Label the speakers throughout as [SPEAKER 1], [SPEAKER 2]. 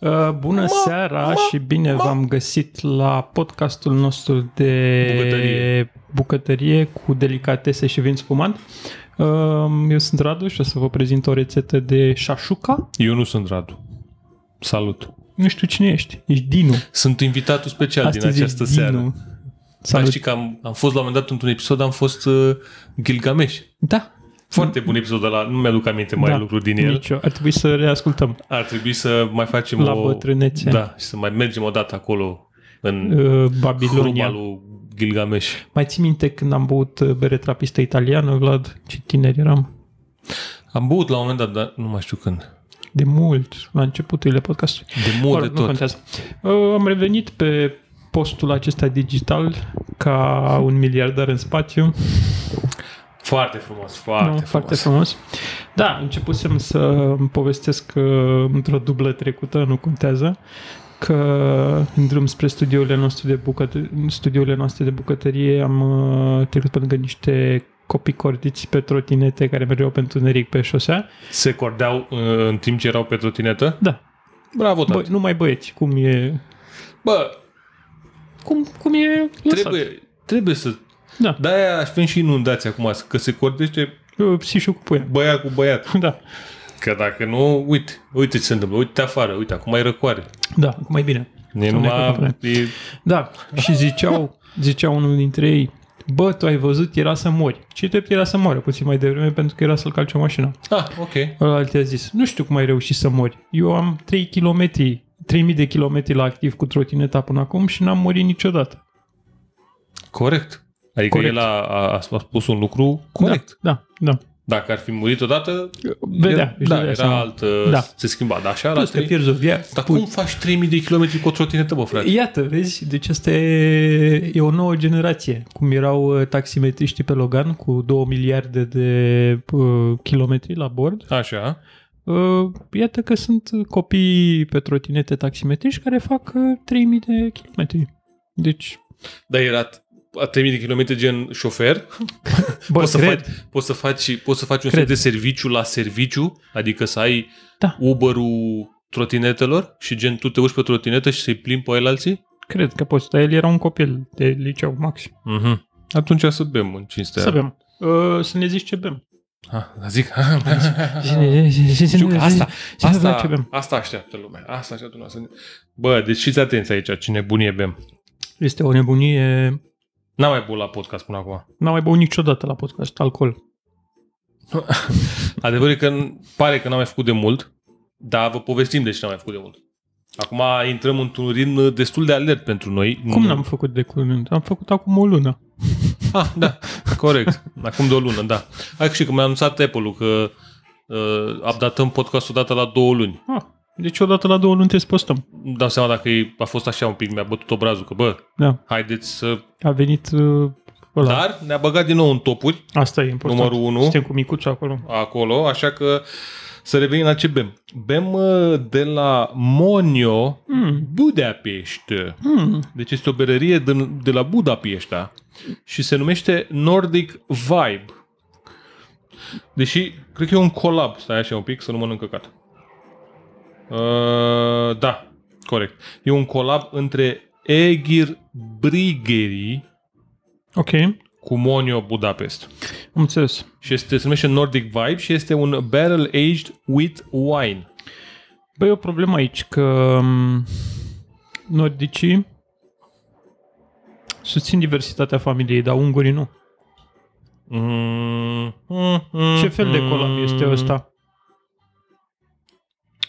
[SPEAKER 1] Uh, Bună seara și bine v-am găsit la podcastul nostru de
[SPEAKER 2] Bucătărie.
[SPEAKER 1] bucătărie cu delicatese și vin spumant. Um, Eu sunt Radu și o să vă prezint o rețetă de șașuca.
[SPEAKER 2] Eu nu sunt Radu. Salut.
[SPEAKER 1] Nu știu cine ești, ești Dinu.
[SPEAKER 2] Sunt invitatul special
[SPEAKER 1] Astăzi
[SPEAKER 2] din această
[SPEAKER 1] ești
[SPEAKER 2] seară.
[SPEAKER 1] Dinu.
[SPEAKER 2] Dar
[SPEAKER 1] Salut.
[SPEAKER 2] știi că am, am fost la un moment dat într-un episod, am fost uh, Gilgamesh.
[SPEAKER 1] Da,
[SPEAKER 2] Foarte bun episod ăla, nu mi-aduc aminte mai
[SPEAKER 1] da.
[SPEAKER 2] da. lucruri din el.
[SPEAKER 1] Nicio. Ar trebui să reascultăm.
[SPEAKER 2] Ar trebui să mai facem
[SPEAKER 1] La
[SPEAKER 2] o...
[SPEAKER 1] bătrânețe.
[SPEAKER 2] Da, și să mai mergem o dată acolo în
[SPEAKER 1] Uh,
[SPEAKER 2] Babilonia.
[SPEAKER 1] Babilonia.
[SPEAKER 2] lui Gilgamesh.
[SPEAKER 1] Mai ții minte când am băut uh, bere trapistă italiană, Vlad? Ce tineri eram.
[SPEAKER 2] Am băut la un moment dat, dar nu mai știu când.
[SPEAKER 1] De mult, la începuturile podcastului.
[SPEAKER 2] De
[SPEAKER 1] Mă
[SPEAKER 2] mult de
[SPEAKER 1] rog, nu
[SPEAKER 2] tot.
[SPEAKER 1] contează. Uh, Am revenit pe postul acesta digital ca un miliardar în spațiu.
[SPEAKER 2] Foarte frumos, foarte
[SPEAKER 1] Nu,
[SPEAKER 2] frumos.
[SPEAKER 1] Da, foarte frumos. Da, începusem să îmi povestesc uh, într-o dublă trecută, nu contează, că în drum spre studiourile noastre de, bucătă- studiourile noastre de bucătărie am uh, trecut pe lângă niște copii cordiți pe trotinete care mergeau pe întuneric pe șosea.
[SPEAKER 2] Se cordeau uh, în timp ce erau pe trotinetă?
[SPEAKER 1] Da,
[SPEAKER 2] Bravo, tată.
[SPEAKER 1] bă, numai băieți, cum e...
[SPEAKER 2] Bă,
[SPEAKER 1] Cum, cum e lăsat.
[SPEAKER 2] trebuie, trebuie să...
[SPEAKER 1] Da.
[SPEAKER 2] De-aia aș fi și inundați acum, că se cordește
[SPEAKER 1] Uh, Psișul cu puia.
[SPEAKER 2] băiat cu băiat.
[SPEAKER 1] Da.
[SPEAKER 2] Că dacă nu, uite, uite ce se întâmplă, uite afară, uite, acum e răcoare.
[SPEAKER 1] Da, acum e bine.
[SPEAKER 2] E
[SPEAKER 1] Sau ne
[SPEAKER 2] numai...
[SPEAKER 1] cumpărăm.
[SPEAKER 2] E,
[SPEAKER 1] Da, și ziceau, zicea unul dintre ei, bă, tu ai văzut, era să mori. Ce drept era să moară puțin mai devreme pentru că era să-l calce o mașină.
[SPEAKER 2] ah, ok.
[SPEAKER 1] Ăla te-a zis, nu știu cum ai reușit să mori. Eu am 3 km, 3000 de kilometri la activ cu trotineta până acum și n-am murit niciodată.
[SPEAKER 2] Corect. Adică
[SPEAKER 1] Corect.
[SPEAKER 2] el a, a, a spus un lucru corect. Da.
[SPEAKER 1] Da, da. da.
[SPEAKER 2] Dacă ar fi murit odată,
[SPEAKER 1] Vedea.
[SPEAKER 2] el, da, era
[SPEAKER 1] seama.
[SPEAKER 2] alt, da.
[SPEAKER 1] Da.
[SPEAKER 2] se schimba, dar așa
[SPEAKER 1] Plus
[SPEAKER 2] arată.
[SPEAKER 1] că pierzi o viață.
[SPEAKER 2] Dar cum faci 3000 de kilometri cu o trotinetă, bă, frate?
[SPEAKER 1] Iată, vezi, deci asta e, e o nouă generație. Cum erau uh, taximetriștii pe Logan cu 2 miliarde de uh, kilometri la bord,
[SPEAKER 2] Așa.
[SPEAKER 1] Uh, Iată că sunt copii pe trotinete taximetriști care fac uh, 3000 de kilometri. Deci,
[SPEAKER 2] Dar era a 3000 de kilometri gen șofer,
[SPEAKER 1] bă,
[SPEAKER 2] poți, să
[SPEAKER 1] cred,
[SPEAKER 2] faci, poți, să faci, poți să faci un
[SPEAKER 1] Cred.
[SPEAKER 2] set de serviciu la serviciu, adică să ai
[SPEAKER 1] Da.
[SPEAKER 2] Uber-ul trotinetelor și gen tu te urci pe trotinetă și să-i plimbi pe el alții?
[SPEAKER 1] cred că poți. Dar el era un copil de liceu, maxim.
[SPEAKER 2] Mm-hmm. Atunci să bem în
[SPEAKER 1] Da.
[SPEAKER 2] cinstea.
[SPEAKER 1] Să bem. Uh, să ne zici ce bem.
[SPEAKER 2] Ah, zic. Da.
[SPEAKER 1] Știu
[SPEAKER 2] Știu că asta,
[SPEAKER 1] ce
[SPEAKER 2] asta,
[SPEAKER 1] bem.
[SPEAKER 2] asta așteaptă lumea. Asta așteaptă lumea. să- Bă, deci fiți atenți aici, ce nebunie bem.
[SPEAKER 1] Este o nebunie.
[SPEAKER 2] N-am mai băut la podcast până acum.
[SPEAKER 1] N-am mai băut niciodată la podcast alcool.
[SPEAKER 2] Adevărul e că n- pare că n-am mai făcut de mult, dar vă povestim de ce n-am mai făcut de mult. Acum intrăm într-un ritm destul de alert pentru noi.
[SPEAKER 1] Cum n-am făcut de curând? Am făcut acum o lună.
[SPEAKER 2] Ah, da, corect. Acum de o lună, da. Hai că și că mi-a anunțat Apple-ul că uh, updatăm podcastul odată la două luni.
[SPEAKER 1] Ah, deci odată la două luni trebuie să postăm.
[SPEAKER 2] Îmi dau seama dacă e, a fost așa un pic, mi-a bătut obrazul, că bă,
[SPEAKER 1] Da.
[SPEAKER 2] haideți să...
[SPEAKER 1] A venit uh, ăla.
[SPEAKER 2] Dar ne-a băgat din nou în topuri,
[SPEAKER 1] Asta e important.
[SPEAKER 2] Da. Numărul unu.
[SPEAKER 1] Suntem cu micuțul acolo.
[SPEAKER 2] acolo, așa că să revenim la ce bem. Bem uh, de la Monio
[SPEAKER 1] Mm.
[SPEAKER 2] Budapest.
[SPEAKER 1] Mm.
[SPEAKER 2] Deci este o berărie din, de la Budapesta și se numește Nordic Vibe. Deși, cred că e un colab. Stai așa un pic să nu mănânc căcat. Uh, da, corect. E un colab între Egir Brigeri
[SPEAKER 1] Ok.
[SPEAKER 2] cu Monio Budapest.
[SPEAKER 1] Am înțeles.
[SPEAKER 2] Și este, se numește Nordic Vibe și este un barrel aged with wine.
[SPEAKER 1] Băi, e o problemă aici, că m, nordicii susțin diversitatea familiei, dar ungurii nu.
[SPEAKER 2] Mm, mm, mm,
[SPEAKER 1] Ce fel de
[SPEAKER 2] mm.
[SPEAKER 1] colab este ăsta?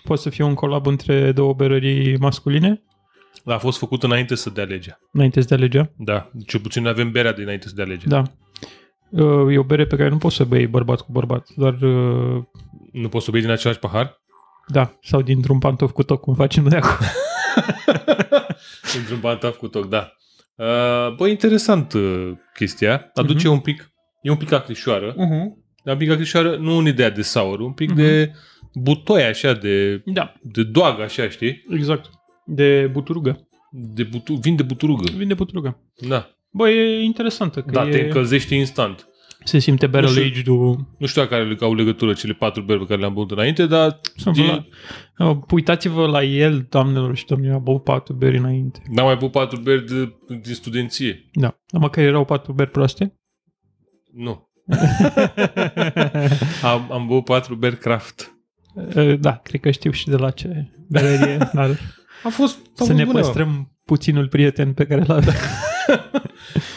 [SPEAKER 1] Poate să fie un colab între două berării masculine?
[SPEAKER 2] A fost făcut înainte să dea legea.
[SPEAKER 1] Înainte să dea legea?
[SPEAKER 2] Da, cel puțin noi avem berea dinainte să dea lege.
[SPEAKER 1] Da. Uh, E o bere pe care nu poți să bei bărbat cu bărbat, doar uh,
[SPEAKER 2] Nu poți să bei din același pahar?
[SPEAKER 1] da, sau dintr-un pantof cu tot cum facem noi acum.
[SPEAKER 2] Într-un pantaf cu toc, da. Uh, Bă, interesant uh, chestia. Aduce
[SPEAKER 1] Mhm.
[SPEAKER 2] un pic, e un pic acrișoară.
[SPEAKER 1] Uh-huh.
[SPEAKER 2] Dar un pic acrișoară, nu în ideea de saur, un
[SPEAKER 1] Mhm.
[SPEAKER 2] pic de butoi așa, de,
[SPEAKER 1] Da,
[SPEAKER 2] de doagă așa, știi?
[SPEAKER 1] exact. De buturugă.
[SPEAKER 2] De butu- vin de buturugă.
[SPEAKER 1] Vin de buturugă.
[SPEAKER 2] Da.
[SPEAKER 1] Bă, e interesantă. Că
[SPEAKER 2] Da,
[SPEAKER 1] e...
[SPEAKER 2] te încălzești instant.
[SPEAKER 1] Se simte barrel
[SPEAKER 2] Nu știu.
[SPEAKER 1] aged-ul.
[SPEAKER 2] Nu știu dacă are- au legătură cele patru beri pe care le-am băut înainte, dar
[SPEAKER 1] Sau
[SPEAKER 2] din-
[SPEAKER 1] vă la- Uh, Uitați-vă la el, doamnelor și domnilor, a băut patru beri înainte.
[SPEAKER 2] n-am mai băut patru beri de, din studenție.
[SPEAKER 1] Da, dar măcar erau patru beri proaste.
[SPEAKER 2] Nu. am, am băut patru beri craft.
[SPEAKER 1] Uh, Da, cred că știu și de la ce bererie, dar
[SPEAKER 2] A fost, a
[SPEAKER 1] să
[SPEAKER 2] fost
[SPEAKER 1] ne
[SPEAKER 2] Păi, bună.
[SPEAKER 1] păstrăm puținul prieten pe care l-avem.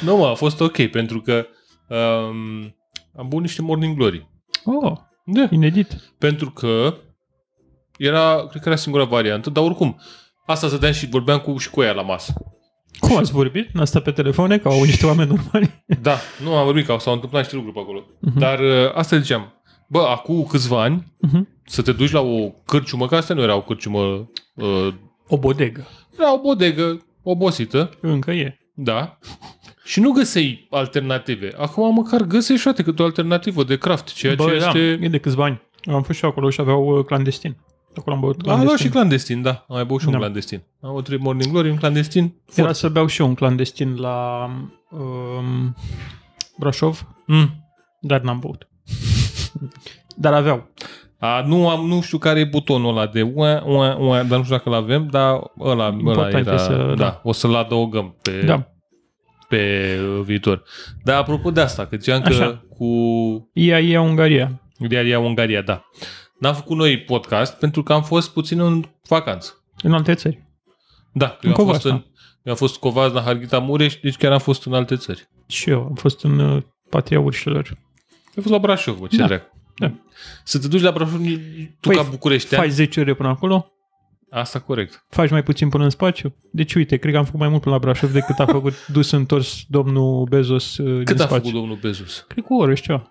[SPEAKER 2] Nu, mă, a fost ok, pentru că um, am băut niște Morning Glory.
[SPEAKER 1] Oh,
[SPEAKER 2] Da.
[SPEAKER 1] inedit.
[SPEAKER 2] Pentru că era, cred că era singura variantă, dar oricum, asta stăteam și vorbeam cu, și cu ea la masă.
[SPEAKER 1] Cum ați vorbit? N-ați stat pe telefoane ca au niște oameni normali?
[SPEAKER 2] Da, nu am vorbit că au- s-au întâmplat niște lucruri pe acolo. Uh-huh. Dar uh, asta ziceam. Bă, acum câțiva ani,
[SPEAKER 1] Mhm.
[SPEAKER 2] să te duci la o cârciumă, că asta nu era o cârciumă, uh,
[SPEAKER 1] O bodegă.
[SPEAKER 2] era o bodegă obosită,
[SPEAKER 1] Încă e.
[SPEAKER 2] da, și nu găseai alternative. Acum măcar găsești, frate, câte o alternativă de craft, ceea ce
[SPEAKER 1] Bă,
[SPEAKER 2] este...
[SPEAKER 1] da, e de câțiva ani. Eu am fost și eu acolo și aveau uh, clandestin. Acolo am băut
[SPEAKER 2] Am luat și
[SPEAKER 1] clandestin.
[SPEAKER 2] clandestin, da. Am mai băut și un
[SPEAKER 1] Da.
[SPEAKER 2] clandestin. Am o trei Morning Glory, un clandestin.
[SPEAKER 1] Era
[SPEAKER 2] Foarte.
[SPEAKER 1] să beau și eu un clandestin la um, Brașov,
[SPEAKER 2] Mm.
[SPEAKER 1] dar n-am băut. Dar aveau.
[SPEAKER 2] A, nu, am, nu știu care e butonul ăla de ua, ua, ua, dar nu știu dacă l-avem, dar ăla, ăla
[SPEAKER 1] Important e
[SPEAKER 2] era,
[SPEAKER 1] să-
[SPEAKER 2] să, da, o să-l adăugăm pe,
[SPEAKER 1] Da.
[SPEAKER 2] pe uh, viitor. Dar apropo de asta, că ziceam
[SPEAKER 1] Așa.
[SPEAKER 2] că cu
[SPEAKER 1] Ea e Ungaria.
[SPEAKER 2] Diaria Ungaria, da, n-am făcut noi podcast pentru că am fost puțin în vacanță.
[SPEAKER 1] În alte țări.
[SPEAKER 2] Da,
[SPEAKER 1] În
[SPEAKER 2] eu am, fost
[SPEAKER 1] Covasna.
[SPEAKER 2] în, eu am fost Covazna, Harghita, Mureș, deci chiar am fost în alte țări.
[SPEAKER 1] Și eu am fost în uh, patria urșilor.
[SPEAKER 2] Am fost la Brașov, bă, ce
[SPEAKER 1] Da.
[SPEAKER 2] da. dracu.
[SPEAKER 1] Da.
[SPEAKER 2] Să te duci la Brașov, ni- tu
[SPEAKER 1] Păi,
[SPEAKER 2] păi, ca bucureștean,
[SPEAKER 1] Faci 10 ore până acolo,
[SPEAKER 2] asta corect.
[SPEAKER 1] faci mai puțin până în spațiu. Deci uite, cred că am făcut mai mult până la Brașov decât a făcut dus întors domnul Bezos uh, din
[SPEAKER 2] Cât a
[SPEAKER 1] spațiu.
[SPEAKER 2] făcut domnul Bezos?
[SPEAKER 1] Cred că o oră și ceva.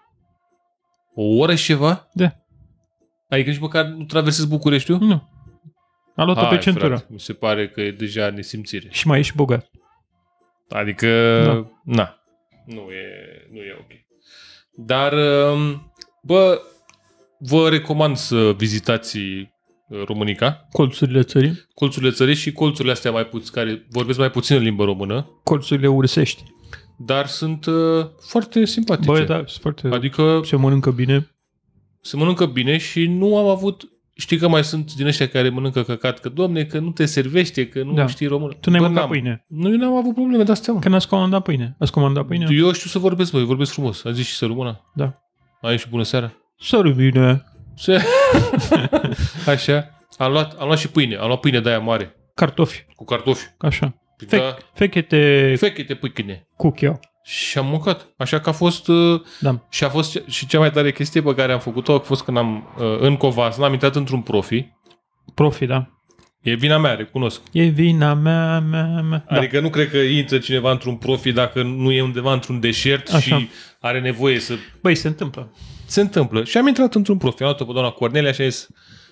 [SPEAKER 2] O oră și ceva?
[SPEAKER 1] Da.
[SPEAKER 2] Adică nici măcar nu traversezi Bucureștiul?
[SPEAKER 1] Nu. A luat-o
[SPEAKER 2] Hai,
[SPEAKER 1] pe centură.
[SPEAKER 2] frate, mi se pare că e deja nesimțire.
[SPEAKER 1] Și mai ești bogat.
[SPEAKER 2] Adică,
[SPEAKER 1] Da.
[SPEAKER 2] na, nu e, nu e ok. Dar, um, bă, vă recomand să vizitați uh, Românica,
[SPEAKER 1] Colțurile țării.
[SPEAKER 2] colțurile țării și colțurile astea mai puțin, care vorbesc mai puțin în limbă română,
[SPEAKER 1] Colțurile ursești.
[SPEAKER 2] dar sunt uh, foarte simpatice.
[SPEAKER 1] Băi, da, sunt foarte...
[SPEAKER 2] Adică
[SPEAKER 1] Se mănâncă bine.
[SPEAKER 2] se mănâncă bine și nu am avut Știi că mai sunt din ăștia care mănâncă căcat, că domne, că nu te servește, că nu
[SPEAKER 1] Da.
[SPEAKER 2] da. știi română.
[SPEAKER 1] Tu n-ai
[SPEAKER 2] Bă,
[SPEAKER 1] mâncat
[SPEAKER 2] n-am.
[SPEAKER 1] pâine.
[SPEAKER 2] Nu, eu n-am avut probleme de astea, mă.
[SPEAKER 1] Că n-ați comandat pâine. Ați comandat pâine?
[SPEAKER 2] Eu știu să vorbesc, băi, vorbesc frumos. Ai zis și să rămână.
[SPEAKER 1] Da.
[SPEAKER 2] Ai și bună seara.
[SPEAKER 1] Sără bine.
[SPEAKER 2] Se... Așa. Am luat, am luat și pâine. Am luat pâine de aia mare.
[SPEAKER 1] Cartofi.
[SPEAKER 2] Cu cartofi.
[SPEAKER 1] Așa.
[SPEAKER 2] Păi
[SPEAKER 1] Fec.
[SPEAKER 2] Da,
[SPEAKER 1] Fechete
[SPEAKER 2] fechete pâine.
[SPEAKER 1] cuchia.
[SPEAKER 2] Și am mâncat. Așa că a fost... uh,
[SPEAKER 1] Da.
[SPEAKER 2] Și a fost ce- și cea mai tare chestie pe care am făcut-o a fost când am uh, în Covasna, am intrat într-un profi.
[SPEAKER 1] Profi, da.
[SPEAKER 2] E vina mea, recunosc.
[SPEAKER 1] E vina mea, mea, mea. Da.
[SPEAKER 2] Adică nu cred că intră cineva într-un profi dacă nu e undeva într-un deșert
[SPEAKER 1] Așa.
[SPEAKER 2] și are nevoie să
[SPEAKER 1] Băi, se întâmplă.
[SPEAKER 2] se întâmplă. Și am intrat într-un profi. Am luat-o pe doamna Cornelia și a zis,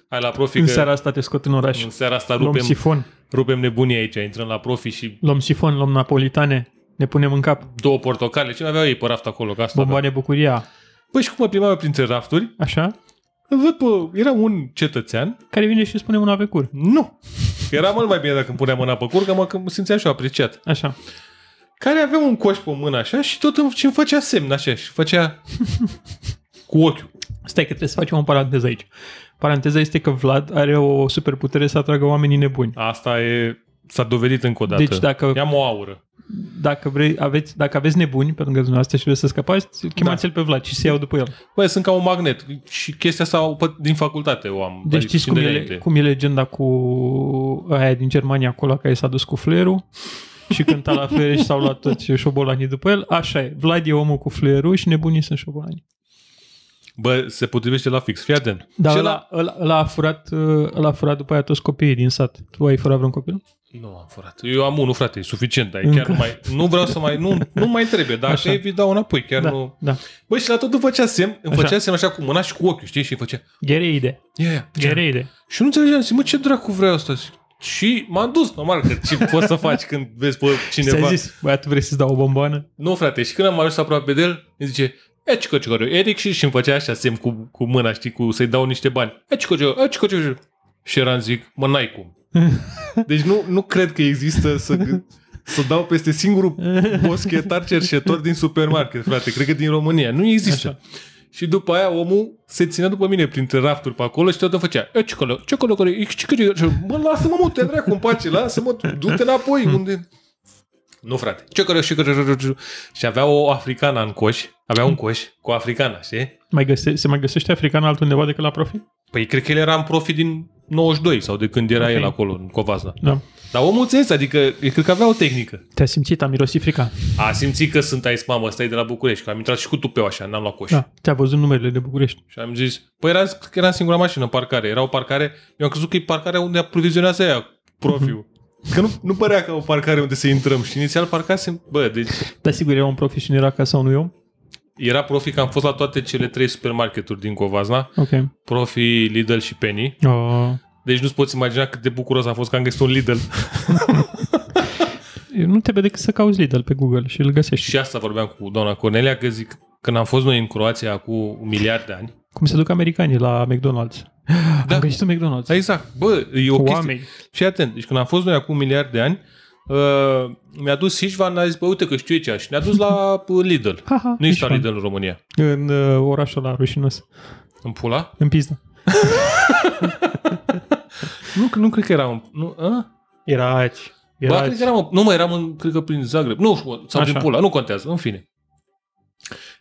[SPEAKER 2] hai la profi
[SPEAKER 1] În
[SPEAKER 2] că
[SPEAKER 1] seara asta te scot în oraș.
[SPEAKER 2] în seara asta
[SPEAKER 1] Luăm
[SPEAKER 2] rupem,
[SPEAKER 1] sifon.
[SPEAKER 2] rupem nebunie aici. Intrăm la profi și
[SPEAKER 1] Luăm sifon, luăm napolitane. Ne punem în cap.
[SPEAKER 2] două portocale. Ce mai aveau ei pe raft acolo? Că asta aveau.
[SPEAKER 1] Bomboane bucuria.
[SPEAKER 2] Păi și cum mă plimbam eu printre rafturi,
[SPEAKER 1] Așa?
[SPEAKER 2] îl văd pe... Era un cetățean.
[SPEAKER 1] Care vine și spune una pe cur.
[SPEAKER 2] Nu! Era mult mai bine dacă îmi punea mâna pe cur, că mă că mă simțeam și eu apreciat.
[SPEAKER 1] Așa.
[SPEAKER 2] Care avea un coș pe mână așa și tot îmi, și îmi făcea semn așa și făcea cu ochiul.
[SPEAKER 1] Stai că trebuie să facem o paranteză aici. Paranteza este că Vlad are o superputere să atragă oamenii nebuni.
[SPEAKER 2] Asta e... S-a dovedit încă o dată.
[SPEAKER 1] Deci dacă-
[SPEAKER 2] I-am o aură.
[SPEAKER 1] Dacă, vrei, aveți, dacă aveți nebuni pe lângă dumneavoastră și vreți să scăpați, chemați-l pe Vlad și se iau după el.
[SPEAKER 2] Băi, sunt ca un magnet. Și chestia asta o pot- din facultate o am.
[SPEAKER 1] Deci
[SPEAKER 2] Adică
[SPEAKER 1] știți
[SPEAKER 2] din
[SPEAKER 1] cum
[SPEAKER 2] dinainte.
[SPEAKER 1] e, cum e legenda cu aia din Germania acolo care s-a dus cu flerul și cânta la fluiere și s-au luat toți șobolanii după el? Așa e. Vlad e omul cu flerul și nebunii sunt șobolanii.
[SPEAKER 2] Bă, se potrivește la fix. Fii atent.
[SPEAKER 1] Dar
[SPEAKER 2] Și
[SPEAKER 1] ăla, ăla, ăla, a furat, uh, ăla a furat după aia toți copiii din sat. Tu ai furat vreun copil?
[SPEAKER 2] Nu am furat. Eu am unul, frate, e suficient. Dar e
[SPEAKER 1] Încă?
[SPEAKER 2] chiar nu mai, nu vreau să mai, nu, nu mai trebuie. Dacă
[SPEAKER 1] Așa.
[SPEAKER 2] așa. vi dau înapoi, chiar
[SPEAKER 1] Da,
[SPEAKER 2] da. nu...
[SPEAKER 1] da.
[SPEAKER 2] Băi, și la tot îmi făcea semn, îmi
[SPEAKER 1] Așa.
[SPEAKER 2] făcea semn așa cu mâna și cu ochiul, știi? Și îmi făcea...
[SPEAKER 1] Ghereide.
[SPEAKER 2] Ia, ia, făcea.
[SPEAKER 1] Ghereide.
[SPEAKER 2] Și nu înțelegeam, zic, mă, ce dracu vreau asta? Zic, Și m-am dus, normal, că ce poți să faci când vezi pe
[SPEAKER 1] Ți-a
[SPEAKER 2] cineva.
[SPEAKER 1] zis, băiatul vrei să-ți dau o bomboană?
[SPEAKER 2] Nu, frate, și când am ajuns aproape de el, îmi zice, Eci cocicoru, Eric și și îmi făcea așa semn cu, cu mâna, știi, cu să-i dau niște bani. Eci cocicoru, eci cocicoru. Și eram zic, mă, n-ai cum. Deci nu, nu cred că există să... Să dau peste singurul boschetar cerșetor din supermarket, frate. Cred că din România. Nu există. Așa. Și după aia omul se ținea după mine printre rafturi pe acolo și tot făcea E, ce colo, ce colo, colo, e, ce colo, ce colo, Mă, lasă-mă, mă, te dracu, îmi pace, lasă-mă, du-te înapoi, unde... Nu, frate. Ce colo, ce colo, ce colo, ce colo. Și avea o africană în coș, avea un coș cu africana, știi?
[SPEAKER 1] Mai găse, se mai găsește african altundeva decât la profi?
[SPEAKER 2] Păi cred că el era în profi din 92 sau de când era
[SPEAKER 1] Ok.
[SPEAKER 2] el acolo, în Covazna.
[SPEAKER 1] Da.
[SPEAKER 2] Dar omul țes, adică, eu cred că avea o tehnică.
[SPEAKER 1] Te-a simțit, a mirosit frica.
[SPEAKER 2] A simțit că sunt aici, mamă, ăsta e de la București, că am intrat și cu tupeu așa, n-am luat coș.
[SPEAKER 1] Da. Te-a văzut numerele de București.
[SPEAKER 2] Și am zis, păi era, cred că era în singura mașină în parcare, era o parcare, eu am crezut că e parcarea unde aprovizionează aia profiul. Mhm. Că nu, nu părea ca o parcare unde să intrăm și inițial parcasem, bă, deci
[SPEAKER 1] Dar sigur, era un profi și nu era casa unui om.
[SPEAKER 2] era profi că am fost la toate cele trei supermarketuri din Covazna,
[SPEAKER 1] Ok.
[SPEAKER 2] profi, Lidl și Penny.
[SPEAKER 1] Oh.
[SPEAKER 2] Deci nu-ți poți imagina cât de bucuros am fost că am găsit un Lidl.
[SPEAKER 1] Nu trebuie decât să cauți Lidl pe Google și îl găsești.
[SPEAKER 2] și asta vorbeam cu doamna Cornelia, că zic, când am fost noi în Croația acum un miliard de ani,
[SPEAKER 1] Cum se duc americanii la McDonald's. Da.
[SPEAKER 2] Da.
[SPEAKER 1] Am găsit un McDonald's.
[SPEAKER 2] Da, Exact. Bă, e o
[SPEAKER 1] Oameni.
[SPEAKER 2] chestie. Și atent, deci când am fost noi acum un miliard de ani, uh, mi-a dus Sișvan, a zis, bă, uite că știu eu ce și ne-a dus la uh, Lidl.
[SPEAKER 1] Ha, ha,
[SPEAKER 2] nu
[SPEAKER 1] Sișvan.
[SPEAKER 2] există Lidl în România.
[SPEAKER 1] În uh, orașul ăla rușinos.
[SPEAKER 2] În Pula?
[SPEAKER 1] În pizda.
[SPEAKER 2] Nu, că- nu cred că eram... Nu, a?
[SPEAKER 1] Era aici. Era
[SPEAKER 2] Ba,
[SPEAKER 1] aici.
[SPEAKER 2] cred că eram, nu mai eram, în, cred că prin Zagreb. Nu știu, sau
[SPEAKER 1] Așa.
[SPEAKER 2] din Pula, nu contează, în fine.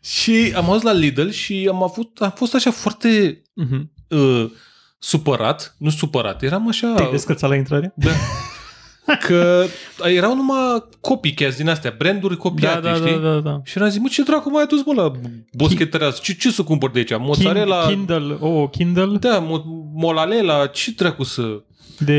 [SPEAKER 2] Și am ajuns la Lidl și am avut, am fost așa foarte
[SPEAKER 1] Mhm.
[SPEAKER 2] uh, supărat, nu supărat, eram așa...
[SPEAKER 1] Te-ai descălțat la intrare?
[SPEAKER 2] Da. Că erau numai copycats din astea, branduri copiate, știi?
[SPEAKER 1] da, da, da.
[SPEAKER 2] Și era zis, mă, ce dracu mai adus, bă, la boschetărea asta? Ce, ce să cumpăr de aici? Mozzarella?
[SPEAKER 1] Kin- Kindle, oh, Kindle
[SPEAKER 2] Da, mo- molalela, ce dracu să...
[SPEAKER 1] de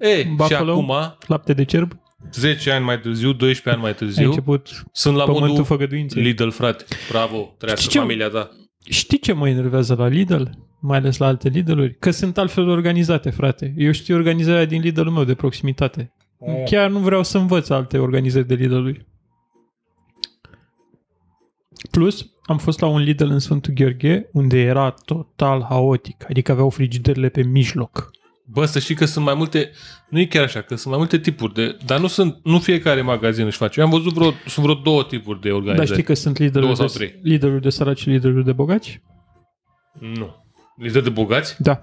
[SPEAKER 2] E, și
[SPEAKER 1] Buffalo?
[SPEAKER 2] acum,
[SPEAKER 1] lapte de cerb.
[SPEAKER 2] 10 ani mai târziu, 12 ani mai
[SPEAKER 1] Ai
[SPEAKER 2] târziu,
[SPEAKER 1] început
[SPEAKER 2] sunt la
[SPEAKER 1] pământul
[SPEAKER 2] modul
[SPEAKER 1] făgăduinței.
[SPEAKER 2] Lidl, frate. Bravo, trăiască
[SPEAKER 1] Știi ce-
[SPEAKER 2] familia ta.
[SPEAKER 1] Știi ce mă enervează la Lidl? Mai ales la alte Lidl-uri? Că sunt altfel organizate, frate. Eu știu organizarea din Lidl-ul meu de proximitate.
[SPEAKER 2] Oh.
[SPEAKER 1] Chiar nu vreau să învăț alte organizări de Lidl-uri. Plus, am fost la un Lidl în Sfântul Gheorghe, unde era total haotic. Adică aveau frigiderile pe mijloc.
[SPEAKER 2] Bă, să știi că sunt mai multe, nu e chiar așa, că sunt mai multe tipuri de, dar nu sunt, nu fiecare magazin își face. Eu am văzut vreo, sunt vreo două tipuri de
[SPEAKER 1] Dar
[SPEAKER 2] organizări.
[SPEAKER 1] știi că sunt
[SPEAKER 2] Două
[SPEAKER 1] liderul
[SPEAKER 2] sau
[SPEAKER 1] de,
[SPEAKER 2] trei.
[SPEAKER 1] liderul de săraci și liderul de bogați?
[SPEAKER 2] Nu. Lidl de bogați?
[SPEAKER 1] Da.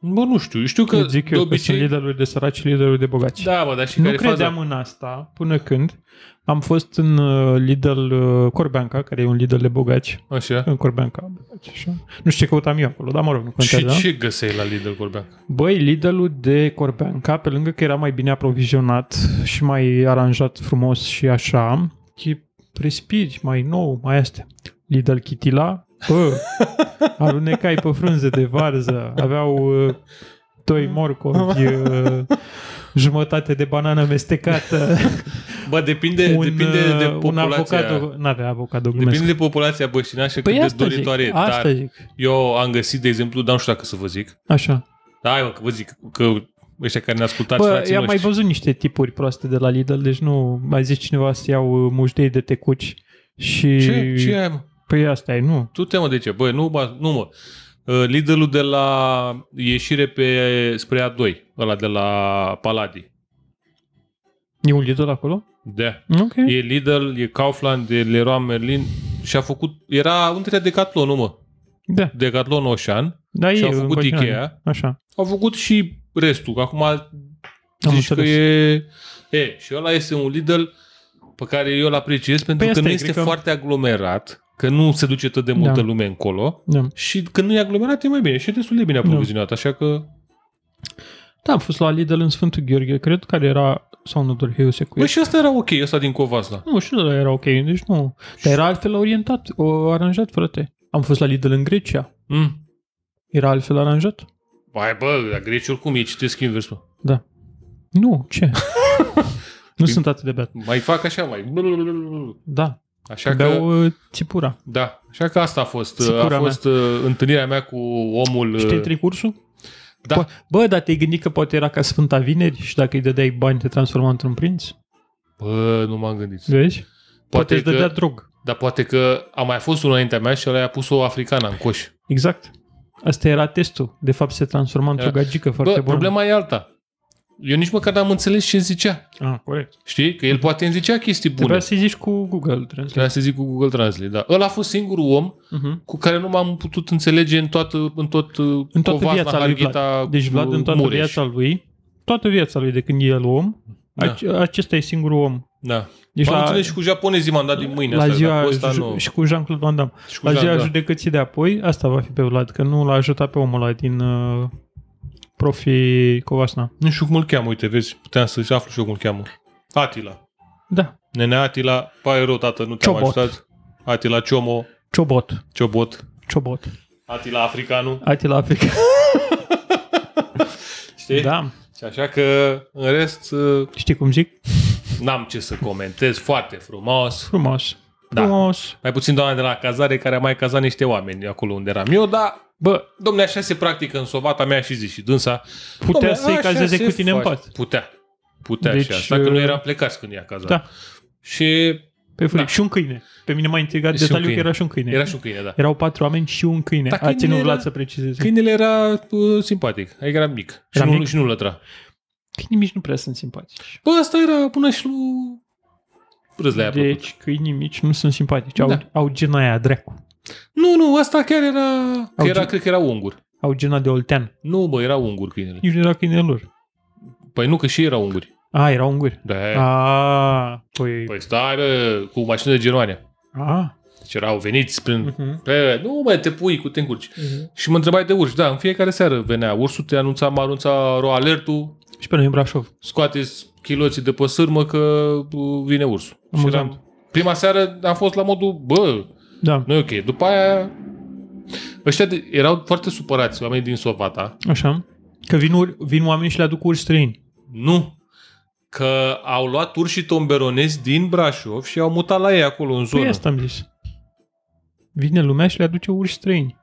[SPEAKER 2] Bă, nu știu. Eu Știu că
[SPEAKER 1] Că zic
[SPEAKER 2] de
[SPEAKER 1] eu
[SPEAKER 2] obicei...
[SPEAKER 1] că sunt liderul de săraci și liderul de bogați.
[SPEAKER 2] Da, mă, dar și
[SPEAKER 1] nu
[SPEAKER 2] care e faza?
[SPEAKER 1] credeam în asta până când am fost în uh, Lidl uh, Corbeanca, care e un Lidl de bogaci.
[SPEAKER 2] Așa.
[SPEAKER 1] În Corbeanca. Așa. Nu știu ce căutam eu acolo, dar mă rog, nu
[SPEAKER 2] Și
[SPEAKER 1] contează. da?
[SPEAKER 2] ce găseai la Lidl Corbeac?
[SPEAKER 1] Băi, Lidl-ul de Corbeanca, pe lângă că era mai bine aprovizionat și mai aranjat frumos și așa, e respiri, mai nou, mai astea. Lidl Chitila, bă, alunecai pe frunze de varză, aveau uh, doi morcovi, uh, jumătate de banană mestecată,
[SPEAKER 2] Bă, depinde,
[SPEAKER 1] un,
[SPEAKER 2] depinde de
[SPEAKER 1] uh, un
[SPEAKER 2] populația.
[SPEAKER 1] avocado, n-avea avocado, glumesc.
[SPEAKER 2] Depinde de populația băștinașă
[SPEAKER 1] Păi
[SPEAKER 2] cât de
[SPEAKER 1] asta
[SPEAKER 2] doritoare e.
[SPEAKER 1] zic, asta
[SPEAKER 2] Dar
[SPEAKER 1] zic.
[SPEAKER 2] eu am găsit, de exemplu, dar nu știu dacă să vă zic.
[SPEAKER 1] Așa.
[SPEAKER 2] Da, hai, mă, că vă zic că ăștia care ne ascultați,
[SPEAKER 1] Bă,
[SPEAKER 2] frații
[SPEAKER 1] i-am mai
[SPEAKER 2] noștri.
[SPEAKER 1] văzut niște tipuri proaste de la Lidl, deci nu mai zis cineva să iau uh, mușdei de tecuci și...
[SPEAKER 2] Ce? Ce ai, mă?
[SPEAKER 1] Păi asta e, nu.
[SPEAKER 2] Tu te mă de ce? Băi, nu, ba, nu mă. Uh, Lidl-ul de la ieșire pe, spre A2, ăla de la Paladi.
[SPEAKER 1] E un Lidl acolo?
[SPEAKER 2] Da.
[SPEAKER 1] Ok. E...
[SPEAKER 2] E Lidl, e Kaufland, e Leroy Merlin și a făcut, era, unde era Decathlon, nu mă?
[SPEAKER 1] Da,
[SPEAKER 2] Decathlon Ocean,
[SPEAKER 1] da e
[SPEAKER 2] și au
[SPEAKER 1] în
[SPEAKER 2] făcut
[SPEAKER 1] continuare.
[SPEAKER 2] Ikea.
[SPEAKER 1] Așa.
[SPEAKER 2] Au făcut și restul, că acum zici că
[SPEAKER 1] înțeles.
[SPEAKER 2] e... E, și ăla este un Lidl pe care eu îl apreciez pentru
[SPEAKER 1] Păi
[SPEAKER 2] că
[SPEAKER 1] asta
[SPEAKER 2] nu
[SPEAKER 1] e,
[SPEAKER 2] este
[SPEAKER 1] cred că-
[SPEAKER 2] foarte aglomerat, că nu se duce atât de multă
[SPEAKER 1] Da.
[SPEAKER 2] lume încolo
[SPEAKER 1] Da.
[SPEAKER 2] și când nu e aglomerat e mai bine și e destul de bine aprovizionat, așa că
[SPEAKER 1] da, am fost la Lidl în Sfântul Gheorghe, cred, care era, sau nu doar eu
[SPEAKER 2] Bă,
[SPEAKER 1] secuie.
[SPEAKER 2] și asta era ok, asta din Covasna.
[SPEAKER 1] Nu, și ăla era ok, deci nu. Dar era altfel orientat, o, aranjat, frate. Am fost la Lidl în Grecia.
[SPEAKER 2] Mm.
[SPEAKER 1] Era altfel aranjat?
[SPEAKER 2] Bai, bă, la greci oricum ei citesc invers, mă.
[SPEAKER 1] Da. Nu, ce? nu sunt atât de beat.
[SPEAKER 2] Mai fac așa, mai...
[SPEAKER 1] Da,
[SPEAKER 2] Așa că,
[SPEAKER 1] beau uh, țipura.
[SPEAKER 2] da, așa că asta a fost,
[SPEAKER 1] Sicura
[SPEAKER 2] a fost uh, întâlnirea mea cu omul...
[SPEAKER 1] Și
[SPEAKER 2] uh,
[SPEAKER 1] te intri în cursul?
[SPEAKER 2] Da.
[SPEAKER 1] Po- Bă, dar te-ai gândit că poate era ca Sfânta Vineri și dacă îi dădeai bani te transforma într-un prinț?
[SPEAKER 2] Bă, nu m-am gândit.
[SPEAKER 1] Vezi? Poate
[SPEAKER 2] Poate
[SPEAKER 1] îți dădea
[SPEAKER 2] că,
[SPEAKER 1] drog.
[SPEAKER 2] dar poate că a mai fost unul înaintea mea și ăla i-a pus o africana în coș.
[SPEAKER 1] Exact. Asta era testul. De fapt se transforma într-o
[SPEAKER 2] Era-
[SPEAKER 1] gagică foarte
[SPEAKER 2] Bă,
[SPEAKER 1] bună.
[SPEAKER 2] problema e alta. Eu nici măcar n-am înțeles ce zicea.
[SPEAKER 1] Ah, corect.
[SPEAKER 2] Știi? Că el poate îmi zicea chestii bune.
[SPEAKER 1] Trebuia să-i zici cu Google Translate.
[SPEAKER 2] Trebuia să zic cu Google Translate, da. Ăla a fost singurul om
[SPEAKER 1] Mhm.
[SPEAKER 2] cu care nu m-am putut înțelege în toată, în tot, uh,
[SPEAKER 1] În toată viața lui Vlad. Deci Vlad în toată
[SPEAKER 2] Mureș.
[SPEAKER 1] viața lui, toată viața lui de când e el om,
[SPEAKER 2] Da.
[SPEAKER 1] ac- acesta e singurul om.
[SPEAKER 2] Da.
[SPEAKER 1] Deci
[SPEAKER 2] m-am
[SPEAKER 1] la-
[SPEAKER 2] înțeles și cu japonezii m-am dat din mâine.
[SPEAKER 1] la
[SPEAKER 2] asta, dar
[SPEAKER 1] ziua
[SPEAKER 2] cu ăsta
[SPEAKER 1] ju-
[SPEAKER 2] nu.
[SPEAKER 1] și cu Jean-Claude Van Damme.
[SPEAKER 2] Și cu
[SPEAKER 1] La
[SPEAKER 2] Jean,
[SPEAKER 1] ziua
[SPEAKER 2] da.
[SPEAKER 1] judecății de apoi, asta va fi pe Vlad, că nu l-a ajutat pe omul ăla din uh, profi Covasna.
[SPEAKER 2] Nu știu cum îl cheamă, uite, vezi, puteam să aflu și eu cum îl cheamă. Atila.
[SPEAKER 1] Da,
[SPEAKER 2] Nene Atila, pare rău, tată, nu te-am
[SPEAKER 1] Ciobot.
[SPEAKER 2] ajutat. Atila Ciomo,
[SPEAKER 1] Ciobot.
[SPEAKER 2] Ciobot,
[SPEAKER 1] Ciobot.
[SPEAKER 2] Atila Africanu,
[SPEAKER 1] Atila Africa.
[SPEAKER 2] știi?
[SPEAKER 1] Da,
[SPEAKER 2] Și așa că, în rest, uh,
[SPEAKER 1] știi cum zic?
[SPEAKER 2] n-am ce să comentez, foarte frumos.
[SPEAKER 1] Frumos.
[SPEAKER 2] Da.
[SPEAKER 1] Frumos.
[SPEAKER 2] Mai puțin doamna de la cazare, care a mai cazat niște oameni acolo unde eram eu, dar, bă, domne, așa se practică în sovata mea și zi și dânsa.
[SPEAKER 1] Putea
[SPEAKER 2] Domne,
[SPEAKER 1] să-i
[SPEAKER 2] așa
[SPEAKER 1] cazeze
[SPEAKER 2] se
[SPEAKER 1] cu tine în
[SPEAKER 2] face.
[SPEAKER 1] pat.
[SPEAKER 2] Putea. Putea deci,
[SPEAKER 1] Deci,
[SPEAKER 2] și asta, că nu
[SPEAKER 1] uh,
[SPEAKER 2] eram plecați când i-a cazat.
[SPEAKER 1] Da.
[SPEAKER 2] Și
[SPEAKER 1] Pe fric.
[SPEAKER 2] Da.
[SPEAKER 1] Și un câine. Pe mine m-a intrigat
[SPEAKER 2] Și un
[SPEAKER 1] detaliul că
[SPEAKER 2] câine.
[SPEAKER 1] era și un câine.
[SPEAKER 2] era și un câine, da.
[SPEAKER 1] Erau patru oameni și un câine.
[SPEAKER 2] Dar
[SPEAKER 1] A
[SPEAKER 2] câinele
[SPEAKER 1] ținut Vlad
[SPEAKER 2] era-
[SPEAKER 1] să precizeze.
[SPEAKER 2] Câinele era uh, simpatic, adică era mic.
[SPEAKER 1] Era
[SPEAKER 2] și, nu,
[SPEAKER 1] mic?
[SPEAKER 2] și nu lătra.
[SPEAKER 1] Câinii mici nu prea sunt simpatici.
[SPEAKER 2] Bă, asta era până și lui Râzlea de...
[SPEAKER 1] Deci câinii mici nu sunt simpatici. Au,
[SPEAKER 2] Da.
[SPEAKER 1] au gena aia, dracu.
[SPEAKER 2] Nu, nu, asta chiar era... Că era
[SPEAKER 1] gen-
[SPEAKER 2] cred că era ungur.
[SPEAKER 1] Au gena de oltean.
[SPEAKER 2] Nu, bă, era ungur câinele.
[SPEAKER 1] Nici nu era câinele lor.
[SPEAKER 2] Păi nu, că și ei erau unguri.
[SPEAKER 1] A, erau unguri.
[SPEAKER 2] Da.
[SPEAKER 1] A, păi...
[SPEAKER 2] Păi stai, bă, cu mașinile de Germania.
[SPEAKER 1] A.
[SPEAKER 2] Deci erau veniți prin...
[SPEAKER 1] Mhm.
[SPEAKER 2] Pe, nu, mă, te pui cu te încurci. Și mă întrebai de urși. Da, în fiecare seară venea ursul, te anunța, mă anunța roalertul,
[SPEAKER 1] Și pe noi în Brașov.
[SPEAKER 2] scoateți chiloții de pe sârmă că bă, vine ursul. Și
[SPEAKER 1] Amuzant.
[SPEAKER 2] eram- Prima seară am fost la modul, bă,
[SPEAKER 1] Da,
[SPEAKER 2] nu e ok. După aia, ăștia de, erau foarte supărați, oamenii din Sovata.
[SPEAKER 1] așa. Păi Că vin, ur- vin oameni și le aduc urși străini.
[SPEAKER 2] Nu. Că au luat urși tomberonezi din Brașov și au mutat la ei acolo în zonă.
[SPEAKER 1] Păi asta am zis. Vine lumea și le aduce urși străini.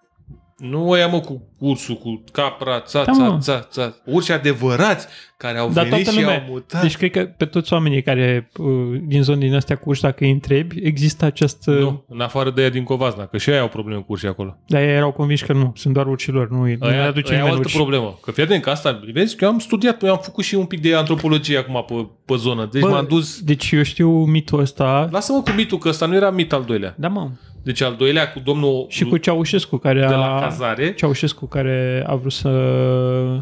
[SPEAKER 2] Nu ăia, mă, cu ursul, cu capra, ța,
[SPEAKER 1] Da,
[SPEAKER 2] ța,
[SPEAKER 1] mă.
[SPEAKER 2] ța, ța. Urși adevărați care au
[SPEAKER 1] Dar
[SPEAKER 2] venit
[SPEAKER 1] toată
[SPEAKER 2] și
[SPEAKER 1] lumea.
[SPEAKER 2] au mutat.
[SPEAKER 1] Deci cred că pe toți oamenii care uh, din zone din astea cu urși, dacă îi întrebi, există această...
[SPEAKER 2] Nu, în afară de ea din Covazna, că și ei au probleme cu urși acolo.
[SPEAKER 1] Dar ei erau convinși că nu, sunt doar urcilor, nu, nu le
[SPEAKER 2] Aia,
[SPEAKER 1] aduce
[SPEAKER 2] aia e o
[SPEAKER 1] nimeni
[SPEAKER 2] altă
[SPEAKER 1] urși.
[SPEAKER 2] problemă. Că fii atent că asta, vezi, că eu am studiat, eu am făcut și un pic de antropologie acum pe, pe zonă. Deci
[SPEAKER 1] Bă,
[SPEAKER 2] m-am dus...
[SPEAKER 1] Deci eu știu mitul ăsta...
[SPEAKER 2] Lasă-mă cu mitul, că ăsta nu era mit al doilea.
[SPEAKER 1] Da, mă.
[SPEAKER 2] Deci al doilea cu domnul
[SPEAKER 1] Și cu Ceaușescu, care a...
[SPEAKER 2] de la cazare.
[SPEAKER 1] Ceaușescu care a vrut să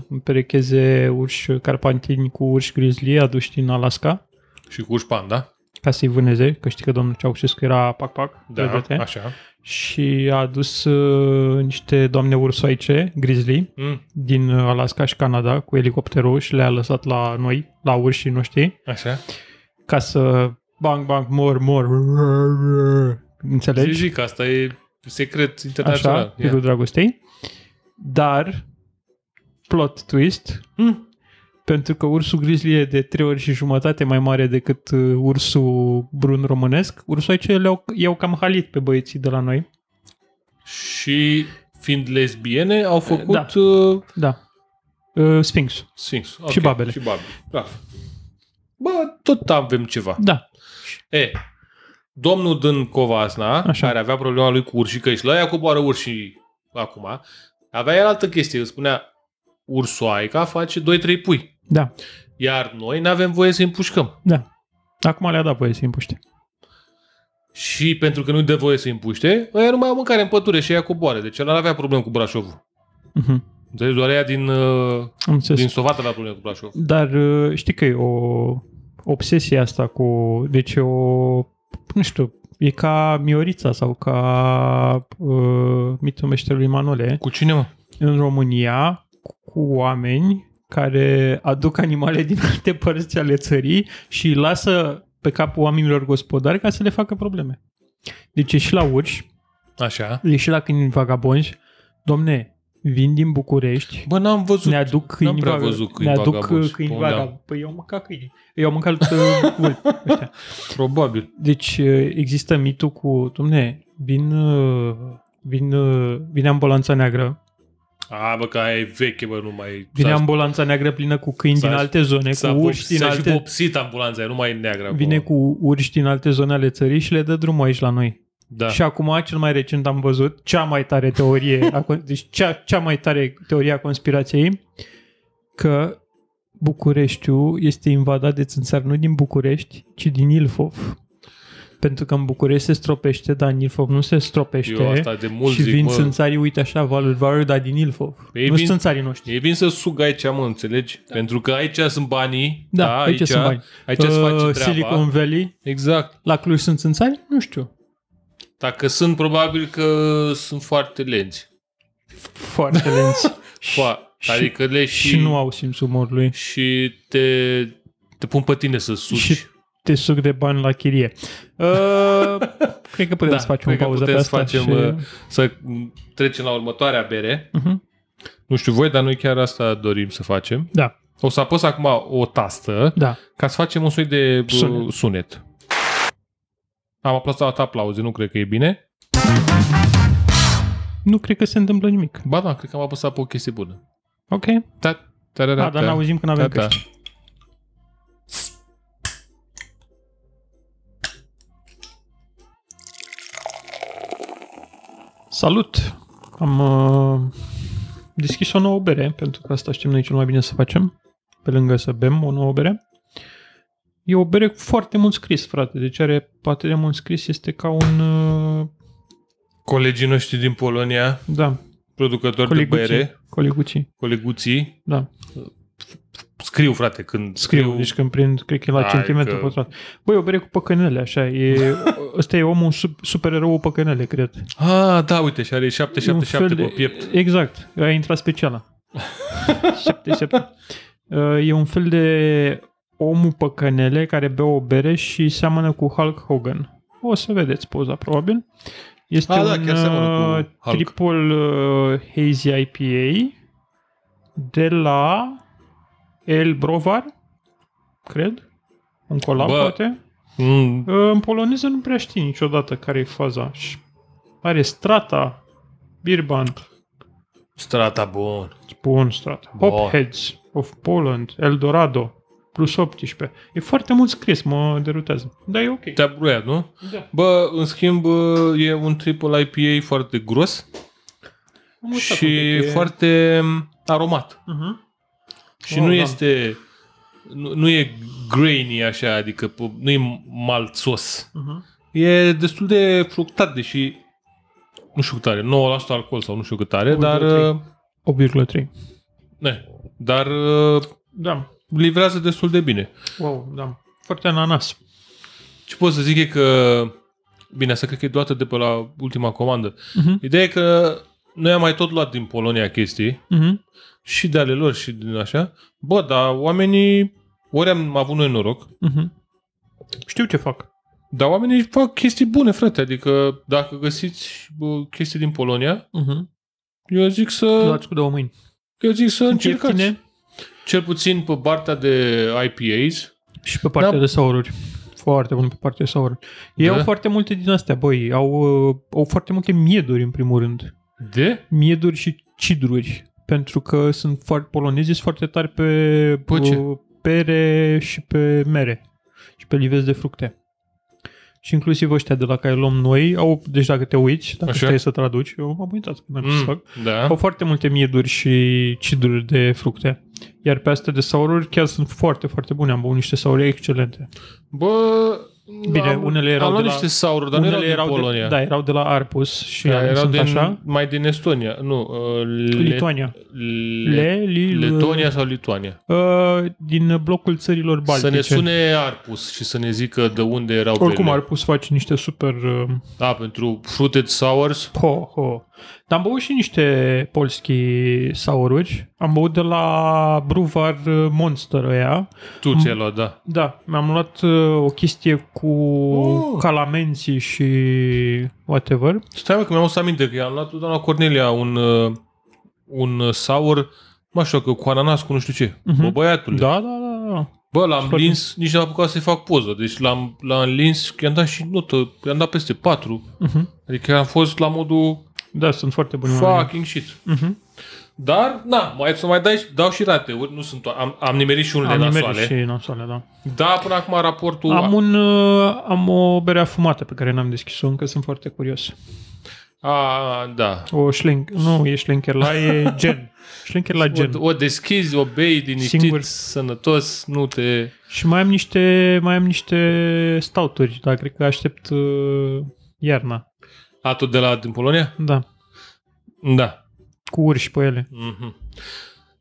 [SPEAKER 1] împerecheze urși carpantini cu urși grizzly aduși din Alaska
[SPEAKER 2] Și cu urși panda.
[SPEAKER 1] ca să-i vâneze, că știi că domnul Ceaușescu era pac-pac,
[SPEAKER 2] Da,
[SPEAKER 1] vedete.
[SPEAKER 2] așa.
[SPEAKER 1] și a adus uh, niște doamne ursoaice, grizzly,
[SPEAKER 2] Mm,
[SPEAKER 1] din uh, Alaska și Canada cu elicopterul și le-a lăsat la noi, la urșii noștri,
[SPEAKER 2] așa.
[SPEAKER 1] ca să bang, bang, mor, mor,
[SPEAKER 2] Deci
[SPEAKER 1] înțelegi?
[SPEAKER 2] zic, asta e secret internațional.
[SPEAKER 1] Așa, Exact.
[SPEAKER 2] Așa,
[SPEAKER 1] da, yeah. dragostei. Dar, plot twist,
[SPEAKER 2] mm,
[SPEAKER 1] Pentru că ursul grizzly e de trei ori și jumătate mai mare decât uh, ursul brun românesc. Ursoaice le-au, i-au cam halit pe băieții de la noi.
[SPEAKER 2] și fiind lesbiene, au făcut
[SPEAKER 1] Da.
[SPEAKER 2] da. uh,
[SPEAKER 1] Da. Uh, Sphinx.
[SPEAKER 2] Sphinx.
[SPEAKER 1] Și
[SPEAKER 2] Ok,
[SPEAKER 1] babele.
[SPEAKER 2] Și babele. Bravo. Bă, tot avem ceva.
[SPEAKER 1] Da.
[SPEAKER 2] E, domnul din Covasna,
[SPEAKER 1] Așa.
[SPEAKER 2] Așa. care avea problema lui cu urșii, că și la ea coboară urșii acum, avea el altă chestie. Îl spunea, ursoaica face 2-3 pui.
[SPEAKER 1] Da.
[SPEAKER 2] Iar noi nu avem voie să-i împușcăm.
[SPEAKER 1] Da. Acum le-a dat voie să-i împuște.
[SPEAKER 2] Și pentru că nu dă voie să-i împuște, ăia nu mai au mâncare în pădure și ea coboară. Deci el avea probleme cu Brașovul.
[SPEAKER 1] Uh-huh.
[SPEAKER 2] Înțelegi? Doar ea din, uh,
[SPEAKER 1] Am înțeles.
[SPEAKER 2] din Sovat avea probleme cu Brașovul.
[SPEAKER 1] Dar uh, știi că e o obsesie asta cu... Deci e o... Nu știu. E ca Miorița sau ca uh, mitul meșterului Manole.
[SPEAKER 2] Cu cine, mă?
[SPEAKER 1] în România cu oameni care aduc animale din alte părți ale țării și îi lasă pe capul oamenilor gospodari ca să le facă probleme. Deci e și la urși,
[SPEAKER 2] Așa.
[SPEAKER 1] e și la câini vagabonzi. Domne, vin din București,
[SPEAKER 2] Bă, n-am văzut.
[SPEAKER 1] ne aduc câini,
[SPEAKER 2] prea
[SPEAKER 1] vaga-
[SPEAKER 2] văzut câini
[SPEAKER 1] ne aduc uh,
[SPEAKER 2] vagabonzi da. pe
[SPEAKER 1] câini
[SPEAKER 2] unde am.
[SPEAKER 1] vagabonzi. Păi eu am mâncat câini. Eu am mâncat uh, vulpi, ăștia.
[SPEAKER 2] Probabil.
[SPEAKER 1] Deci uh, există mitul cu, domne, vin, uh, vin, uh, vine ambulanța neagră,
[SPEAKER 2] A, bă, că aia e veche, bă, nu mai...
[SPEAKER 1] Vine
[SPEAKER 2] s-a-
[SPEAKER 1] ambulanța neagră plină cu câini
[SPEAKER 2] s-a-
[SPEAKER 1] din alte zone,
[SPEAKER 2] S-a,
[SPEAKER 1] cu urși din
[SPEAKER 2] s-a și
[SPEAKER 1] alte...
[SPEAKER 2] vopsit ambulanța, aia, nu mai e neagră acum.
[SPEAKER 1] Vine cu urși din alte zone ale țării și le dă drumul aici la noi.
[SPEAKER 2] Da.
[SPEAKER 1] Da. Și acum, cel mai recent am văzut cea mai tare teorie, a con- deci cea, cea mai tare teorie a conspirației, că Bucureștiul este invadat de țânțari nu din București, ci din Ilfov. Pentru că în București se stropește, dar în Ilfov nu se stropește.
[SPEAKER 2] Eu asta de mult
[SPEAKER 1] și
[SPEAKER 2] zic,
[SPEAKER 1] vin
[SPEAKER 2] mă.
[SPEAKER 1] țânțarii, uite așa, valuri, valuri, dar din Ilfov.
[SPEAKER 2] Ei
[SPEAKER 1] nu
[SPEAKER 2] vin-
[SPEAKER 1] sunt țânțarii noștri.
[SPEAKER 2] Ei vin să sug aici, mă, înțelegi? Da. Pentru că aici sunt banii.
[SPEAKER 1] Da, aici, aici sunt bani.
[SPEAKER 2] Aici uh, se
[SPEAKER 1] Uh,
[SPEAKER 2] face treaba.
[SPEAKER 1] Silicon Valley,
[SPEAKER 2] Exact.
[SPEAKER 1] la Cluj sunt țânțari? Nu știu.
[SPEAKER 2] Dacă sunt, probabil că sunt foarte lenți.
[SPEAKER 1] Foarte lenți.
[SPEAKER 2] Fa,
[SPEAKER 1] și-
[SPEAKER 2] adică le
[SPEAKER 1] și,
[SPEAKER 2] și,
[SPEAKER 1] și nu au simțul umorului.
[SPEAKER 2] și te, te pun pe tine să suci.
[SPEAKER 1] Și te suc de bani la chirie. Uh, cred că putem
[SPEAKER 2] Da,
[SPEAKER 1] să facem o
[SPEAKER 2] cred că
[SPEAKER 1] pauză
[SPEAKER 2] putem
[SPEAKER 1] pe
[SPEAKER 2] să
[SPEAKER 1] asta.
[SPEAKER 2] facem,
[SPEAKER 1] și...
[SPEAKER 2] uh, Să trecem la următoarea bere.
[SPEAKER 1] uh-huh.
[SPEAKER 2] Nu știu voi, dar noi chiar asta dorim să facem.
[SPEAKER 1] Da,
[SPEAKER 2] O să apăs acum o tastă
[SPEAKER 1] da.
[SPEAKER 2] ca să facem un soi de bă,
[SPEAKER 1] Sunet.
[SPEAKER 2] sunet. Am aplasat aplauze, nu cred că e bine.
[SPEAKER 1] Nu cred că se întâmplă nimic.
[SPEAKER 2] Ba da, cred că am apăsat pe o chestie bună.
[SPEAKER 1] Ok?
[SPEAKER 2] Ta, tarara,
[SPEAKER 1] Da, dar n-auzim când avem
[SPEAKER 2] Da, da.
[SPEAKER 1] căști. Salut! Am uh, deschis o nouă bere, pentru că asta știm noi cel mai bine să facem, pe lângă să bem o nouă bere. E o bere cu foarte mult scris, frate, deci are poate de mult scris, este ca un... Uh,
[SPEAKER 2] Colegii noștri din Polonia,
[SPEAKER 1] da,
[SPEAKER 2] producători de
[SPEAKER 1] coliguții.
[SPEAKER 2] bere,
[SPEAKER 1] Coliguții,
[SPEAKER 2] coleguții,
[SPEAKER 1] da.
[SPEAKER 2] scriu, frate, când
[SPEAKER 1] Scriu, deci când prind, cred că e la
[SPEAKER 2] Hai
[SPEAKER 1] centimetru
[SPEAKER 2] că-
[SPEAKER 1] pătrat. Băi, o bere cu păcănele, așa. E, ăsta e omul sub, supererou păcănele, cred.
[SPEAKER 2] Ah, da, uite, și are
[SPEAKER 1] E un
[SPEAKER 2] 777
[SPEAKER 1] fel
[SPEAKER 2] pe
[SPEAKER 1] de-
[SPEAKER 2] piept.
[SPEAKER 1] Exact, a intrat speciala. 77. Uh, E un fel de omul păcănele care bea o bere și seamănă cu Hulk Hogan. O să vedeți poza, probabil. Este
[SPEAKER 2] Ah,
[SPEAKER 1] un
[SPEAKER 2] da, chiar seamănă cu
[SPEAKER 1] uh,
[SPEAKER 2] Hulk.
[SPEAKER 1] triple uh, hazy IPA de la El Brovar, cred, un colab
[SPEAKER 2] Bă.
[SPEAKER 1] poate.
[SPEAKER 2] Mm,
[SPEAKER 1] Uh, În poloneză nu prea știi niciodată care e faza. Și Are strata, Birban,
[SPEAKER 2] strata bun.
[SPEAKER 1] Bun, strat.
[SPEAKER 2] Bun.
[SPEAKER 1] Hopheads of Poland, Eldorado, plus 18. E foarte mult scris, mă derutează. Da, e ok.
[SPEAKER 2] Te-a bruiat, nu?
[SPEAKER 1] Da.
[SPEAKER 2] Bă, în schimb, bă, e un triple IPA foarte gros
[SPEAKER 1] Am uitat un
[SPEAKER 2] și
[SPEAKER 1] pic, e-
[SPEAKER 2] foarte mm, aromat.
[SPEAKER 1] Mhm.
[SPEAKER 2] Și
[SPEAKER 1] Wow,
[SPEAKER 2] nu
[SPEAKER 1] da.
[SPEAKER 2] este... Nu, nu e grainy așa, adică pu- nu e malțos.
[SPEAKER 1] Mhm.
[SPEAKER 2] E destul de fructat, deși nu știu cât are, 9% alcool sau nu știu cât are,
[SPEAKER 1] Ui,
[SPEAKER 2] dar...
[SPEAKER 1] două,
[SPEAKER 2] uh,
[SPEAKER 1] 8,3.
[SPEAKER 2] Ne, dar uh,
[SPEAKER 1] Da.
[SPEAKER 2] livrează destul de bine.
[SPEAKER 1] Wow, da. Foarte ananas.
[SPEAKER 2] Ce pot să zic e că... Bine, asta cred că e doată de pe la ultima comandă.
[SPEAKER 1] Mhm.
[SPEAKER 2] Ideea e că noi am mai tot luat din Polonia chestii
[SPEAKER 1] Mhm.
[SPEAKER 2] și de ale lor și din așa. Bă, dar oamenii, ori am avut noi noroc,
[SPEAKER 1] Mhm. Știu ce fac.
[SPEAKER 2] dar oamenii fac chestii bune, frate. Adică dacă găsiți bă, chestii din Polonia,
[SPEAKER 1] Mhm.
[SPEAKER 2] eu zic să,
[SPEAKER 1] Luați cu două mâini.
[SPEAKER 2] eu zic să
[SPEAKER 1] Sunt
[SPEAKER 2] încercați.
[SPEAKER 1] ieftine
[SPEAKER 2] Cel puțin pe partea de IPAs.
[SPEAKER 1] și pe partea
[SPEAKER 2] Da.
[SPEAKER 1] de saururi. Foarte bun pe partea de saururi. Ei
[SPEAKER 2] Da.
[SPEAKER 1] au foarte multe din astea, băi. Au, uh, au foarte multe mieduri, în primul rând.
[SPEAKER 2] De?
[SPEAKER 1] mieduri și cidruri, pentru că sunt foarte polonezii sunt foarte tari pe,
[SPEAKER 2] Pe ce?
[SPEAKER 1] uh, pere și pe mere și pe livezi de fructe. Și inclusiv ăștia de la care luăm noi, au, deci dacă te uiți, dacă
[SPEAKER 2] Așa.
[SPEAKER 1] stai să traduci, eu am uitat când am mm. să fac,
[SPEAKER 2] da.
[SPEAKER 1] au foarte multe mieduri și cidruri de fructe. Iar pe astea de saururi chiar sunt foarte, foarte bune. Am băut niște sauri excelente.
[SPEAKER 2] Bă,
[SPEAKER 1] Bine, unele erau
[SPEAKER 2] am luat
[SPEAKER 1] de la-
[SPEAKER 2] niște saururi, dar nu erau din Polonia.
[SPEAKER 1] de, da, erau de la Arpus și
[SPEAKER 2] Da, erau
[SPEAKER 1] sunt
[SPEAKER 2] din,
[SPEAKER 1] așa.
[SPEAKER 2] mai din Estonia. Nu, uh, le,
[SPEAKER 1] Lituania.
[SPEAKER 2] Le,
[SPEAKER 1] Le, li,
[SPEAKER 2] Letonia sau Lituania.
[SPEAKER 1] Uh, din blocul țărilor baltice.
[SPEAKER 2] Să ne sune Arpus și să ne zică de unde erau
[SPEAKER 1] Oricum
[SPEAKER 2] berile.
[SPEAKER 1] ar pus face niște super... Uh,
[SPEAKER 2] Da, pentru fruited sours.
[SPEAKER 1] ho, ho. Dar am băut și niște polski saururi. Am băut de la Bruvar Monster ăia.
[SPEAKER 2] Tu ți-ai luat, da.
[SPEAKER 1] Da, mi-am luat uh, o chestie cu
[SPEAKER 2] Oh.
[SPEAKER 1] oh. calamenții și whatever.
[SPEAKER 2] Stai mă, că mi-am să aminte că i-am luat lui doamna Cornelia un, uh, un uh, sour, mă știu, că cu ananas, cu nu știu ce.
[SPEAKER 1] Mhm.
[SPEAKER 2] Bă, băiatule.
[SPEAKER 1] Da, da, da, da.
[SPEAKER 2] Bă, l-am
[SPEAKER 1] Foarte-
[SPEAKER 2] lins, nici n-am apucat să-i fac poză. Deci l-am, l-am lins, i-am dat și notă, i-am dat peste 4.
[SPEAKER 1] Uh-huh.
[SPEAKER 2] Adică am fost la modul
[SPEAKER 1] Da, sunt foarte bune.
[SPEAKER 2] fucking shit.
[SPEAKER 1] Uh-huh.
[SPEAKER 2] Dar, na, mai să mai dai, și- dau și rateuri, nu sunt, to- am, am nimerit și unele
[SPEAKER 1] Am
[SPEAKER 2] am
[SPEAKER 1] nimerit
[SPEAKER 2] nasoale.
[SPEAKER 1] și nasoale, da.
[SPEAKER 2] Da, până acum raportul...
[SPEAKER 1] Am, un, uh, am o bere afumată pe care n-am deschis-o încă, sunt foarte curios.
[SPEAKER 2] A, da.
[SPEAKER 1] O șlenc... Nu, e șlencherla, e gen. Șlencherla gen.
[SPEAKER 2] O, o deschizi, o bei liniștit,
[SPEAKER 1] Singur.
[SPEAKER 2] Singur. sănătos, nu te...
[SPEAKER 1] Și mai am niște, mai am niște stouturi, dar cred că aștept uh, iarna.
[SPEAKER 2] A, tot de la din Polonia?
[SPEAKER 1] Da,
[SPEAKER 2] Da.
[SPEAKER 1] cu urși pe ele.
[SPEAKER 2] Mhm.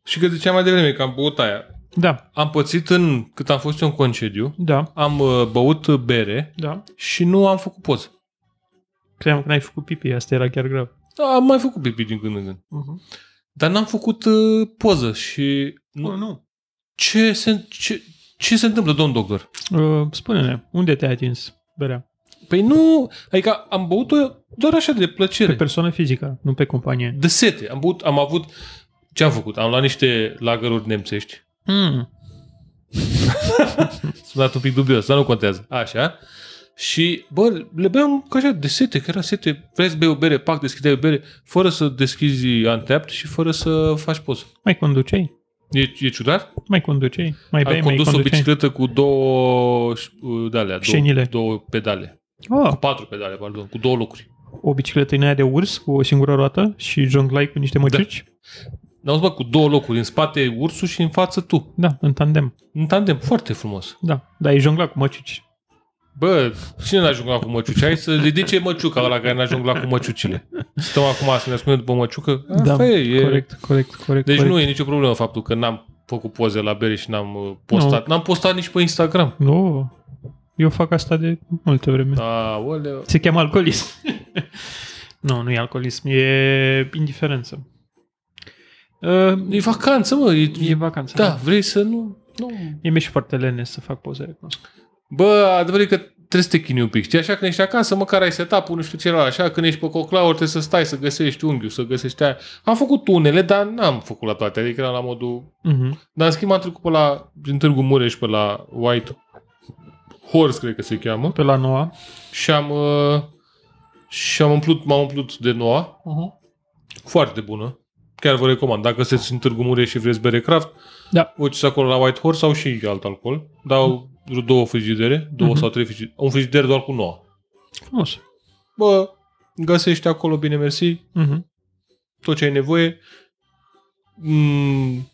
[SPEAKER 2] Și că ziceam mai devreme că am băut aia.
[SPEAKER 1] Da,
[SPEAKER 2] Am pățit în, cât am fost eu în concediu,
[SPEAKER 1] da,
[SPEAKER 2] am uh, băut uh, bere
[SPEAKER 1] da.
[SPEAKER 2] și nu am făcut poză.
[SPEAKER 1] Cream că n-ai făcut pipi, asta era chiar greu.
[SPEAKER 2] Da, am mai făcut pipi din când în când.
[SPEAKER 1] Uh-huh.
[SPEAKER 2] Dar n-am făcut uh, poză și... Nu.
[SPEAKER 1] nu.
[SPEAKER 2] Ce, se, ce, ce se întâmplă, domn doctor?
[SPEAKER 1] Uh, spune-ne, unde te-ai atins berea?
[SPEAKER 2] Păi nu... Adică am băut-o doar așa de plăcere.
[SPEAKER 1] Pe persoană fizică, nu pe companie.
[SPEAKER 2] de sete. Am, băut, am avut... Ce am făcut? Am luat niște lagăruri nemțești. Hmm.
[SPEAKER 1] Mm.
[SPEAKER 2] Sunat un pic dubios, dar nu contează. Așa. Și, bă, le beam ca așa de sete, că era sete. Vrei să bei o bere, pac, deschideai o bere, fără să deschizi Untapped și fără să faci poză.
[SPEAKER 1] Mai conducei?
[SPEAKER 2] E, e ciudat?
[SPEAKER 1] Mai conducei? Mai bei,
[SPEAKER 2] Am
[SPEAKER 1] mai
[SPEAKER 2] condus o
[SPEAKER 1] conducei?
[SPEAKER 2] bicicletă cu două uh, de alea, două,
[SPEAKER 1] Șenile.
[SPEAKER 2] două pedale.
[SPEAKER 1] Oh,
[SPEAKER 2] Cu patru pedale, pardon, cu două locuri.
[SPEAKER 1] o bicicletă din aia de urs cu o singură roată și jonglai cu niște
[SPEAKER 2] Da.
[SPEAKER 1] măciuci?
[SPEAKER 2] N-auzi, bă, cu două locuri. În spate ursul și în față tu.
[SPEAKER 1] Da. da, în tandem.
[SPEAKER 2] În tandem, foarte frumos.
[SPEAKER 1] Da, dar ai jongla cu măciuci.
[SPEAKER 2] Bă, cine n-a jonglat cu măciuci? Hai să ridice măciuca ăla care n-a jonglat cu măciucile. Stăm acum să ne ascundem după măciucă?
[SPEAKER 1] Da,
[SPEAKER 2] Asta Ah, păi, e, e.
[SPEAKER 1] Corect, corect, corect.
[SPEAKER 2] Deci
[SPEAKER 1] corect.
[SPEAKER 2] nu e nicio problemă faptul că n-am făcut poze la bere și n-am uh, postat. N-am postat nici pe Instagram.
[SPEAKER 1] Nu, eu fac asta de multe vreme. Da.
[SPEAKER 2] Aoleu.
[SPEAKER 1] Se cheamă alcoolism. nu, nu e alcoolism, e indiferență. Uh,
[SPEAKER 2] E vacanță, mă. E,
[SPEAKER 1] E vacanță.
[SPEAKER 2] da, vrei să nu... nu.
[SPEAKER 1] E mi și foarte lene să fac poze, recunosc.
[SPEAKER 2] Bă, adevărul e că trebuie să te chinui un pic. Știi, așa când ești acasă, măcar ai setup-ul, nu știu ce era. Așa când ești pe coclaur, trebuie să stai, să găsești unghiul, să găsești aia. Am făcut unele, dar n-am făcut la toate. Adică eram la modul
[SPEAKER 1] Uh-huh.
[SPEAKER 2] Dar în schimb am trecut pe la, din Târgu Mureș pe la White Horse, cred că se cheamă,
[SPEAKER 1] Pe la noua.
[SPEAKER 2] și am, uh, și am umplut, m-am umplut de noua,
[SPEAKER 1] Uh-huh.
[SPEAKER 2] foarte bună. Chiar vă recomand, dacă sunteți în Târgu Mureș și vreți bere craft,
[SPEAKER 1] Da.
[SPEAKER 2] uitați acolo la White Horse sau și alt alcool. Dau vreo două frigidere, două
[SPEAKER 1] Mhm.
[SPEAKER 2] sau trei frigidere, un frigider doar cu noua.
[SPEAKER 1] Frumos.
[SPEAKER 2] Bă, găsești acolo, bine mersi,
[SPEAKER 1] Uh-huh.
[SPEAKER 2] tot ce ai nevoie. Mm,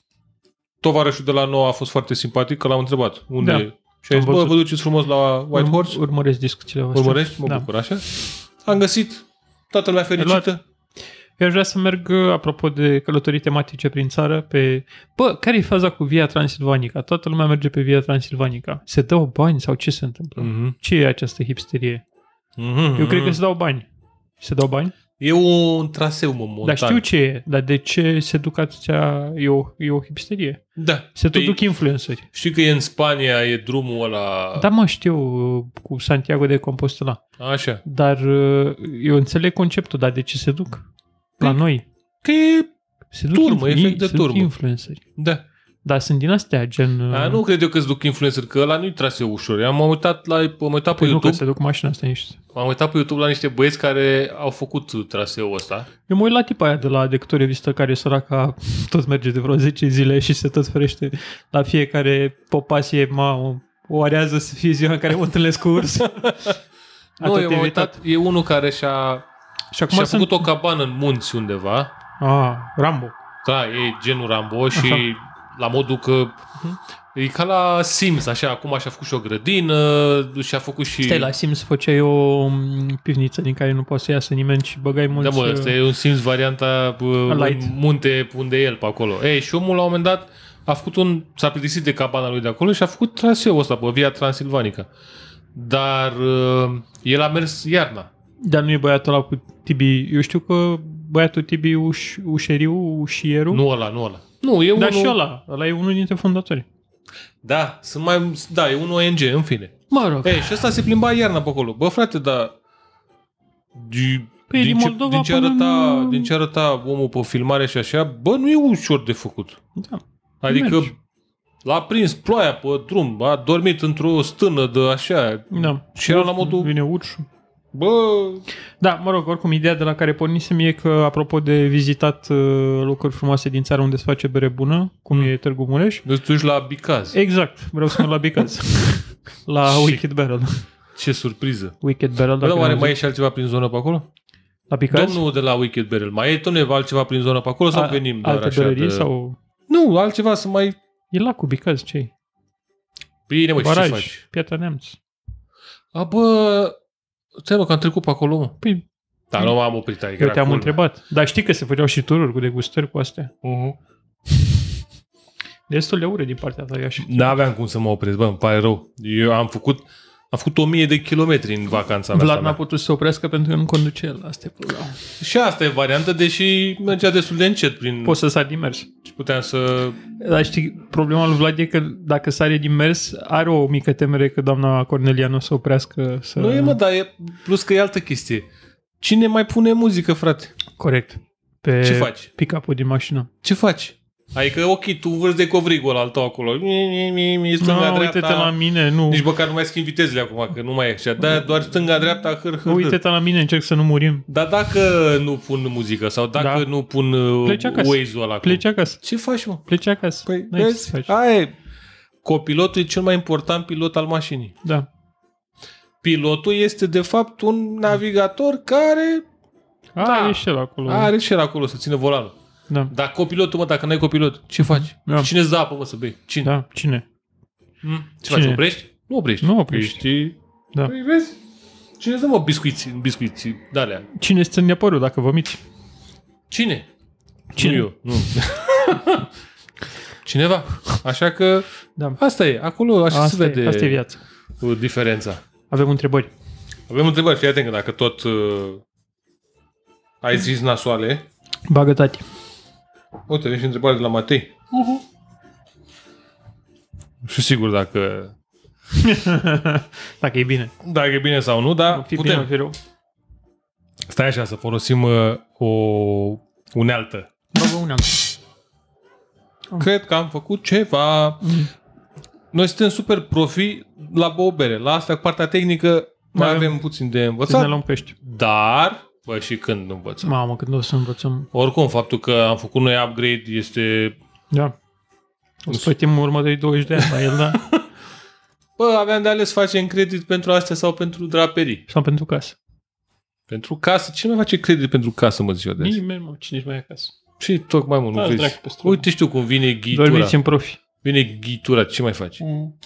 [SPEAKER 2] tovarășul de la nouă a fost foarte simpatic, că l-am întrebat unde
[SPEAKER 1] Da.
[SPEAKER 2] da. Și a
[SPEAKER 1] Am
[SPEAKER 2] zis, bă,
[SPEAKER 1] văzut.
[SPEAKER 2] vă duceți frumos la White Horse,
[SPEAKER 1] Urmăresc discuțiile voastre.
[SPEAKER 2] urmărești, mă
[SPEAKER 1] da.
[SPEAKER 2] bucur, așa. Am găsit toată lumea fericită.
[SPEAKER 1] Eu aș vrea să merg, uh, apropo de călătorii tematice prin țară, pe... Bă, care e faza cu Via Transilvanica? Toată lumea merge pe Via Transilvanica. Se dau bani sau ce se întâmplă?
[SPEAKER 2] Mm-hmm.
[SPEAKER 1] Ce e această hipsterie?
[SPEAKER 2] Mm-hmm.
[SPEAKER 1] Eu cred că se dau bani. Se dau bani?
[SPEAKER 2] E un traseu, mă, montan.
[SPEAKER 1] Dar Da, știu ce e. Dar de ce se duc atâția... E o, e o hipsterie.
[SPEAKER 2] Da.
[SPEAKER 1] Se tot
[SPEAKER 2] Păi,
[SPEAKER 1] duc influenceri.
[SPEAKER 2] Știi că e în Spania, e drumul ăla...
[SPEAKER 1] Da, mă, știu cu Santiago de Compostela.
[SPEAKER 2] Așa.
[SPEAKER 1] Dar uh, eu înțeleg conceptul, dar de ce se duc? La noi.
[SPEAKER 2] Că e...
[SPEAKER 1] Se duc
[SPEAKER 2] Păi, Turmă,
[SPEAKER 1] influ-
[SPEAKER 2] efect de
[SPEAKER 1] se duc
[SPEAKER 2] turmă.
[SPEAKER 1] influenceri.
[SPEAKER 2] Da.
[SPEAKER 1] Dar sunt din astea, gen... uh,
[SPEAKER 2] A, nu cred eu că se duc influencer, că ăla nu-i traseu ușor. Eu am uitat, la, am uitat
[SPEAKER 1] Păi
[SPEAKER 2] pe
[SPEAKER 1] nu, că
[SPEAKER 2] YouTube
[SPEAKER 1] se duc cu mașina asta niște.
[SPEAKER 2] M-am uitat pe YouTube la niște băieți care au făcut traseul ăsta.
[SPEAKER 1] Eu mă uit la tipa aia de la Dector Revistă care săraca tot merge de vreo 10 zile și se tot ferește la fiecare popasie, mamă, o arează să fie ziua în care mă întâlnesc cu urs.
[SPEAKER 2] Nu, eu m-am uitat, e unul care și-a,
[SPEAKER 1] Și acum
[SPEAKER 2] și-a
[SPEAKER 1] sunt...
[SPEAKER 2] făcut o cabană în munți undeva.
[SPEAKER 1] Ah, Rambo.
[SPEAKER 2] Da, e genul Rambo și
[SPEAKER 1] Așa. Mhm.
[SPEAKER 2] la modul că e ca la Sims, așa, acum și-a făcut și o grădină, și-a făcut și...
[SPEAKER 1] Stai, la Sims făceai o m, pivniță din care nu poate să iasă nimeni și băgai
[SPEAKER 2] da,
[SPEAKER 1] mulți... uh,
[SPEAKER 2] mă, ăsta e un Sims varianta bă,
[SPEAKER 1] Light.
[SPEAKER 2] în munte unde e el pe acolo. Ei, și omul la un moment dat a făcut un, s-a plictisit de cabana lui de acolo și a făcut traseul ăsta pe Via Transilvanica. Dar uh, el a mers iarna.
[SPEAKER 1] Dar nu e băiatul ăla cu Tibi... Eu știu că băiatul Tibi Uș... Ușeriu, Ușieru...
[SPEAKER 2] Nu ăla, nu ăla. Nu, e
[SPEAKER 1] Dar
[SPEAKER 2] unul...
[SPEAKER 1] și ăla. Ăla e unul dintre fondatori.
[SPEAKER 2] Da, sunt mai... Da, e un ONG, în fine.
[SPEAKER 1] Mă rog.
[SPEAKER 2] Ei, și ăsta se plimba iarna pe acolo. Bă, frate, dar... Di,
[SPEAKER 1] Păi din
[SPEAKER 2] din, ce,
[SPEAKER 1] Moldova
[SPEAKER 2] din, ce
[SPEAKER 1] până
[SPEAKER 2] arăta,
[SPEAKER 1] în-
[SPEAKER 2] din ce arăta omul pe filmare și așa, bă, nu e ușor de făcut.
[SPEAKER 1] Da.
[SPEAKER 2] Adică
[SPEAKER 1] Mergi.
[SPEAKER 2] l-a prins ploaia pe drum, a dormit într-o stână de așa.
[SPEAKER 1] Da.
[SPEAKER 2] Și era la modul,
[SPEAKER 1] Vine urșul.
[SPEAKER 2] bă,
[SPEAKER 1] Da, mă rog, oricum, ideea de la care pornisem e că, apropo de vizitat uh, locuri frumoase din țară unde se face bere bună, cum e Târgu Mureș,
[SPEAKER 2] îți duci la Bicaz.
[SPEAKER 1] exact, vreau să merg la Bicaz. la
[SPEAKER 2] Și-
[SPEAKER 1] Wicked Barrel.
[SPEAKER 2] Ce surpriză.
[SPEAKER 1] Wicked Barrel,
[SPEAKER 2] Bă,
[SPEAKER 1] dacă
[SPEAKER 2] dar oare
[SPEAKER 1] n-am
[SPEAKER 2] mai e
[SPEAKER 1] zis.
[SPEAKER 2] și altceva prin zonă pe acolo?
[SPEAKER 1] La Picați?
[SPEAKER 2] Domnul de la Wicked Barrel, mai e tot nevoie altceva prin zona pe acolo sau
[SPEAKER 1] A-
[SPEAKER 2] venim doar
[SPEAKER 1] Alte
[SPEAKER 2] așa
[SPEAKER 1] berării
[SPEAKER 2] de...
[SPEAKER 1] sau...
[SPEAKER 2] Nu, altceva să mai...
[SPEAKER 1] E la cu Bicați, ce
[SPEAKER 2] Bine, mă, și Păi, ce
[SPEAKER 1] Baraj,
[SPEAKER 2] faci?
[SPEAKER 1] Piatra Neamț.
[SPEAKER 2] A, bă, stai mă, că am trecut pe acolo, mă.
[SPEAKER 1] Păi,
[SPEAKER 2] Dar nu m-am oprit, adică
[SPEAKER 1] eu
[SPEAKER 2] era
[SPEAKER 1] te-am
[SPEAKER 2] cool.
[SPEAKER 1] întrebat. Dar știi că se făceau și tururi cu degustări cu astea.
[SPEAKER 2] Uh-huh.
[SPEAKER 1] Destul de urât din partea ta, eu așa.
[SPEAKER 2] N-aveam Da, cum să mă opresc, bă, îmi pare rău. Eu am făcut, am făcut o mie de kilometri în vacanța mea.
[SPEAKER 1] Vlad
[SPEAKER 2] asta
[SPEAKER 1] n-a
[SPEAKER 2] mea.
[SPEAKER 1] putut să se oprească pentru că nu conduce el. Asta e problema.
[SPEAKER 2] Și asta e varianta, deși mergea destul de încet prin...
[SPEAKER 1] Poți să sari din mers.
[SPEAKER 2] Puteam să...
[SPEAKER 1] Dar știi, problema lui Vlad e că dacă sare din mers, are o mică temere că doamna Cornelia nu o să oprească să...
[SPEAKER 2] Nu e, mă, dar e... Plus că e altă chestie. Cine mai pune muzică, frate?
[SPEAKER 1] Corect. Pe
[SPEAKER 2] Ce faci?
[SPEAKER 1] pick-up-ul din mașină.
[SPEAKER 2] Ce faci? Adică, ok, tu vârți de covrigul ăla al tău acolo. Mi, mi, mi, mi, stânga,
[SPEAKER 1] Nu,
[SPEAKER 2] dreapta.
[SPEAKER 1] uite-te la mine, nu.
[SPEAKER 2] Nici măcar nu mai schimb vitezele acum, că nu mai e așa. Da, doar stânga, dreapta, hâr, hâr,
[SPEAKER 1] Nu,
[SPEAKER 2] hâr.
[SPEAKER 1] uite-te la mine, încerc să nu murim.
[SPEAKER 2] Dar dacă nu pun muzică sau dacă
[SPEAKER 1] Da.
[SPEAKER 2] nu pun uh,
[SPEAKER 1] Pleci acasă.
[SPEAKER 2] Waze-ul ăla acum,
[SPEAKER 1] Pleci acasă.
[SPEAKER 2] ce faci, mă?
[SPEAKER 1] Pleci acasă.
[SPEAKER 2] Păi,
[SPEAKER 1] N-ai ce să
[SPEAKER 2] vezi,
[SPEAKER 1] faci.
[SPEAKER 2] aia e. Copilotul e cel mai important pilot al mașinii.
[SPEAKER 1] Da.
[SPEAKER 2] Pilotul este, de fapt, un navigator care
[SPEAKER 1] A,
[SPEAKER 2] Da.
[SPEAKER 1] da. e și el acolo.
[SPEAKER 2] are și el acolo să țină volanul.
[SPEAKER 1] Da.
[SPEAKER 2] Dar copilotul, mă, dacă n-ai copilot, ce faci?
[SPEAKER 1] Da.
[SPEAKER 2] Cine îți dă apă, mă, să bei? Cine?
[SPEAKER 1] Da, cine?
[SPEAKER 2] Mm? Ce
[SPEAKER 1] Cine?
[SPEAKER 2] faci, oprești? Nu oprești.
[SPEAKER 1] Nu oprești.
[SPEAKER 2] Ești...
[SPEAKER 1] Da.
[SPEAKER 2] Păi, vezi? Cine îți dă, mă, biscuiți, biscuiți de
[SPEAKER 1] Cine este neapărul dacă vomiți?
[SPEAKER 2] Cine?
[SPEAKER 1] Cine?
[SPEAKER 2] Nu eu. Nu. Cineva. Așa că
[SPEAKER 1] Da.
[SPEAKER 2] asta e. Acolo așa
[SPEAKER 1] Asta
[SPEAKER 2] se vede
[SPEAKER 1] e, asta e viața.
[SPEAKER 2] diferența.
[SPEAKER 1] Avem întrebări.
[SPEAKER 2] Avem întrebări. Fii atent că dacă tot uh, ai zis nasoale,
[SPEAKER 1] Bagă tati.
[SPEAKER 2] uite, avem și întrebare de la Matei. Nu știu sigur dacă,
[SPEAKER 1] Dacă e bine.
[SPEAKER 2] dacă e bine sau nu, dar
[SPEAKER 1] Fi
[SPEAKER 2] Ah, putem.
[SPEAKER 1] bine, fi rău.
[SPEAKER 2] Stai așa, să folosim uh, o unealtă.
[SPEAKER 1] Bagă un alt.
[SPEAKER 2] Cred că am făcut ceva. Noi suntem super profi la băubere. La asta, cu partea tehnică, mai
[SPEAKER 1] Da, Avem-
[SPEAKER 2] avem puțin de
[SPEAKER 1] Să ne
[SPEAKER 2] învățat.
[SPEAKER 1] luăm pești.
[SPEAKER 2] Dar, bă, și când învățăm.
[SPEAKER 1] Mamă, când o să învățăm.
[SPEAKER 2] Oricum, faptul că am făcut noi upgrade este...
[SPEAKER 1] Da. O să plătim următorii 20 de ani la el, da?
[SPEAKER 2] Bă, aveam de ales facem credit pentru astea sau pentru draperii.
[SPEAKER 1] Sau pentru casă.
[SPEAKER 2] Pentru casă. Cine mai face credit pentru casă, mă, ziua de azi?
[SPEAKER 1] Nimeni, mă, cine mai e acasă.
[SPEAKER 2] Și tocmai, mă, nu
[SPEAKER 1] Dați
[SPEAKER 2] vezi.
[SPEAKER 1] Da, dracu pe stradă.
[SPEAKER 2] Uite, știu cum vine ghitura.
[SPEAKER 1] Dormiți în profi.
[SPEAKER 2] Vine ghitura, ce mai faci?
[SPEAKER 1] Mm.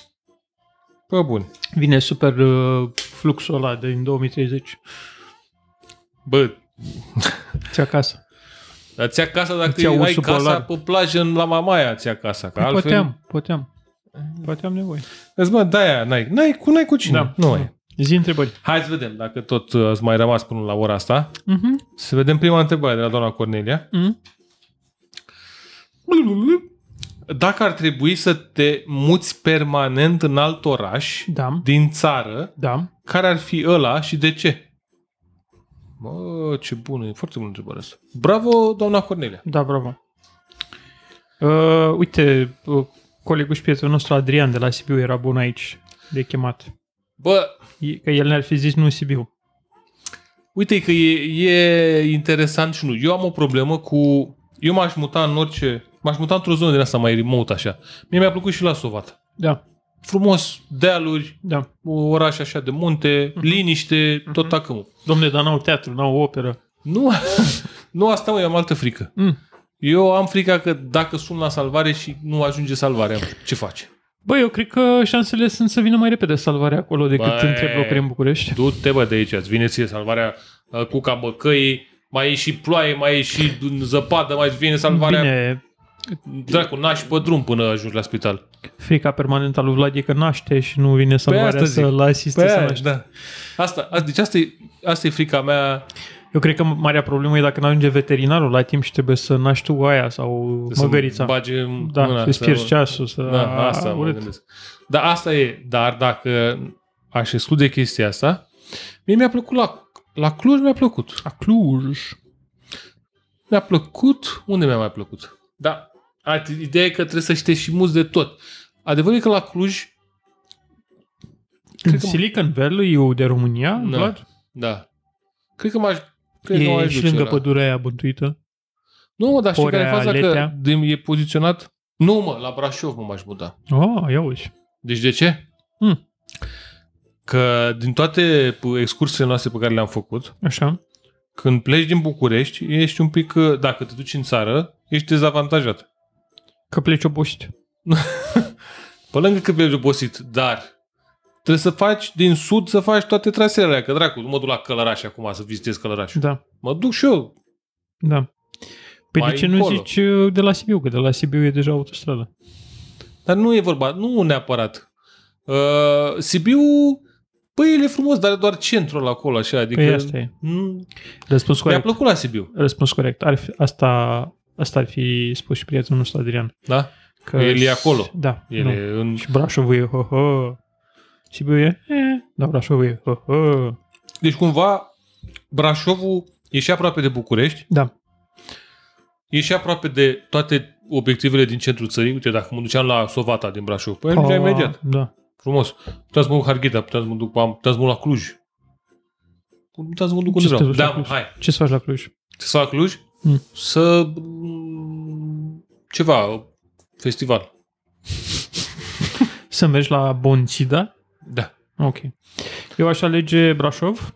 [SPEAKER 2] Bă, bun.
[SPEAKER 1] Vine super uh, fluxul ăla din 2030.
[SPEAKER 2] Bă,
[SPEAKER 1] Ți acasă.
[SPEAKER 2] dar ți acasă dacă
[SPEAKER 1] Îți iau
[SPEAKER 2] ai
[SPEAKER 1] ursul
[SPEAKER 2] casa
[SPEAKER 1] polar.
[SPEAKER 2] pe plajă în la mamaia ți acasă, că altfel...
[SPEAKER 1] Puteam, puteam. Poate am nevoie.
[SPEAKER 2] Îți bă, de-aia n-ai, n-ai, cu, n-ai cu cine.
[SPEAKER 1] Da.
[SPEAKER 2] Nu ai.
[SPEAKER 1] Zi întrebări.
[SPEAKER 2] Hai să vedem dacă tot uh, ați mai rămas până la ora asta.
[SPEAKER 1] Mhm.
[SPEAKER 2] Să vedem prima întrebare de la doamna Cornelia.
[SPEAKER 1] Mhm.
[SPEAKER 2] Dacă ar trebui să te muți permanent în alt oraș,
[SPEAKER 1] Da.
[SPEAKER 2] din țară,
[SPEAKER 1] Da.
[SPEAKER 2] care ar fi ăla și de ce? Bă, ce bună, e foarte bună întrebarea asta. Bravo, doamna Cornelia.
[SPEAKER 1] Da, bravo. Uh, uite, uh, colegul și prietenul nostru Adrian de la Sibiu era bun aici de chemat.
[SPEAKER 2] Bă,
[SPEAKER 1] E- Că el ne-ar fi zis nu Sibiu.
[SPEAKER 2] uite că e, e interesant și nu. Eu am o problemă cu... Eu m-aș muta în orice... M-aș muta într-o zonă din asta mai remote așa. Mie mi-a plăcut și la Sovat.
[SPEAKER 1] Da,
[SPEAKER 2] Frumos, dealuri,
[SPEAKER 1] da.
[SPEAKER 2] un oraș așa de munte, liniște, tot tacâmul.
[SPEAKER 1] Domne, dar n-au teatru, n-au operă.
[SPEAKER 2] Nu, nu asta mă, eu am altă frică.
[SPEAKER 1] Mm.
[SPEAKER 2] Eu am frica că dacă sun la salvare și nu ajunge salvarea, ce faci?
[SPEAKER 1] Bă, eu cred că șansele sunt să vină mai repede salvarea acolo decât
[SPEAKER 2] Bă.
[SPEAKER 1] între blocuri în București.
[SPEAKER 2] Du-te bă de aici, îți vine ție salvarea uh, cu camăcăii, mai e și ploaie, mai e și zăpadă, mai îți vine salvarea. Bine.
[SPEAKER 1] Bine,
[SPEAKER 2] Dracu, nași pe drum până ajungi la spital.
[SPEAKER 1] frica permanentă a lui Vlad e că naște și nu vine
[SPEAKER 2] Păi
[SPEAKER 1] salvarea
[SPEAKER 2] asta zic.
[SPEAKER 1] să-l asiste să naște.
[SPEAKER 2] da. Asta, a, deci asta e, asta e frica mea.
[SPEAKER 1] Eu cred că marea problemă e dacă nu ajunge veterinarul la timp și trebuie să naști tu oaia sau măgărița.
[SPEAKER 2] Să-mi bage în mâna,
[SPEAKER 1] Da, să-ți pierzi ceasul. Să...
[SPEAKER 2] Da, asta
[SPEAKER 1] A,
[SPEAKER 2] mă
[SPEAKER 1] urât.
[SPEAKER 2] gândesc. Dar asta e. Dar dacă aș exclude chestia asta, mie mi-a plăcut la, la Cluj, mi-a plăcut.
[SPEAKER 1] La Cluj.
[SPEAKER 2] Mi-a plăcut, unde mi-a mai plăcut? Da, at- ideea e că trebuie să știi și mulți de tot. Adevărul e că la Cluj,
[SPEAKER 1] Cred
[SPEAKER 2] că-
[SPEAKER 1] Silicon Valley e de România,
[SPEAKER 2] Da.
[SPEAKER 1] Vlad?
[SPEAKER 2] da, cred că m-aș Cred că
[SPEAKER 1] E
[SPEAKER 2] m-aș
[SPEAKER 1] și
[SPEAKER 2] duce
[SPEAKER 1] lângă
[SPEAKER 2] la-
[SPEAKER 1] pădurea aia bântuită.
[SPEAKER 2] Nu, mă, dar știi care e
[SPEAKER 1] Orea,
[SPEAKER 2] faza că
[SPEAKER 1] Letea.
[SPEAKER 2] din, e poziționat... Nu, mă, la Brașov mă m-aș muta.
[SPEAKER 1] Oh, ia uite.
[SPEAKER 2] Deci de ce?
[SPEAKER 1] Hmm.
[SPEAKER 2] Că din toate p- excursiile noastre pe care le-am făcut,
[SPEAKER 1] Așa.
[SPEAKER 2] Când pleci din București, ești un pic, uh, dacă te duci în țară, ești dezavantajat.
[SPEAKER 1] Că pleci obosit.
[SPEAKER 2] Pe lângă că pleci obosit, dar trebuie să faci din sud să faci toate traseele alea, că dracu, nu mă duc la Călăraș acum să vizitez Călărașul.
[SPEAKER 1] Da,
[SPEAKER 2] Mă duc și eu.
[SPEAKER 1] da. Păi
[SPEAKER 2] Mai
[SPEAKER 1] de ce nu
[SPEAKER 2] încolo.
[SPEAKER 1] zici uh, de la Sibiu? Că de la Sibiu e deja autostradă.
[SPEAKER 2] Dar nu e vorba, nu neapărat. Uh, Sibiu, păi el e frumos, dar e doar centrul acolo, așa, adică...
[SPEAKER 1] Păi asta e.
[SPEAKER 2] Mm,
[SPEAKER 1] Răspuns
[SPEAKER 2] Mi-a
[SPEAKER 1] corect.
[SPEAKER 2] plăcut la Sibiu,
[SPEAKER 1] Răspuns corect. Ar fi, asta, asta ar fi spus și prietenul nostru Adrian.
[SPEAKER 2] da?
[SPEAKER 1] Că
[SPEAKER 2] El e acolo.
[SPEAKER 1] Da.
[SPEAKER 2] El
[SPEAKER 1] nu.
[SPEAKER 2] e în...
[SPEAKER 1] Și Brașovul e ho-ho. Sibiu e? Eh, dar Brașovul e ho-ho.
[SPEAKER 2] Deci cumva Brașovul e și aproape de București,
[SPEAKER 1] Da.
[SPEAKER 2] e și aproape de toate obiectivele din centrul țării. Uite, dacă mă duceam la Sovata din Brașov, păi ajungeam
[SPEAKER 1] A,
[SPEAKER 2] imediat.
[SPEAKER 1] Da.
[SPEAKER 2] Frumos. Puteam să mă duc Harghita, puteam să mă duc, am, puteam să mă duc la Cluj. Puteam să mă duc
[SPEAKER 1] Ce
[SPEAKER 2] unde
[SPEAKER 1] să te
[SPEAKER 2] vreau.
[SPEAKER 1] duci la
[SPEAKER 2] Da,
[SPEAKER 1] Cluj?
[SPEAKER 2] hai.
[SPEAKER 1] Ce să faci la Cluj?
[SPEAKER 2] Să fac Cluj?
[SPEAKER 1] Mm.
[SPEAKER 2] Să... mm, Ceva, festival.
[SPEAKER 1] Să mergi la Bonțida?
[SPEAKER 2] Da.
[SPEAKER 1] Ok. Eu aș alege Brașov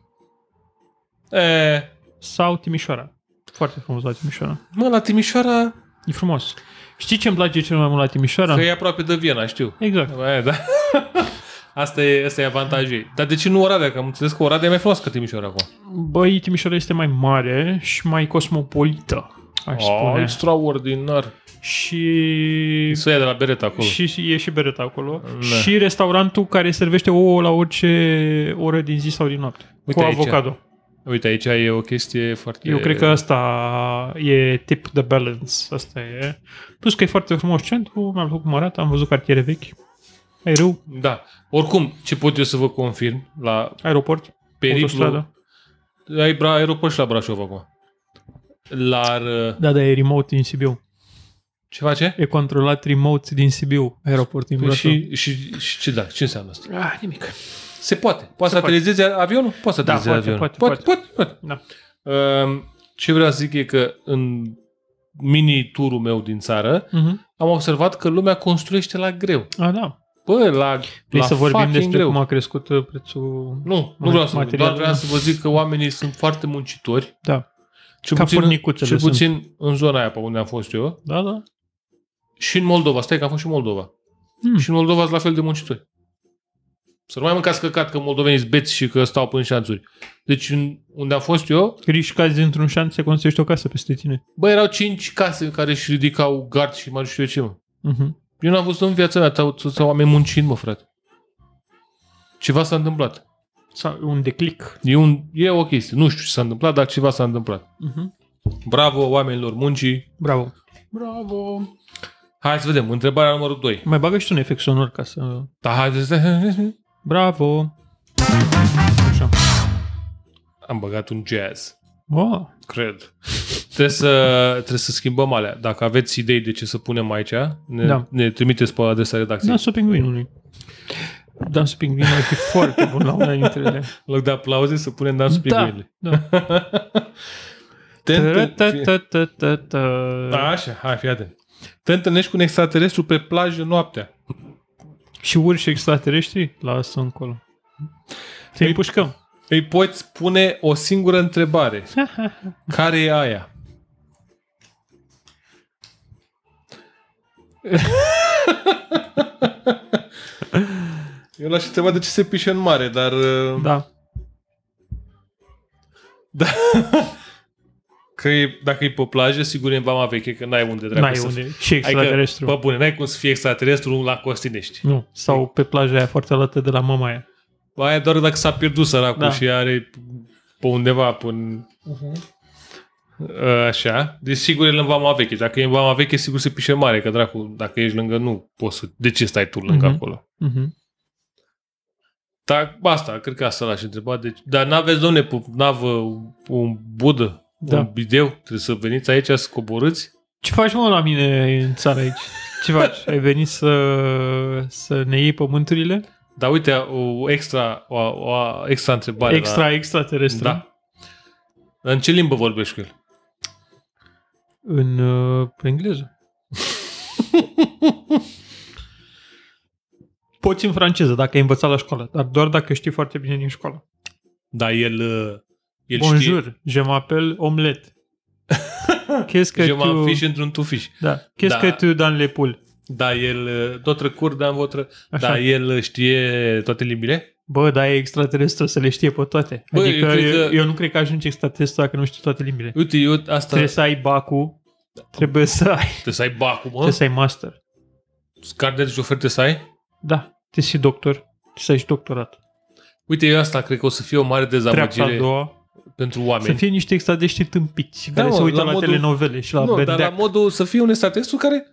[SPEAKER 2] E,
[SPEAKER 1] sau Timișoara. Foarte frumos la Timișoara.
[SPEAKER 2] mă, la Timișoara,
[SPEAKER 1] E frumos. Știi ce îmi place cel mai mult la Timișoara?
[SPEAKER 2] că e aproape de Viena, știu.
[SPEAKER 1] Exact.
[SPEAKER 2] Aia, da. Asta e, asta e avantajul ei. Dar de ce nu Oradea? Că am înțeles că Oradea e mai frumoasă ca Timișoara acum.
[SPEAKER 1] Băi, Timișoara este mai mare și mai cosmopolită, aș spune.
[SPEAKER 2] extraordinar.
[SPEAKER 1] Și...
[SPEAKER 2] Să ia de la bereta acolo.
[SPEAKER 1] Și, și e și bereta acolo.
[SPEAKER 2] Da.
[SPEAKER 1] Și restaurantul care servește ouă la orice oră din zi sau din noapte.
[SPEAKER 2] Uite
[SPEAKER 1] cu
[SPEAKER 2] aici.
[SPEAKER 1] avocado.
[SPEAKER 2] Uite, aici e o chestie foarte...
[SPEAKER 1] Eu cred că asta e tip de balance. Asta e. Plus că e foarte frumos centru, mi-a plăcut cum arată, am văzut cartiere vechi. Ai râu,
[SPEAKER 2] Da. Oricum, ce pot eu să vă confirm la
[SPEAKER 1] aeroport,
[SPEAKER 2] periplu...
[SPEAKER 1] autostradă.
[SPEAKER 2] Ai bra- aeroport și la Brașov acum. La... ră-
[SPEAKER 1] Da, da, e remote din Sibiu.
[SPEAKER 2] Ce face?
[SPEAKER 1] E controlat remote din Sibiu, aeroport din
[SPEAKER 2] Păi
[SPEAKER 1] Brașov.
[SPEAKER 2] și, și, și ce da? Ce înseamnă asta?
[SPEAKER 1] Ah, nimic.
[SPEAKER 2] Se poate. Poate să
[SPEAKER 1] poate.
[SPEAKER 2] aterizeze avionul? Poate să
[SPEAKER 1] Da, poate,
[SPEAKER 2] aterizeze avionul.
[SPEAKER 1] poate,
[SPEAKER 2] poate, poate.
[SPEAKER 1] Da.
[SPEAKER 2] Uh, ce vreau să zic e că în mini-turul meu din țară
[SPEAKER 1] Uh-huh.
[SPEAKER 2] am observat că lumea construiește la greu.
[SPEAKER 1] A, da.
[SPEAKER 2] Bă, la,
[SPEAKER 1] Vrei
[SPEAKER 2] la
[SPEAKER 1] să vorbim
[SPEAKER 2] fucking
[SPEAKER 1] despre
[SPEAKER 2] greu.
[SPEAKER 1] cum a crescut uh, prețul...
[SPEAKER 2] Nu, nu vreau să vorbim. Doar
[SPEAKER 1] materialul,
[SPEAKER 2] vreau
[SPEAKER 1] da.
[SPEAKER 2] să vă zic că oamenii sunt foarte muncitori.
[SPEAKER 1] Da.
[SPEAKER 2] Cel
[SPEAKER 1] Ca
[SPEAKER 2] puțin,
[SPEAKER 1] furnicuțele
[SPEAKER 2] cel
[SPEAKER 1] sunt.
[SPEAKER 2] puțin în zona aia pe unde am fost eu.
[SPEAKER 1] Da, da.
[SPEAKER 2] Și în Moldova. Stai că am fost și în Moldova.
[SPEAKER 1] Hmm.
[SPEAKER 2] Și în Moldova sunt la fel de muncitori. Să nu mai mâncați căcat că moldovenii sunt beți și că stau până în șanțuri. Deci în- unde am fost eu,
[SPEAKER 1] Riști cazi dintr-un șanț se construiește o casă peste tine.
[SPEAKER 2] bă, erau cinci case care își ridicau gard și mai nu știu eu ce, mă.
[SPEAKER 1] Uh-huh.
[SPEAKER 2] Eu n-am văzut în viața mea atâția oameni muncind, mă, frate. Ceva s-a întâmplat.
[SPEAKER 1] Sau un declic.
[SPEAKER 2] E, un, e o chestie. Nu știu ce s-a întâmplat, dar ceva s-a întâmplat.
[SPEAKER 1] Uh-huh.
[SPEAKER 2] Bravo oamenilor muncii.
[SPEAKER 1] Bravo.
[SPEAKER 2] Bravo. Hai să vedem. Întrebarea numărul 2.
[SPEAKER 1] Mai bagă și tu un efect sonor ca să...
[SPEAKER 2] Da, hai să...
[SPEAKER 1] Bravo! Așa.
[SPEAKER 2] Am băgat un jazz.
[SPEAKER 1] Wow.
[SPEAKER 2] Cred. Trebuie să, trebuie să schimbăm alea. Dacă aveți idei de ce să punem aici, ne,
[SPEAKER 1] Da.
[SPEAKER 2] da. ne trimiteți pe adresa redacției. Da.
[SPEAKER 1] Dansul pingvinului. Dansul pingvinului e foarte bun la una dintre ele.
[SPEAKER 2] În loc de aplauze, să punem dansul pingvinului.
[SPEAKER 1] Da.
[SPEAKER 2] Te întâlnești- Da,
[SPEAKER 1] Tărătătătătă.
[SPEAKER 2] așa, hai, fii atent. Te întâlnești cu un extraterestru pe plajă noaptea.
[SPEAKER 1] Și urși extraterestri? Lasă încolo. Te
[SPEAKER 2] Ei-
[SPEAKER 1] împușcăm.
[SPEAKER 2] Îi poți pune o singură întrebare. Care e aia? Eu l-aș întreba de ce se pișe în mare, dar... uh,
[SPEAKER 1] Da.
[SPEAKER 2] Că e, dacă e pe plajă, sigur e în vama veche, că n-ai unde dracu
[SPEAKER 1] N-ai
[SPEAKER 2] să...
[SPEAKER 1] unde. Și
[SPEAKER 2] Adică,
[SPEAKER 1] extraterestru.
[SPEAKER 2] bă, bune, n-ai cum să fie extraterestru la Costinești.
[SPEAKER 1] Nu. Sau pe plaja aia foarte alată de la mama aia.
[SPEAKER 2] Aia doar dacă s-a pierdut săracul
[SPEAKER 1] Da.
[SPEAKER 2] da. și are pe undeva pun... Uh-huh. Așa. Deci sigur e în vama veche. Dacă e în vama veche, sigur se pișe mare, că dracu, dacă ești lângă, nu poți să... De ce stai tu lângă
[SPEAKER 1] Mhm.
[SPEAKER 2] uh-huh. acolo?
[SPEAKER 1] Mhm.
[SPEAKER 2] Dar asta, cred că asta l-aș întreba. Deci, dar n-aveți, domne, pe navă un budă,
[SPEAKER 1] Da.
[SPEAKER 2] da. un bideu? Trebuie să veniți aici să coborâți?
[SPEAKER 1] Ce faci, mă, la mine în țară aici? Ce faci? Ai venit să, să ne iei pământurile?
[SPEAKER 2] Dar uite, o extra, o, o extra întrebare. la-
[SPEAKER 1] Extra, extraterestru.
[SPEAKER 2] Da. Dar În ce limbă vorbești cu el?
[SPEAKER 1] În uh, engleză. Poți în franceză, dacă ai învățat la școală, dar doar dacă știi foarte bine din școală.
[SPEAKER 2] Dar Da, el uh, El
[SPEAKER 1] Bonjour, je m'appelle Omelette. Qu'est-ce que
[SPEAKER 2] știe, je
[SPEAKER 1] tu...
[SPEAKER 2] m'en fiș într-un tufiș.
[SPEAKER 1] Da. Qu'est-ce
[SPEAKER 2] Da.
[SPEAKER 1] que tu dans les poules?
[SPEAKER 2] Da, el, uh, dotră cur, dar votră,
[SPEAKER 1] Așa.
[SPEAKER 2] da, el știe toate limbile?
[SPEAKER 1] Bă, dar e extraterestru o să le știe pe toate.
[SPEAKER 2] Bă,
[SPEAKER 1] adică
[SPEAKER 2] eu
[SPEAKER 1] eu,
[SPEAKER 2] cred
[SPEAKER 1] eu,
[SPEAKER 2] că-
[SPEAKER 1] nu cred că ajunge extraterestru dacă nu știu toate limbile.
[SPEAKER 2] Uite, eu asta...
[SPEAKER 1] Trebuie să ai bacul, trebuie să ai,
[SPEAKER 2] Trebuie să ai bacul, mă.
[SPEAKER 1] trebuie să ai master.
[SPEAKER 2] Card de șofer trebuie să ai.
[SPEAKER 1] Da, trebuie să și doctor, trebuie să ai și doctorat.
[SPEAKER 2] Uite, eu asta cred că o să fie o mare
[SPEAKER 1] Treapta a
[SPEAKER 2] dezamăgire
[SPEAKER 1] doua,
[SPEAKER 2] pentru
[SPEAKER 1] Să
[SPEAKER 2] oameni.
[SPEAKER 1] fie niște extradești tâmpiți
[SPEAKER 2] Da,
[SPEAKER 1] care
[SPEAKER 2] mă,
[SPEAKER 1] se uită
[SPEAKER 2] la
[SPEAKER 1] la,
[SPEAKER 2] modul-
[SPEAKER 1] telenovele și la
[SPEAKER 2] nu,
[SPEAKER 1] Bedeac.
[SPEAKER 2] dar la modul să fie un extraterestru care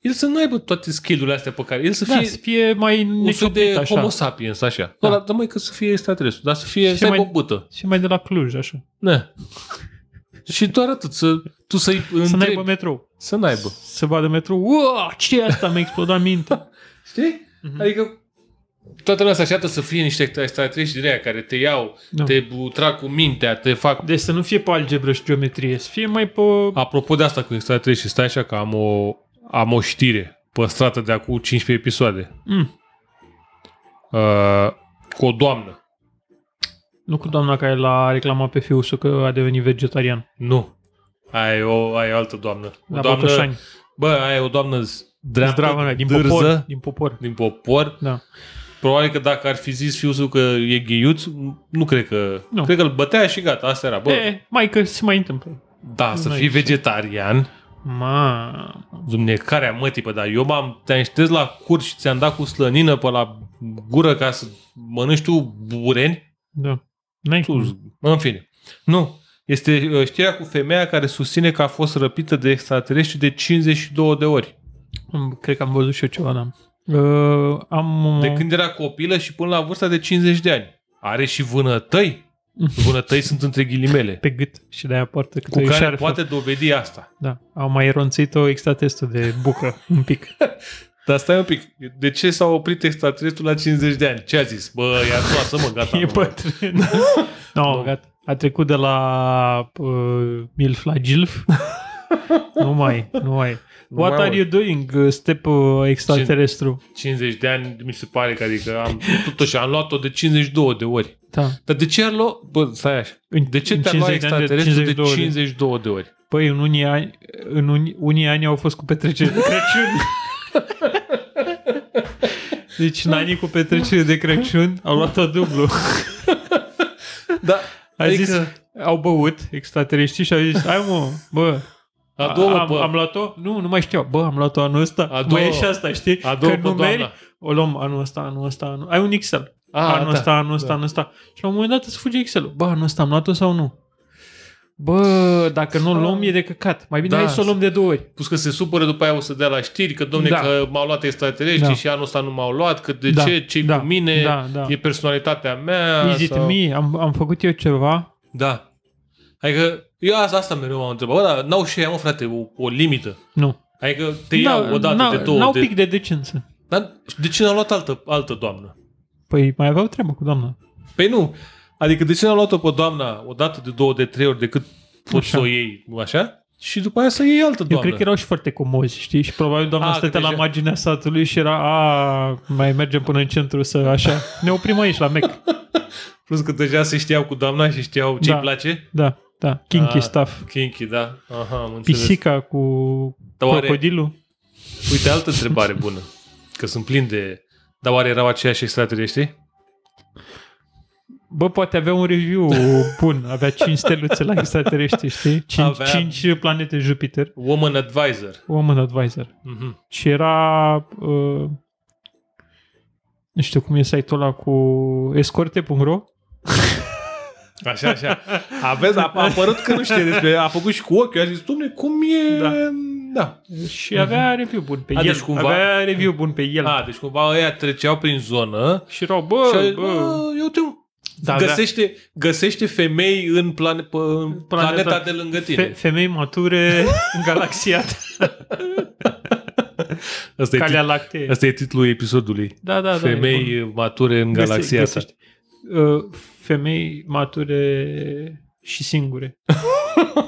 [SPEAKER 2] el să nu aibă toate skill-urile astea pe care... El să
[SPEAKER 1] da,
[SPEAKER 2] fie
[SPEAKER 1] să fie mai
[SPEAKER 2] un soi Deci de
[SPEAKER 1] necioplit
[SPEAKER 2] așa.
[SPEAKER 1] așa.
[SPEAKER 2] homo sapiens, așa.
[SPEAKER 1] Da.
[SPEAKER 2] Da. Dar mai că să fie extraterestru, dar să fie
[SPEAKER 1] Și
[SPEAKER 2] să mai...
[SPEAKER 1] mai-
[SPEAKER 2] o bută.
[SPEAKER 1] Și mai de la Cluj, așa.
[SPEAKER 2] Ne. și doar atât, să, tu să-i
[SPEAKER 1] Să
[SPEAKER 2] întrebi.
[SPEAKER 1] n-aibă metrou.
[SPEAKER 2] Să n-aibă.
[SPEAKER 1] Să vadă metrou. Uau, ce e asta? Mi-a explodat mintea.
[SPEAKER 2] Știi?
[SPEAKER 1] Mhm.
[SPEAKER 2] Adică toată lumea se așteaptă să fie niște extraterestri de aia care te iau,
[SPEAKER 1] Da.
[SPEAKER 2] te bu- trag cu mintea, te fac...
[SPEAKER 1] Deci să nu fie pe algebră și geometrie, să fie mai pe...
[SPEAKER 2] Apropo de asta cu extraterestri, stai așa că am o, am o știre păstrată de acum 15 episoade.
[SPEAKER 1] Mm.
[SPEAKER 2] Uh, cu o doamnă.
[SPEAKER 1] Nu cu doamna care l-a reclamat pe fiul său că a devenit vegetarian.
[SPEAKER 2] Nu. Ai o, ai o altă doamnă. O
[SPEAKER 1] La
[SPEAKER 2] doamnă
[SPEAKER 1] Botoșani.
[SPEAKER 2] Bă, aia e o doamnă z- dreaptă,
[SPEAKER 1] Zdravă, din
[SPEAKER 2] dârză,
[SPEAKER 1] popor. Din popor.
[SPEAKER 2] din popor.
[SPEAKER 1] Da.
[SPEAKER 2] Probabil că dacă ar fi zis fiul său că e ghiuț, nu cred că...
[SPEAKER 1] Nu.
[SPEAKER 2] Cred că îl bătea și gata, asta era. Bă,
[SPEAKER 1] E, Eh, mai că se mai întâmplă.
[SPEAKER 2] da, să
[SPEAKER 1] nu
[SPEAKER 2] fii
[SPEAKER 1] e așa.
[SPEAKER 2] vegetarian,
[SPEAKER 1] Ma,
[SPEAKER 2] dumne, care a mătii, pe dar eu m-am, te-am șters la curs și ți-am dat cu slănină pe la gură ca să mănânci tu bureni.
[SPEAKER 1] da. N-ai
[SPEAKER 2] Tu, z- în fine. Nu. Este uh, știrea cu femeia care susține că a fost răpită de extraterestri de 52 de ori.
[SPEAKER 1] cum. Cred că am văzut și eu ceva, da. Uh, am...
[SPEAKER 2] De când era copilă și până la vârsta de 50 de ani. Are și vânătăi. Vânătăi sunt între ghilimele.
[SPEAKER 1] pe gât și de-aia poartă câte
[SPEAKER 2] Cu
[SPEAKER 1] o
[SPEAKER 2] care
[SPEAKER 1] șarfă.
[SPEAKER 2] poate dovedi asta.
[SPEAKER 1] Da, au mai ronțit-o extratestul de bucă, un pic.
[SPEAKER 2] Da, Dar stai un pic. De ce s-a oprit extraterestru la 50 de ani? Ce a zis? Bă, ia lasă-mă, gata.
[SPEAKER 1] e
[SPEAKER 2] nu.
[SPEAKER 1] bătrân.
[SPEAKER 2] Da.
[SPEAKER 1] no, no, gata. A trecut de la uh, milf la gilf. nu mai, nu mai.
[SPEAKER 2] Nu
[SPEAKER 1] What
[SPEAKER 2] mai,
[SPEAKER 1] are
[SPEAKER 2] mă.
[SPEAKER 1] you doing, uh, step uh, extraterestru?
[SPEAKER 2] 50 de ani mi se pare că adică am, totuși am luat-o de 52 de ori.
[SPEAKER 1] Da.
[SPEAKER 2] Dar de ce ar lua... Bă, stai așa.
[SPEAKER 1] În-
[SPEAKER 2] De ce
[SPEAKER 1] în
[SPEAKER 2] te-ar lua
[SPEAKER 1] 50 de ani de
[SPEAKER 2] extraterestru de
[SPEAKER 1] 52 de ori?
[SPEAKER 2] 52 de ori?
[SPEAKER 1] Păi, în unii ani, în unii, unii ani au fost cu petrecere de Crăciun. Deci, în anii cu petrecere de Crăciun au luat-o dublu.
[SPEAKER 2] Da,
[SPEAKER 1] A
[SPEAKER 2] adică,
[SPEAKER 1] zis, au băut extraterestrii și au zis, hai mă, bă,
[SPEAKER 2] a doua,
[SPEAKER 1] am, am luat-o? Nu, nu mai știu. Bă, am luat-o anul ăsta.
[SPEAKER 2] A
[SPEAKER 1] Mai
[SPEAKER 2] doua-
[SPEAKER 1] e și asta, știi?
[SPEAKER 2] a doua
[SPEAKER 1] Că
[SPEAKER 2] pe
[SPEAKER 1] numeri,
[SPEAKER 2] doamna.
[SPEAKER 1] o luăm anul ăsta, anul ăsta, anul... Ai un Excel.
[SPEAKER 2] A,
[SPEAKER 1] anul
[SPEAKER 2] da,
[SPEAKER 1] ăsta, anul ăsta,
[SPEAKER 2] da.
[SPEAKER 1] anul ăsta. Și la un moment dat îți fuge Excel-ul. Bă, anul ăsta am luat-o sau nu? Bă, dacă nu o luăm, e de căcat. Mai bine
[SPEAKER 2] Da.
[SPEAKER 1] hai să o luăm de două ori.
[SPEAKER 2] Pus că se supără, după aia o să dea la știri că, domne,
[SPEAKER 1] Da.
[SPEAKER 2] da. că m-au luat extraterestri
[SPEAKER 1] Da.
[SPEAKER 2] da. și anul ăsta nu m-au luat, că de
[SPEAKER 1] Da,
[SPEAKER 2] da. ce, ce
[SPEAKER 1] da,
[SPEAKER 2] da. cu mine,
[SPEAKER 1] da, da.
[SPEAKER 2] e personalitatea mea.
[SPEAKER 1] Is it me? Am, am făcut eu ceva?
[SPEAKER 2] Da. Adică, eu asta, asta mereu m-am întrebat. Bă, dar n-au și aia, mă, frate, o, o limită.
[SPEAKER 1] Nu.
[SPEAKER 2] Adică te iau o
[SPEAKER 1] Da, n-au-
[SPEAKER 2] dată, de două,
[SPEAKER 1] N-au
[SPEAKER 2] de...
[SPEAKER 1] pic de decență.
[SPEAKER 2] Dar de ce n-au luat altă, altă doamnă?
[SPEAKER 1] Păi mai aveau treabă cu doamna.
[SPEAKER 2] Păi nu. Adică de ce n-au luat-o pe doamna o dată, de două, de trei ori decât poți
[SPEAKER 1] Așa.
[SPEAKER 2] să o iei, așa? Și după aia să iei altă
[SPEAKER 1] Eu
[SPEAKER 2] doamnă.
[SPEAKER 1] cred că erau și foarte comozi, știi? Și probabil doamna
[SPEAKER 2] A, deci-
[SPEAKER 1] a,
[SPEAKER 2] că
[SPEAKER 1] stătea la
[SPEAKER 2] deja-
[SPEAKER 1] marginea satului și era, a, mai mergem până în centru să așa. Ne oprim aici la Mac.
[SPEAKER 2] Plus că deja se știau cu doamna și știau ce-i
[SPEAKER 1] Da.
[SPEAKER 2] place.
[SPEAKER 1] Da, da. Kinky
[SPEAKER 2] Ah,
[SPEAKER 1] stuff.
[SPEAKER 2] Kinky, da. Aha, am înțeles.
[SPEAKER 1] Pisica cu
[SPEAKER 2] Dar oare-
[SPEAKER 1] crocodilul.
[SPEAKER 2] Uite, altă întrebare bună. Că sunt plin de... Dar oare erau aceiași extraterestri?
[SPEAKER 1] Bă, poate avea un review bun. Avea 5 steluțe la extraterestri, știi? 5,
[SPEAKER 2] Avea-
[SPEAKER 1] 5 planete Jupiter.
[SPEAKER 2] Woman Advisor.
[SPEAKER 1] Woman Advisor.
[SPEAKER 2] Mm-hmm.
[SPEAKER 1] Și era... Uh, nu știu cum e site-ul ăla cu escorte.ro
[SPEAKER 2] Așa, așa. Aveți, a, a apărut că nu știe despre... A făcut și cu ochiul. A zis, domne, cum e...
[SPEAKER 1] Da.
[SPEAKER 2] da.
[SPEAKER 1] și avea review bun pe
[SPEAKER 2] A,
[SPEAKER 1] el.
[SPEAKER 2] deci cumva-
[SPEAKER 1] Avea review bun pe el.
[SPEAKER 2] A, deci cumva ăia treceau prin zonă
[SPEAKER 1] Și erau,
[SPEAKER 2] și a
[SPEAKER 1] bă,
[SPEAKER 2] zis,
[SPEAKER 1] bă,
[SPEAKER 2] bă, eu te...
[SPEAKER 1] Da,
[SPEAKER 2] Da, găsește, da. găsește femei în, plane, pe, în
[SPEAKER 1] Planeta-
[SPEAKER 2] planeta, planeta de lângă tine.
[SPEAKER 1] fe- femei mature în galaxia ta,
[SPEAKER 2] asta, e
[SPEAKER 1] Calea
[SPEAKER 2] tit-
[SPEAKER 1] Lactee.
[SPEAKER 2] asta e titlul episodului.
[SPEAKER 1] Da, da, da. e bun.
[SPEAKER 2] femei mature în
[SPEAKER 1] Găse-
[SPEAKER 2] galaxia ta.
[SPEAKER 1] găsești. Uh, femei mature și singure.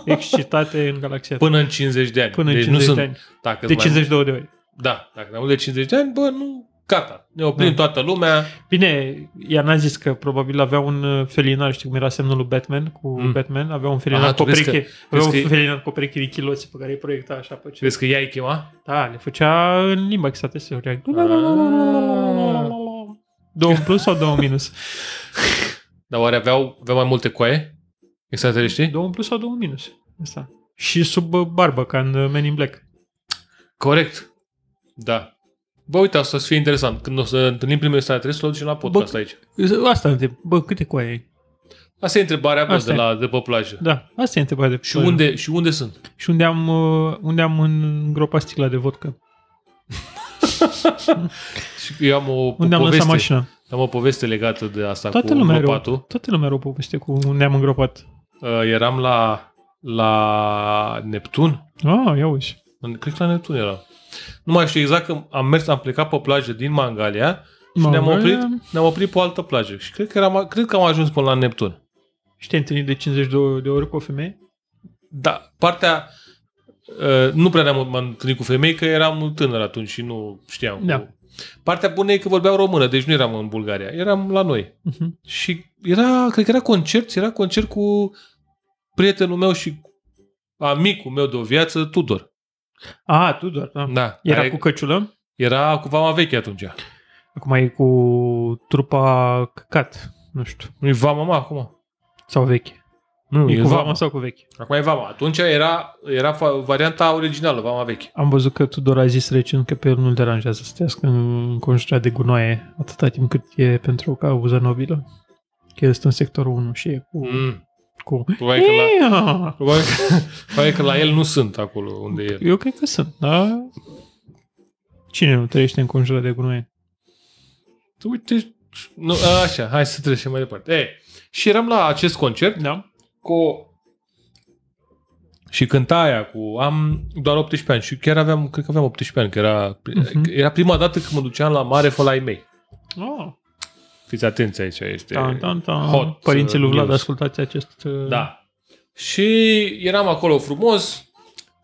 [SPEAKER 1] Excitate în galaxia ta.
[SPEAKER 2] Până în 50 de ani.
[SPEAKER 1] Până în
[SPEAKER 2] deci
[SPEAKER 1] 50
[SPEAKER 2] nu
[SPEAKER 1] de
[SPEAKER 2] sunt,
[SPEAKER 1] ani.
[SPEAKER 2] Dacă
[SPEAKER 1] De
[SPEAKER 2] mai mult-
[SPEAKER 1] 52 de ori.
[SPEAKER 2] Da, dacă mai mult de 50 de ani, bă, nu, Gata, ne oprim
[SPEAKER 1] Da.
[SPEAKER 2] da. toată lumea.
[SPEAKER 1] Bine, ea n-a zis că probabil avea un uh, felinar, știi cum era semnul lui Batman, cu mm.
[SPEAKER 2] Mm.
[SPEAKER 1] Batman, avea un felinar
[SPEAKER 2] Aha,
[SPEAKER 1] cu
[SPEAKER 2] tu
[SPEAKER 1] o
[SPEAKER 2] crezi
[SPEAKER 1] pereche,
[SPEAKER 2] că-
[SPEAKER 1] avea un
[SPEAKER 2] crezi că-
[SPEAKER 1] felinar cu o pereche de chiloți pe care îi proiecta așa pe ce.
[SPEAKER 2] Crezi că ea îi chema?
[SPEAKER 1] Da, le făcea în limba extraterestră.
[SPEAKER 2] Ah.
[SPEAKER 1] Două în plus sau două în minus?
[SPEAKER 2] Dar oare aveau, aveau mai multe coaie? Extraterestri?
[SPEAKER 1] Două în plus sau două în minus? Asta. Și sub uh, barbă, ca în uh, Men in Black.
[SPEAKER 2] Corect. Da. Bă, uite, asta o să fie interesant. Când o să întâlnim primul extraterestru, o ducem la podcast
[SPEAKER 1] Bă,
[SPEAKER 2] aici.
[SPEAKER 1] Asta întreb. Bă, câte coaie ai?
[SPEAKER 2] Asta e întrebarea bă,
[SPEAKER 1] Asta
[SPEAKER 2] de,
[SPEAKER 1] e.
[SPEAKER 2] la, de pe plajă.
[SPEAKER 1] Da, asta e întrebarea de
[SPEAKER 2] Și unde, și unde sunt?
[SPEAKER 1] Și unde am, uh, unde am îngropat sticla de vodka?
[SPEAKER 2] Și eu am o, o
[SPEAKER 1] Unde am
[SPEAKER 2] poveste,
[SPEAKER 1] lăsat mașina?
[SPEAKER 2] am o poveste legată de asta
[SPEAKER 1] Toată
[SPEAKER 2] cu
[SPEAKER 1] lumea, are o,
[SPEAKER 2] gropatul.
[SPEAKER 1] toată lumea are o poveste cu unde am îngropat.
[SPEAKER 2] Uh, eram la, la Neptun.
[SPEAKER 1] Ah, ia uși.
[SPEAKER 2] În- Cred că la Neptun era. Nu mai știu exact că am mers, am plecat pe plajă din Mangalia și ne-am oprit, ne-am oprit pe o altă plajă. Și cred că, eram, cred că am ajuns până la Neptun.
[SPEAKER 1] Și te-ai întâlnit de 52 de ori cu o femeie?
[SPEAKER 2] Da, partea... Uh, nu prea ne-am m-am întâlnit cu femei, că eram tânăr atunci și nu știam.
[SPEAKER 1] Da.
[SPEAKER 2] Cu... Partea bună e că vorbeau română, deci nu eram în Bulgaria. Eram la noi.
[SPEAKER 1] Uh-huh.
[SPEAKER 2] Și era, cred că era concert, era concert cu prietenul meu și amicul meu de o viață, Tudor.
[SPEAKER 1] Ah, tu doar, da.
[SPEAKER 2] Da.
[SPEAKER 1] Era
[SPEAKER 2] care
[SPEAKER 1] cu căciulă?
[SPEAKER 2] era cu vama veche atunci.
[SPEAKER 1] Acum e cu trupa căcat, nu știu.
[SPEAKER 2] Nu e vama, mă, acum.
[SPEAKER 1] Sau veche.
[SPEAKER 2] Nu,
[SPEAKER 1] E cu vama sau cu veche?
[SPEAKER 2] Acum e vama. Atunci era, era fa- varianta originală, vama veche.
[SPEAKER 1] Am văzut că Tudor a zis recent că pe el nu-l deranjează să trăiască înconjurat de gunoaie atâta timp cât e pentru o cauză nobilă. Că el este în sectorul 1 și e cu...
[SPEAKER 2] Mm.
[SPEAKER 1] cu...
[SPEAKER 2] Probabil, că la,
[SPEAKER 1] Ea!
[SPEAKER 2] probabil, că, probabil că la el nu sunt acolo unde e.
[SPEAKER 1] Eu cred că sunt, da? Cine nu trăiește înconjurat de gunoaie?
[SPEAKER 2] Uite, nu, așa, hai să trecem mai departe. E, și eram la acest concert
[SPEAKER 1] Da.
[SPEAKER 2] cu... Și cânta aia cu... Am doar 18 ani și chiar aveam, cred că aveam 18 ani, că era,
[SPEAKER 1] Mhm.
[SPEAKER 2] era prima dată când mă duceam la mare fără ai mei.
[SPEAKER 1] Oh.
[SPEAKER 2] Fiți atenți aici, este...
[SPEAKER 1] Tan, tan, tan.
[SPEAKER 2] hot,
[SPEAKER 1] Părinții lui
[SPEAKER 2] uh,
[SPEAKER 1] Vlad,
[SPEAKER 2] news.
[SPEAKER 1] ascultați acest... uh,
[SPEAKER 2] Da. Și eram acolo frumos,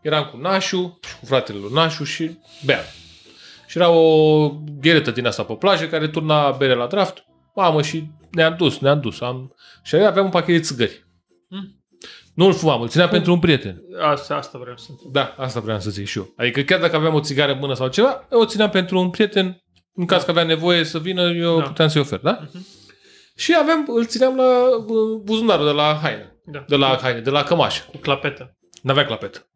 [SPEAKER 2] eram cu Nașu și cu fratele lui Nașu și beam. Și era o gheretă din asta pe plajă care turna bere la draft. Mamă, și ne-am dus, ne-am dus. Am... Și aveam un pachet de țigări.
[SPEAKER 1] Mm.
[SPEAKER 2] Nu îl fumam, îl țineam pentru un prieten.
[SPEAKER 1] Asta, asta vreau să întreb.
[SPEAKER 2] Da, asta vreau să zic și eu. Adică chiar dacă aveam o țigară în mână sau ceva, eu o țineam pentru un prieten. În caz că avea nevoie să vină, eu
[SPEAKER 1] Da.
[SPEAKER 2] da. puteam să-i ofer, da? Și aveam, îl țineam la uh, buzunarul de la haină.
[SPEAKER 1] Da.
[SPEAKER 2] De la haine, de la cămașă.
[SPEAKER 1] Cu clapetă.
[SPEAKER 2] N-avea clapet.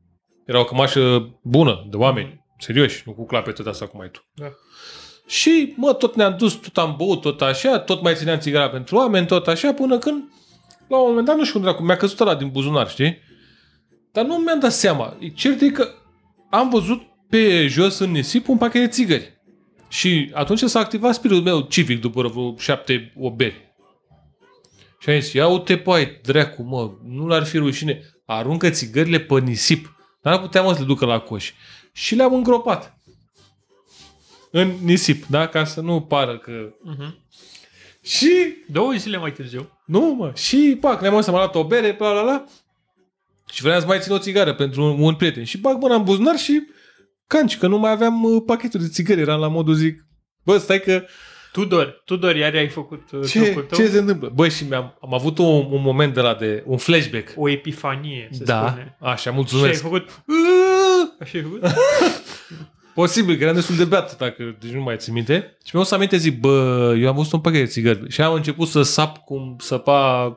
[SPEAKER 2] Era o cămașă bună, de oameni, serioși, nu cu clapetă de asta cum ai tu.
[SPEAKER 1] Da.
[SPEAKER 2] Și, mă, tot ne-am dus, tot am băut, tot așa, tot mai țineam țigara pentru oameni, tot așa, până când, la un moment dat, nu știu cum dracu, mi-a căzut ăla din buzunar, știi? Dar nu mi-am dat seama. E Cert e că am văzut pe jos în nisip un pachet de țigări. Și atunci s-a activat spiritul meu civic după vreo șapte oberi. Și am zis, ia uite, pai, dracu, mă, nu l-ar fi rușine. Aruncă țigările pe nisip. N-ar putea, mă, să le ducă la coș. Și le-am îngropat. În nisip, da? Ca să nu pară că...
[SPEAKER 1] Mhm.
[SPEAKER 2] Și
[SPEAKER 1] Două zile mai târziu.
[SPEAKER 2] nu, mă. Și, pac, ne-am să am luat o bere, bla, bla, bla. Și vreau să mai țin o țigară pentru un, un prieten. Și bag mâna în buzunar și canci, că nu mai aveam uh, pachetul de țigări. Eram la modul zic, bă, stai că
[SPEAKER 1] Tudor, Tudor, iar ai făcut uh,
[SPEAKER 2] ce,
[SPEAKER 1] trucul tău?
[SPEAKER 2] ce se întâmplă? Bă, și mi-am, am avut un, un moment de la de, un flashback.
[SPEAKER 1] O epifanie, se
[SPEAKER 2] da,
[SPEAKER 1] spune.
[SPEAKER 2] așa,
[SPEAKER 1] Și ai
[SPEAKER 2] mulțumesc.
[SPEAKER 1] făcut...
[SPEAKER 2] Aaaa!
[SPEAKER 1] Așa ai făcut?
[SPEAKER 2] Posibil, că eram destul de beat, dacă deci nu mai țin minte. Și mi-am să aminte, zic, bă, eu am văzut un pachet de țigări. Și am început să sap cum săpa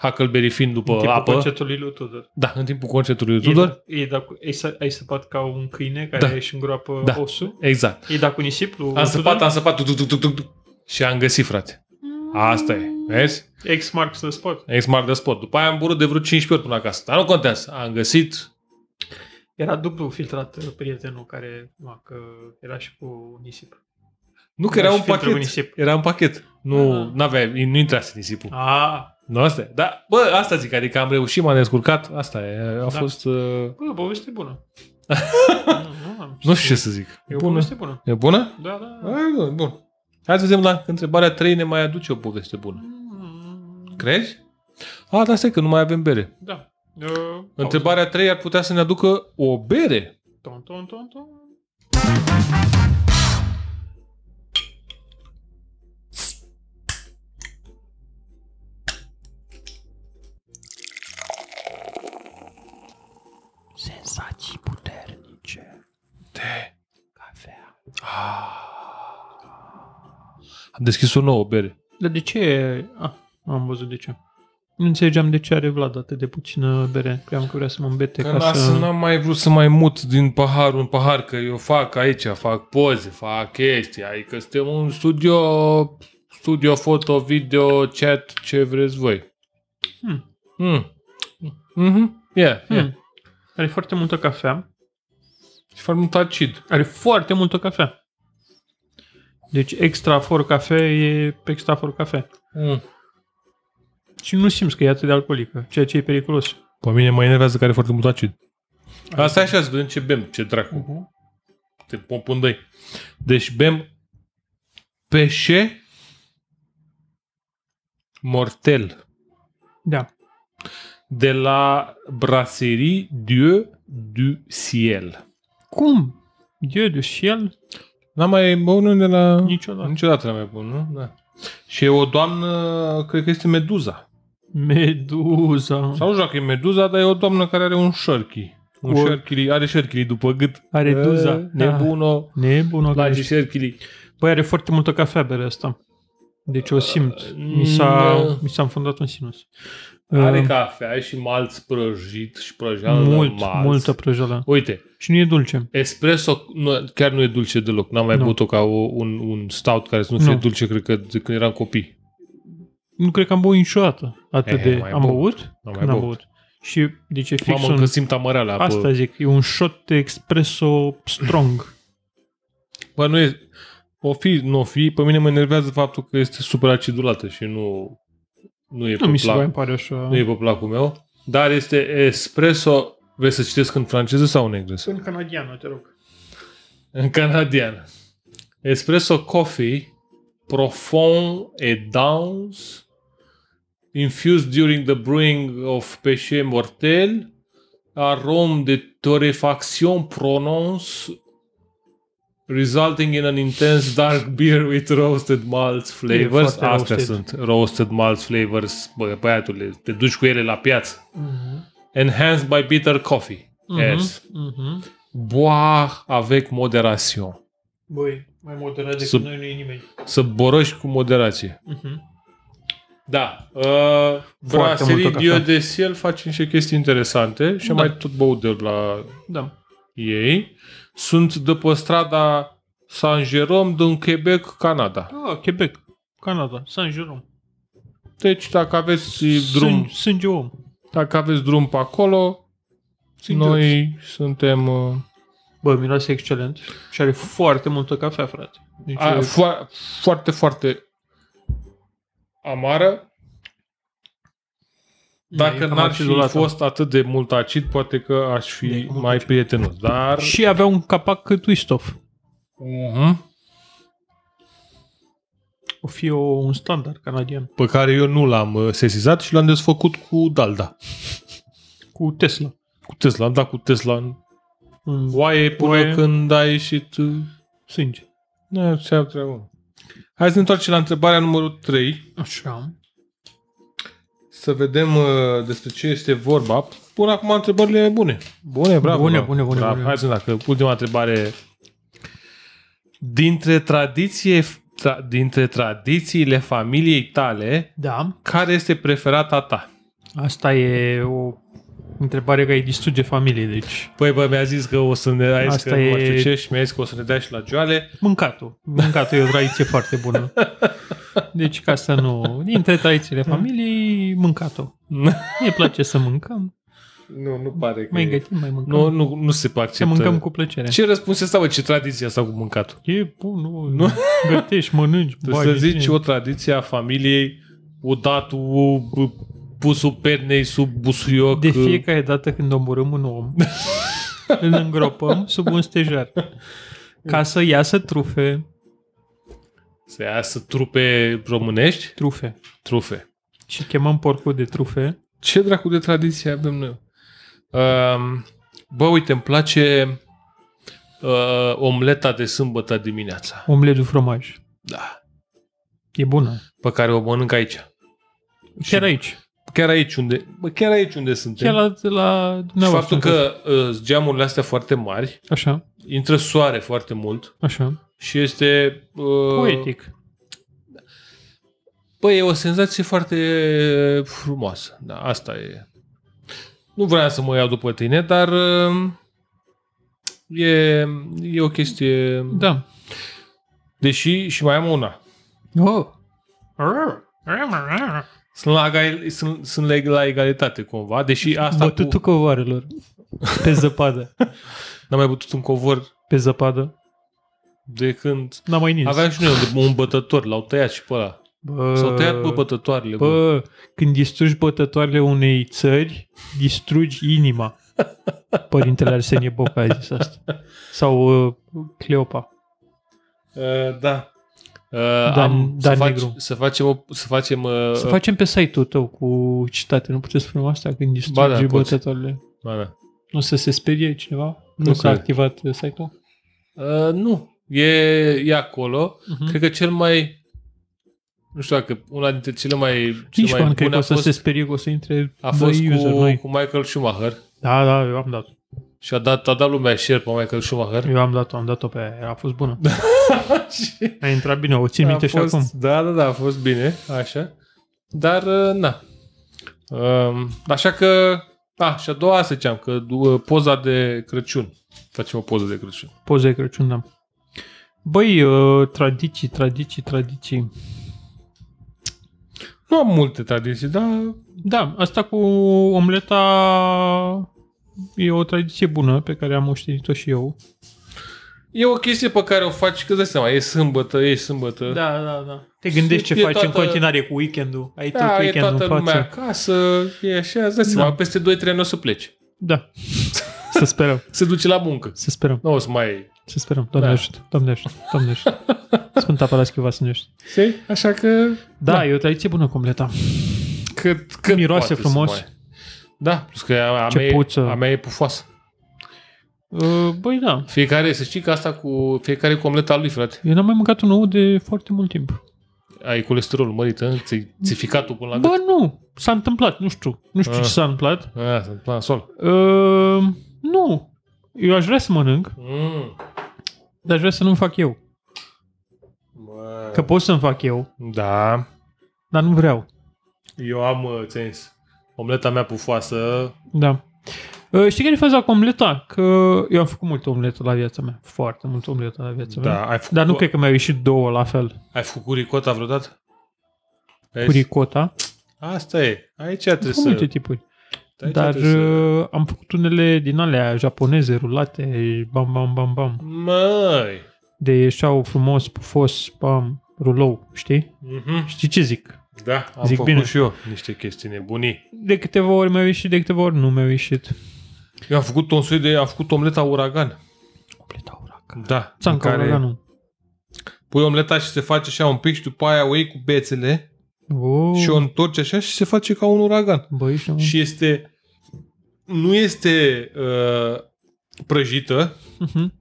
[SPEAKER 2] Huckleberry Finn după
[SPEAKER 1] Tipul
[SPEAKER 2] apă.
[SPEAKER 1] concetului lui Tudor.
[SPEAKER 2] Da, în timpul concertului lui Tudor.
[SPEAKER 1] E, da. e, dacă, ai, să- ai săpat ca un câine care
[SPEAKER 2] Da.
[SPEAKER 1] își îngroapă
[SPEAKER 2] Da.
[SPEAKER 1] osul.
[SPEAKER 2] Exact.
[SPEAKER 1] E dat cu nisip lui
[SPEAKER 2] Am săpat,
[SPEAKER 1] Tudor?
[SPEAKER 2] am săpat, tuc, tuc, tuc, tuc, tuc, și am găsit, frate. Asta e. Vezi?
[SPEAKER 1] Ex marks the spot.
[SPEAKER 2] Ex mark de spot. După aia am burut de vreo 15 ori până acasă. Dar nu contează. Am găsit.
[SPEAKER 1] Era dublu filtrat uh, prietenul care ma, că era și cu nisip.
[SPEAKER 2] Nu că era
[SPEAKER 1] Da,
[SPEAKER 2] un
[SPEAKER 1] și filtrul
[SPEAKER 2] pachet.
[SPEAKER 1] nisip.
[SPEAKER 2] Era un pachet. Nu,
[SPEAKER 1] Ah.
[SPEAKER 2] n-avea, nu intrase nisipul.
[SPEAKER 1] Ah,
[SPEAKER 2] Nu, asta e. Da, bă, asta zic. Adică am reușit, m-am descurcat. Asta e. A
[SPEAKER 1] Da.
[SPEAKER 2] fost... Uh,
[SPEAKER 1] bă, poveste bună. nu, nu, am
[SPEAKER 2] nu știu ce să zic.
[SPEAKER 1] E o poveste bună.
[SPEAKER 2] E bună?
[SPEAKER 1] Da, da. da.
[SPEAKER 2] A, bun, bun. Hai să vedem la întrebarea 3 ne mai aduce o poveste bună.
[SPEAKER 1] Mm,
[SPEAKER 2] Crezi? A, dar stai că nu mai avem bere.
[SPEAKER 1] Da. Uh,
[SPEAKER 2] Întrebarea 3 ar putea să ne aducă o bere.
[SPEAKER 1] Ton, ton, ton, ton. Ah.
[SPEAKER 2] Am deschis o nouă bere.
[SPEAKER 1] Dar de ce... Ah, am văzut de ce. Nu înțelegeam de ce are Vlad atât de puțină bere. Cream că vrea să mă îmbete
[SPEAKER 2] Că
[SPEAKER 1] ca
[SPEAKER 2] lasă,
[SPEAKER 1] să...
[SPEAKER 2] n-am mai vrut să mai mut din pahar un pahar, că eu fac aici, fac poze, fac chestii, adică suntem un studio, studio foto, video, chat, ce vreți voi.
[SPEAKER 1] Hmm.
[SPEAKER 2] Mm. Mm-hmm. Yeah, yeah.
[SPEAKER 1] Hmm. Are foarte multă cafea.
[SPEAKER 2] Și foarte mult acid.
[SPEAKER 1] Are foarte multă cafea. Deci extra for cafea e extra for cafea.
[SPEAKER 2] Mm.
[SPEAKER 1] Și nu simți că e atât de alcoolică, ceea ce e periculos.
[SPEAKER 2] Pe mine mă enervează că are foarte mult acid. Asta e așa, să vedem ce bem, ce dracu.
[SPEAKER 1] Uh-huh.
[SPEAKER 2] Te pompândăi. Deci bem peșe mortel
[SPEAKER 1] Da.
[SPEAKER 2] de la Brasserie Dieu du Ciel.
[SPEAKER 1] Cum? Dieu de ciel?
[SPEAKER 2] N-am mai băut unul de la...
[SPEAKER 1] Niciodată.
[SPEAKER 2] Niciodată n-am mai băut, nu? Da. Și e o doamnă, cred că este Meduza.
[SPEAKER 1] Meduza.
[SPEAKER 2] Sau nu știu dacă e Meduza, dar e o doamnă care are un șerchi. Un
[SPEAKER 1] Cu-
[SPEAKER 2] șerchili, are șerchili după gât.
[SPEAKER 1] Are duza.
[SPEAKER 2] E, Nebuno.
[SPEAKER 1] Nebună că
[SPEAKER 2] Place
[SPEAKER 1] ești.
[SPEAKER 2] șerchili.
[SPEAKER 1] Păi are foarte multă cafea berea asta. Deci o simt. Mi s-a,
[SPEAKER 2] nu.
[SPEAKER 1] mi s-a înfundat un sinus.
[SPEAKER 2] Mm, da. Are
[SPEAKER 1] Uh,
[SPEAKER 2] cafea și malț prăjit și prăjeală
[SPEAKER 1] mult,
[SPEAKER 2] la malț.
[SPEAKER 1] multă prăjoală.
[SPEAKER 2] Uite,
[SPEAKER 1] Și nu e dulce.
[SPEAKER 2] espresso nu, chiar nu e dulce deloc. N-am mai
[SPEAKER 1] Nu.
[SPEAKER 2] băut-o ca o, un, un stout care să nu fie
[SPEAKER 1] Nu.
[SPEAKER 2] dulce, cred că de când eram copii.
[SPEAKER 1] Nu cred că am băut niciodată atât
[SPEAKER 2] Eh,
[SPEAKER 1] de...
[SPEAKER 2] mai
[SPEAKER 1] Am
[SPEAKER 2] băut.
[SPEAKER 1] băut?
[SPEAKER 2] mai
[SPEAKER 1] Când am
[SPEAKER 2] băut.
[SPEAKER 1] băut. Și deci e fix
[SPEAKER 2] Mamă,
[SPEAKER 1] un...
[SPEAKER 2] că simt amăreala. pe-
[SPEAKER 1] Asta zic, e un shot espresso strong.
[SPEAKER 2] Bă, nu e... O fi, nu o fi. Pe mine mă enervează faptul că este super acidulată și nu, nu e
[SPEAKER 1] nu
[SPEAKER 2] pe
[SPEAKER 1] mi se
[SPEAKER 2] plac,
[SPEAKER 1] mai pare așa...
[SPEAKER 2] nu e pe placul meu. Dar este espresso... Vrei să citesc în franceză sau în engleză?
[SPEAKER 1] Sunt canadiană, te rog.
[SPEAKER 2] În canadian. Espresso coffee profond et dense infused during the brewing of péché mortel arôme de torréfaction prononce resulting in an intense dark beer with roasted malts flavors.
[SPEAKER 1] foarte
[SPEAKER 2] Astea
[SPEAKER 1] roasted.
[SPEAKER 2] sunt roasted malts flavors, bă, băiatule, te duci cu ele la piață.
[SPEAKER 1] Mhm,
[SPEAKER 2] Enhanced by bitter coffee. Yes.
[SPEAKER 1] mhm.
[SPEAKER 2] Boire avec modération.
[SPEAKER 1] Băi, mai moderat decât
[SPEAKER 2] Sub-
[SPEAKER 1] noi nu e nimeni.
[SPEAKER 2] Să borăști cu moderație. Da. Uh, Brasserie
[SPEAKER 1] multă cafea.
[SPEAKER 2] Dieu de Ciel face niște chestii interesante și am
[SPEAKER 1] Da.
[SPEAKER 2] mai tot băut de la
[SPEAKER 1] Da.
[SPEAKER 2] ei. Sunt de pe strada Saint-Jérôme din Quebec, Canada.
[SPEAKER 1] Ah, Quebec, Canada, San Jerome.
[SPEAKER 2] Deci dacă aveți drum,
[SPEAKER 1] Sânge, sânge om.
[SPEAKER 2] dacă aveți drum pe acolo,
[SPEAKER 1] Sânge om.
[SPEAKER 2] noi suntem... Uh,
[SPEAKER 1] Bă, miroase excelent și are foarte multă cafea, frate. Deci
[SPEAKER 2] A,
[SPEAKER 1] e-
[SPEAKER 2] fo- foarte, foarte amară. Dacă
[SPEAKER 1] e cam
[SPEAKER 2] n-ar fi
[SPEAKER 1] acidulată.
[SPEAKER 2] fost atât de mult acid, poate că aș fi
[SPEAKER 1] E cum
[SPEAKER 2] mai prietenos. Dar...
[SPEAKER 1] Și avea un capac cât Twistoff.
[SPEAKER 2] Uh-huh.
[SPEAKER 1] Mhm. O fi o, un standard canadian.
[SPEAKER 2] Pe care eu nu l-am uh, sesizat și l-am desfăcut cu Dalda.
[SPEAKER 1] Cu Tesla.
[SPEAKER 2] Cu Tesla. Am dat cu Tesla în
[SPEAKER 1] În
[SPEAKER 2] oaie până
[SPEAKER 1] Oaie.
[SPEAKER 2] când a ieșit... uh,
[SPEAKER 1] sânge.
[SPEAKER 2] Nu, ce a treabă. Hai să ne întoarcem la întrebarea numărul 3.
[SPEAKER 1] Așa.
[SPEAKER 2] Să vedem uh, despre ce este vorba. Pun acum întrebările bune. Bune, bravo.
[SPEAKER 1] Bune,
[SPEAKER 2] bravo.
[SPEAKER 1] bune, bune,
[SPEAKER 2] Bravo.
[SPEAKER 1] bune.
[SPEAKER 2] Hai să vedem dacă ultima întrebare. Dintre, tradiție, tra, dintre tradițiile familiei tale,
[SPEAKER 1] Da,
[SPEAKER 2] care este preferata ta?
[SPEAKER 1] asta e o întrebare care îi distruge familie, deci
[SPEAKER 2] Păi, bă, mi-a zis că o să ne dai
[SPEAKER 1] Asta
[SPEAKER 2] că nu mai
[SPEAKER 1] e-
[SPEAKER 2] știu ce și mi-a zis că o să ne dai și la joale.
[SPEAKER 1] mâncatul. Mâncatul e o tradiție foarte bună. Deci ca să nu... Dintre tradițiile
[SPEAKER 2] Mm.
[SPEAKER 1] familiei, mâncatul. Ne place să mâncăm.
[SPEAKER 2] nu, nu pare că
[SPEAKER 1] Mai
[SPEAKER 2] e.
[SPEAKER 1] gătim, mai mâncăm.
[SPEAKER 2] Nu, nu, nu se
[SPEAKER 1] să
[SPEAKER 2] acceptă.
[SPEAKER 1] mâncăm cu plăcere.
[SPEAKER 2] Ce răspuns e asta, bă? Ce tradiție asta cu mâncatul?
[SPEAKER 1] E bun, nu, nu. gătești, mănânci,
[SPEAKER 2] Trebuie să zici o tradiție a familiei, o dat o, pusul pernei sub busuioc. uh,
[SPEAKER 1] De fiecare dată când omorâm un om, îl îngropăm sub un stejar. Ca să iasă trufe.
[SPEAKER 2] Să iasă trupe românești,
[SPEAKER 1] Trufe.
[SPEAKER 2] trufe.
[SPEAKER 1] Și chemăm porcul de trufe.
[SPEAKER 2] Ce dracu de tradiție avem noi? Um, bă, uite, îmi place uh, omleta de sâmbătă dimineața.
[SPEAKER 1] Omlet de fromaj.
[SPEAKER 2] Da.
[SPEAKER 1] E bună.
[SPEAKER 2] Pe care o mănânc aici.
[SPEAKER 1] Chiar aici.
[SPEAKER 2] Chiar aici unde, bă, chiar aici unde suntem.
[SPEAKER 1] Chiar la, la
[SPEAKER 2] și
[SPEAKER 1] dumneavoastră.
[SPEAKER 2] faptul că uh, geamurile astea foarte mari,
[SPEAKER 1] Așa,
[SPEAKER 2] intră soare foarte mult
[SPEAKER 1] așa.
[SPEAKER 2] și este... Uh,
[SPEAKER 1] Poetic.
[SPEAKER 2] Păi e o senzație foarte frumoasă. Da, asta e. Nu vreau să mă iau după tine, dar uh, e, e o chestie...
[SPEAKER 1] Da.
[SPEAKER 2] Deși și mai am una.
[SPEAKER 1] Oh.
[SPEAKER 2] Sunt la, egal- sunt, sunt la- la egalitate cumva, deși asta
[SPEAKER 1] Bătutul
[SPEAKER 2] cu...
[SPEAKER 1] covoarelor. Pe zăpadă.
[SPEAKER 2] N-am mai bătut un covor
[SPEAKER 1] Pe zăpadă.
[SPEAKER 2] de când...
[SPEAKER 1] N-am mai nins.
[SPEAKER 2] Aveam și noi un- un bătător, l-au tăiat și pe ăla.
[SPEAKER 1] Bă,
[SPEAKER 2] S-au tăiat, bă, bătătoarele. Bă.
[SPEAKER 1] Bă, când distrugi bătătoarele unei țări, distrugi inima. Părintele Arsenie Boca a zis asta. Sau uh, Cleopa.
[SPEAKER 2] Uh, da. Uh,
[SPEAKER 1] Dan-
[SPEAKER 2] am,
[SPEAKER 1] Dan
[SPEAKER 2] să, fac,
[SPEAKER 1] Negru.
[SPEAKER 2] să facem, o, să facem, uh,
[SPEAKER 1] Să facem pe site-ul tău cu citate, nu puteți spune asta când distrugi
[SPEAKER 2] da,
[SPEAKER 1] da,
[SPEAKER 2] poți.
[SPEAKER 1] bătătoarele.
[SPEAKER 2] Ba, da.
[SPEAKER 1] Nu o să se sperie cineva? Nu
[SPEAKER 2] Nu
[SPEAKER 1] s-a
[SPEAKER 2] cred.
[SPEAKER 1] activat uh, site-ul?
[SPEAKER 2] Uh, nu, e, e acolo.
[SPEAKER 1] Mhm.
[SPEAKER 2] Cred că cel mai nu știu dacă una dintre cele mai
[SPEAKER 1] Nici
[SPEAKER 2] cele mai
[SPEAKER 1] bani, cred
[SPEAKER 2] bune
[SPEAKER 1] că o
[SPEAKER 2] a
[SPEAKER 1] să se
[SPEAKER 2] fost,
[SPEAKER 1] sperie că o să intre
[SPEAKER 2] a fost
[SPEAKER 1] noi user,
[SPEAKER 2] cu,
[SPEAKER 1] noi.
[SPEAKER 2] cu Michael Schumacher
[SPEAKER 1] Da, da, eu am dat.
[SPEAKER 2] și a dat, a dat lumea share pe Michael Schumacher.
[SPEAKER 1] Eu am dat-o, am dat-o pe aia. A fost bună. A intrat bine, o țin minte
[SPEAKER 2] a
[SPEAKER 1] și
[SPEAKER 2] fost,
[SPEAKER 1] acum.
[SPEAKER 2] Da, da, da, a fost bine, așa. Dar, uh, na. Um, așa că, a, și a doua să ziceam, că uh, poza de Crăciun. Facem o poză de Crăciun.
[SPEAKER 1] Poze de Crăciun, da. Băi, uh, tradiții, tradiții, tradiții.
[SPEAKER 2] Nu am multe tradiții, dar
[SPEAKER 1] Da, asta cu omleta e o tradiție bună pe care am moștenit-o și eu.
[SPEAKER 2] e o chestie pe care o faci, că îți dai seama, e sâmbătă, e sâmbătă.
[SPEAKER 1] Da, da, da. Te gândești ce
[SPEAKER 2] E
[SPEAKER 1] faci în
[SPEAKER 2] toată-
[SPEAKER 1] continuare cu weekendul. Ai tot
[SPEAKER 2] Da, e
[SPEAKER 1] weekendul
[SPEAKER 2] toată
[SPEAKER 1] în
[SPEAKER 2] lumea
[SPEAKER 1] față.
[SPEAKER 2] acasă, e așa, îți dai seama,
[SPEAKER 1] Da.
[SPEAKER 2] peste 2-3 ani o să pleci.
[SPEAKER 1] Da. Să sperăm,
[SPEAKER 2] Se duce la muncă.
[SPEAKER 1] să sperăm,
[SPEAKER 2] Nu o să mai...
[SPEAKER 1] să sperăm. Doamne
[SPEAKER 2] Da.
[SPEAKER 1] ajută, Doamne ajută, Doamne ajută. Sfânta Paraschiva să ne ajute.
[SPEAKER 2] Știi? Așa că...
[SPEAKER 1] Da, da, e o tradiție bună completa.
[SPEAKER 2] Cât, cât
[SPEAKER 1] Miroase
[SPEAKER 2] poate să
[SPEAKER 1] frumos.
[SPEAKER 2] mai- Da, plus că a, a,
[SPEAKER 1] Ce
[SPEAKER 2] mea, e,
[SPEAKER 1] puță.
[SPEAKER 2] a mea e pufoasă.
[SPEAKER 1] Uh, Băi, da.
[SPEAKER 2] Fiecare, să știi că asta cu fiecare cu omleta lui, frate.
[SPEAKER 1] Eu n-am mai mâncat un ou de foarte mult timp.
[SPEAKER 2] Ai colesterolul mărit, hă? ți ți ficatul până la gât.
[SPEAKER 1] Bă, nu! S-a întâmplat, nu știu. Nu știu
[SPEAKER 2] Ah.
[SPEAKER 1] ce s-a întâmplat.
[SPEAKER 2] Ah, sunt la sol.
[SPEAKER 1] Uh, nu. Eu aș vrea să mănânc,
[SPEAKER 2] Mm.
[SPEAKER 1] dar aș vrea să nu-mi fac eu.
[SPEAKER 2] Bă.
[SPEAKER 1] Că pot să-mi fac eu,
[SPEAKER 2] Da.
[SPEAKER 1] dar nu vreau.
[SPEAKER 2] Eu am, uh, ți-am zis, omleta mea pufoasă.
[SPEAKER 1] Da. Uh, Știi care e faza cu omleta? Că eu am făcut multe omletă la viața mea. Foarte mult omletă la viața mea.
[SPEAKER 2] Da, ai făcut,
[SPEAKER 1] Mm. Dar nu cred că mi-au ieșit două la fel.
[SPEAKER 2] ai făcut ricota vreodată?
[SPEAKER 1] Cu
[SPEAKER 2] Vezi?
[SPEAKER 1] ricota.
[SPEAKER 2] Asta e. Aici
[SPEAKER 1] Am
[SPEAKER 2] trebuie
[SPEAKER 1] făcut
[SPEAKER 2] să...
[SPEAKER 1] multe tipuri.
[SPEAKER 2] aici
[SPEAKER 1] Dar
[SPEAKER 2] trebuie să...
[SPEAKER 1] uh, am făcut unele din alea japoneze, rulate, bam, bam, bam, bam.
[SPEAKER 2] Măi!
[SPEAKER 1] De ieșeau frumos, pufos, bam, rulou, știi?
[SPEAKER 2] Mhm.
[SPEAKER 1] Știi ce zic?
[SPEAKER 2] Da, am
[SPEAKER 1] Zic
[SPEAKER 2] făcut
[SPEAKER 1] bine.
[SPEAKER 2] și eu niște chestii nebunii.
[SPEAKER 1] De câteva ori mi-au ieșit, de câteva ori nu mi-au ieșit.
[SPEAKER 2] Eu am făcut un soi de... Am făcut omleta uragan.
[SPEAKER 1] Completa uragan.
[SPEAKER 2] Da. în
[SPEAKER 1] Țanca care... uraganul.
[SPEAKER 2] Pui omleta și se face așa un pic și după aia o iei cu bețele
[SPEAKER 1] Oh,
[SPEAKER 2] și o întorci așa și se face ca un uragan.
[SPEAKER 1] Băi, și un-
[SPEAKER 2] Și este... Nu este uh, prăjită,
[SPEAKER 1] Mhm,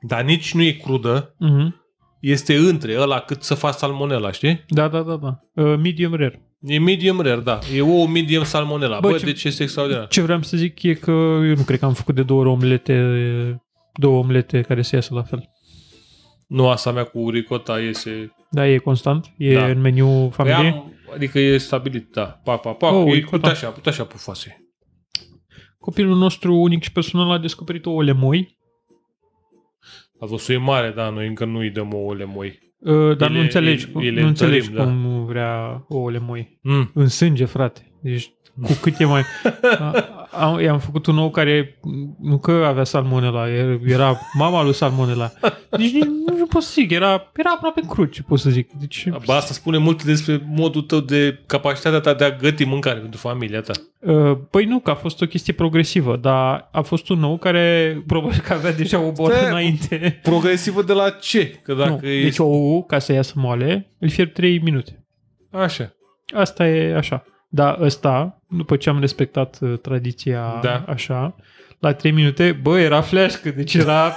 [SPEAKER 2] dar nici nu e crudă.
[SPEAKER 1] mhm.
[SPEAKER 2] Este între ăla cât să faci salmonela, știi?
[SPEAKER 1] Da, da, da, da. Uh, medium rare.
[SPEAKER 2] E medium rare, da. E o medium salmonela.
[SPEAKER 1] Bă,
[SPEAKER 2] Bă, Bă
[SPEAKER 1] ce-
[SPEAKER 2] deci este extraordinar.
[SPEAKER 1] Ce vreau să zic e că eu nu cred că am făcut de două ori omlete, două omlete care să iasă la fel.
[SPEAKER 2] Nu, asta mea cu ricota iese
[SPEAKER 1] Da, e constant? E
[SPEAKER 2] Da.
[SPEAKER 1] în meniu
[SPEAKER 2] Păi
[SPEAKER 1] familie?
[SPEAKER 2] am, adică e stabilit, da. Pa, pa, pa.
[SPEAKER 1] Oh,
[SPEAKER 2] Oh, e
[SPEAKER 1] uite,
[SPEAKER 2] put
[SPEAKER 1] da.
[SPEAKER 2] așa, put așa pufoase.
[SPEAKER 1] Copilul nostru unic și personal a descoperit ouăle moi,
[SPEAKER 2] A fost e mare, da, noi încă nu-i dăm ouăle moi.
[SPEAKER 1] uh, dar
[SPEAKER 2] Ele-
[SPEAKER 1] nu înțelegi,
[SPEAKER 2] ele-
[SPEAKER 1] cum-
[SPEAKER 2] ele
[SPEAKER 1] nu înțelegi
[SPEAKER 2] întărim, da.
[SPEAKER 1] cum vrea ouăle moi.
[SPEAKER 2] Mm.
[SPEAKER 1] În sânge, frate. Deci cu cât e mai... A, a, i-am făcut un ou care nu că avea salmonela, era- era mama lui salmonela. Deci nici, nu, nu pot să zic, era, era aproape cruce, pot să zic. Deci,
[SPEAKER 2] Ba, asta spune multe despre modul tău de capacitatea ta de a găti mâncare pentru familia ta.
[SPEAKER 1] Uh, Păi nu, că a fost o chestie progresivă, dar a fost un nou care probabil că avea deja o boră
[SPEAKER 2] Stai.
[SPEAKER 1] înainte.
[SPEAKER 2] Progresivă de la ce? Că dacă
[SPEAKER 1] nu,
[SPEAKER 2] e...
[SPEAKER 1] Deci ou, ca să iasă moale, îl fier 3 minute.
[SPEAKER 2] Așa.
[SPEAKER 1] Asta e așa. Dar ăsta, după ce am respectat uh, tradiția
[SPEAKER 2] Da.
[SPEAKER 1] așa, la 3 minute, bă, era fleașcă, deci era...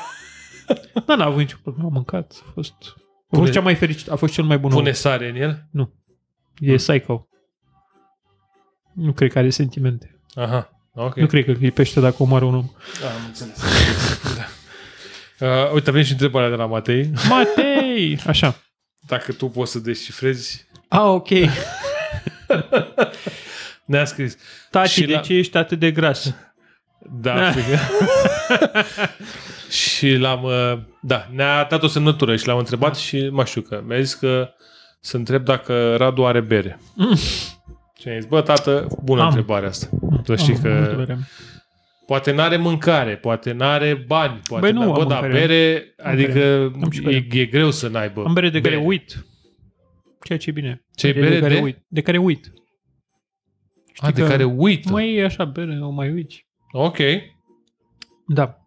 [SPEAKER 1] da, n-a avut nicio problemă, am mâncat. A fost... A
[SPEAKER 2] Pune-
[SPEAKER 1] fost cea mai fericit, a fost cel mai bun
[SPEAKER 2] Pune
[SPEAKER 1] ou.
[SPEAKER 2] sare în el?
[SPEAKER 1] E psycho. Nu cred că are sentimente.
[SPEAKER 2] Aha. Ok.
[SPEAKER 1] Nu cred că îl clipește dacă omoară un om.
[SPEAKER 2] Am înțeles. da. Uh, uite, a venit și întrebarea de la Matei.
[SPEAKER 1] Matei! Așa.
[SPEAKER 2] Dacă tu poți să descifrezi,
[SPEAKER 1] Ah, ok.
[SPEAKER 2] ne-a scris.
[SPEAKER 1] Tati,
[SPEAKER 2] Și
[SPEAKER 1] de
[SPEAKER 2] la-
[SPEAKER 1] ce ești atât de gras?
[SPEAKER 2] Da, frică. și l-am... uh, Da, ne-a dat o semnătură și l-am întrebat și mă știu că mi-a zis că să întreb dacă Radu are bere. Și mi-a zis, bă, tată, bună
[SPEAKER 1] Mm. Am.
[SPEAKER 2] întrebarea asta. Să știi
[SPEAKER 1] Am multă
[SPEAKER 2] că
[SPEAKER 1] bere.
[SPEAKER 2] poate n-are mâncare, poate n-are bani, poate
[SPEAKER 1] Băi, nu
[SPEAKER 2] n-a- bă,
[SPEAKER 1] am
[SPEAKER 2] da,
[SPEAKER 1] mâncare.
[SPEAKER 2] bere, adică
[SPEAKER 1] Am și
[SPEAKER 2] e,
[SPEAKER 1] bere.
[SPEAKER 2] e, greu să n-aibă.
[SPEAKER 1] Am bere de care uit. Ceea ce e bine.
[SPEAKER 2] Ce e
[SPEAKER 1] de,
[SPEAKER 2] bere
[SPEAKER 1] de care
[SPEAKER 2] de?
[SPEAKER 1] uit. De care uit.
[SPEAKER 2] A, Ah, de
[SPEAKER 1] că-
[SPEAKER 2] care uită.
[SPEAKER 1] Mai e așa bere, o mai uiți.
[SPEAKER 2] Ok.
[SPEAKER 1] Da.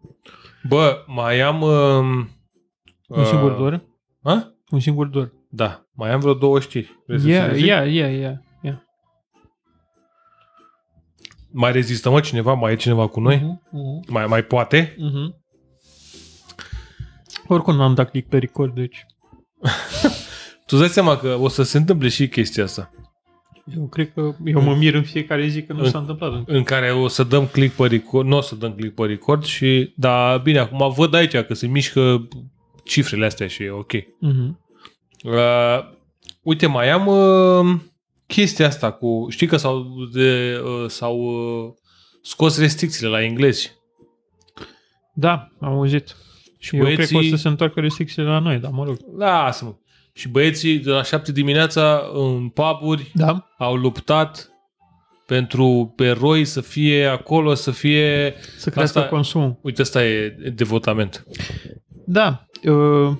[SPEAKER 2] Bă, mai am... Um, uh,
[SPEAKER 1] Un
[SPEAKER 2] Ah.
[SPEAKER 1] singur dor.
[SPEAKER 2] A?
[SPEAKER 1] Un singur dor.
[SPEAKER 2] Da, mai am vreo două știri. Vrei să ți
[SPEAKER 1] Ia,
[SPEAKER 2] le zic?
[SPEAKER 1] ia, ia, ia. ia.
[SPEAKER 2] Mai rezistă, mă, cineva? Mai e cineva cu noi?
[SPEAKER 1] Mhm, mhm,
[SPEAKER 2] Mai, mai poate?
[SPEAKER 1] mhm. Oricum n-am dat click pe record, deci
[SPEAKER 2] Tu îți dai seama că o să se întâmple și chestia asta,
[SPEAKER 1] eu cred că eu mă mir în fiecare zi că nu
[SPEAKER 2] În-
[SPEAKER 1] s-a întâmplat încă.
[SPEAKER 2] în care o să dăm click pe record, nu o să dăm click pe record și, dar bine, acum văd aici că se mișcă cifrele astea și e ok.
[SPEAKER 1] Mhm.
[SPEAKER 2] Uh, uite, mai am uh, chestia asta cu, știi că s-au, de, uh, s-au uh, scos restricțiile la englezi.
[SPEAKER 1] Da, am auzit.
[SPEAKER 2] Și
[SPEAKER 1] Eu cred
[SPEAKER 2] băieții-
[SPEAKER 1] că o să se întoarcă restricțiile la noi, dar mă rog.
[SPEAKER 2] Lasă-mă. Și băieții de la 7 dimineața în puburi
[SPEAKER 1] Da?
[SPEAKER 2] au luptat pentru pe roi să fie acolo, să fie...
[SPEAKER 1] Să crească
[SPEAKER 2] Asta-
[SPEAKER 1] consumul.
[SPEAKER 2] Uite, asta e devotament.
[SPEAKER 1] Da, eu,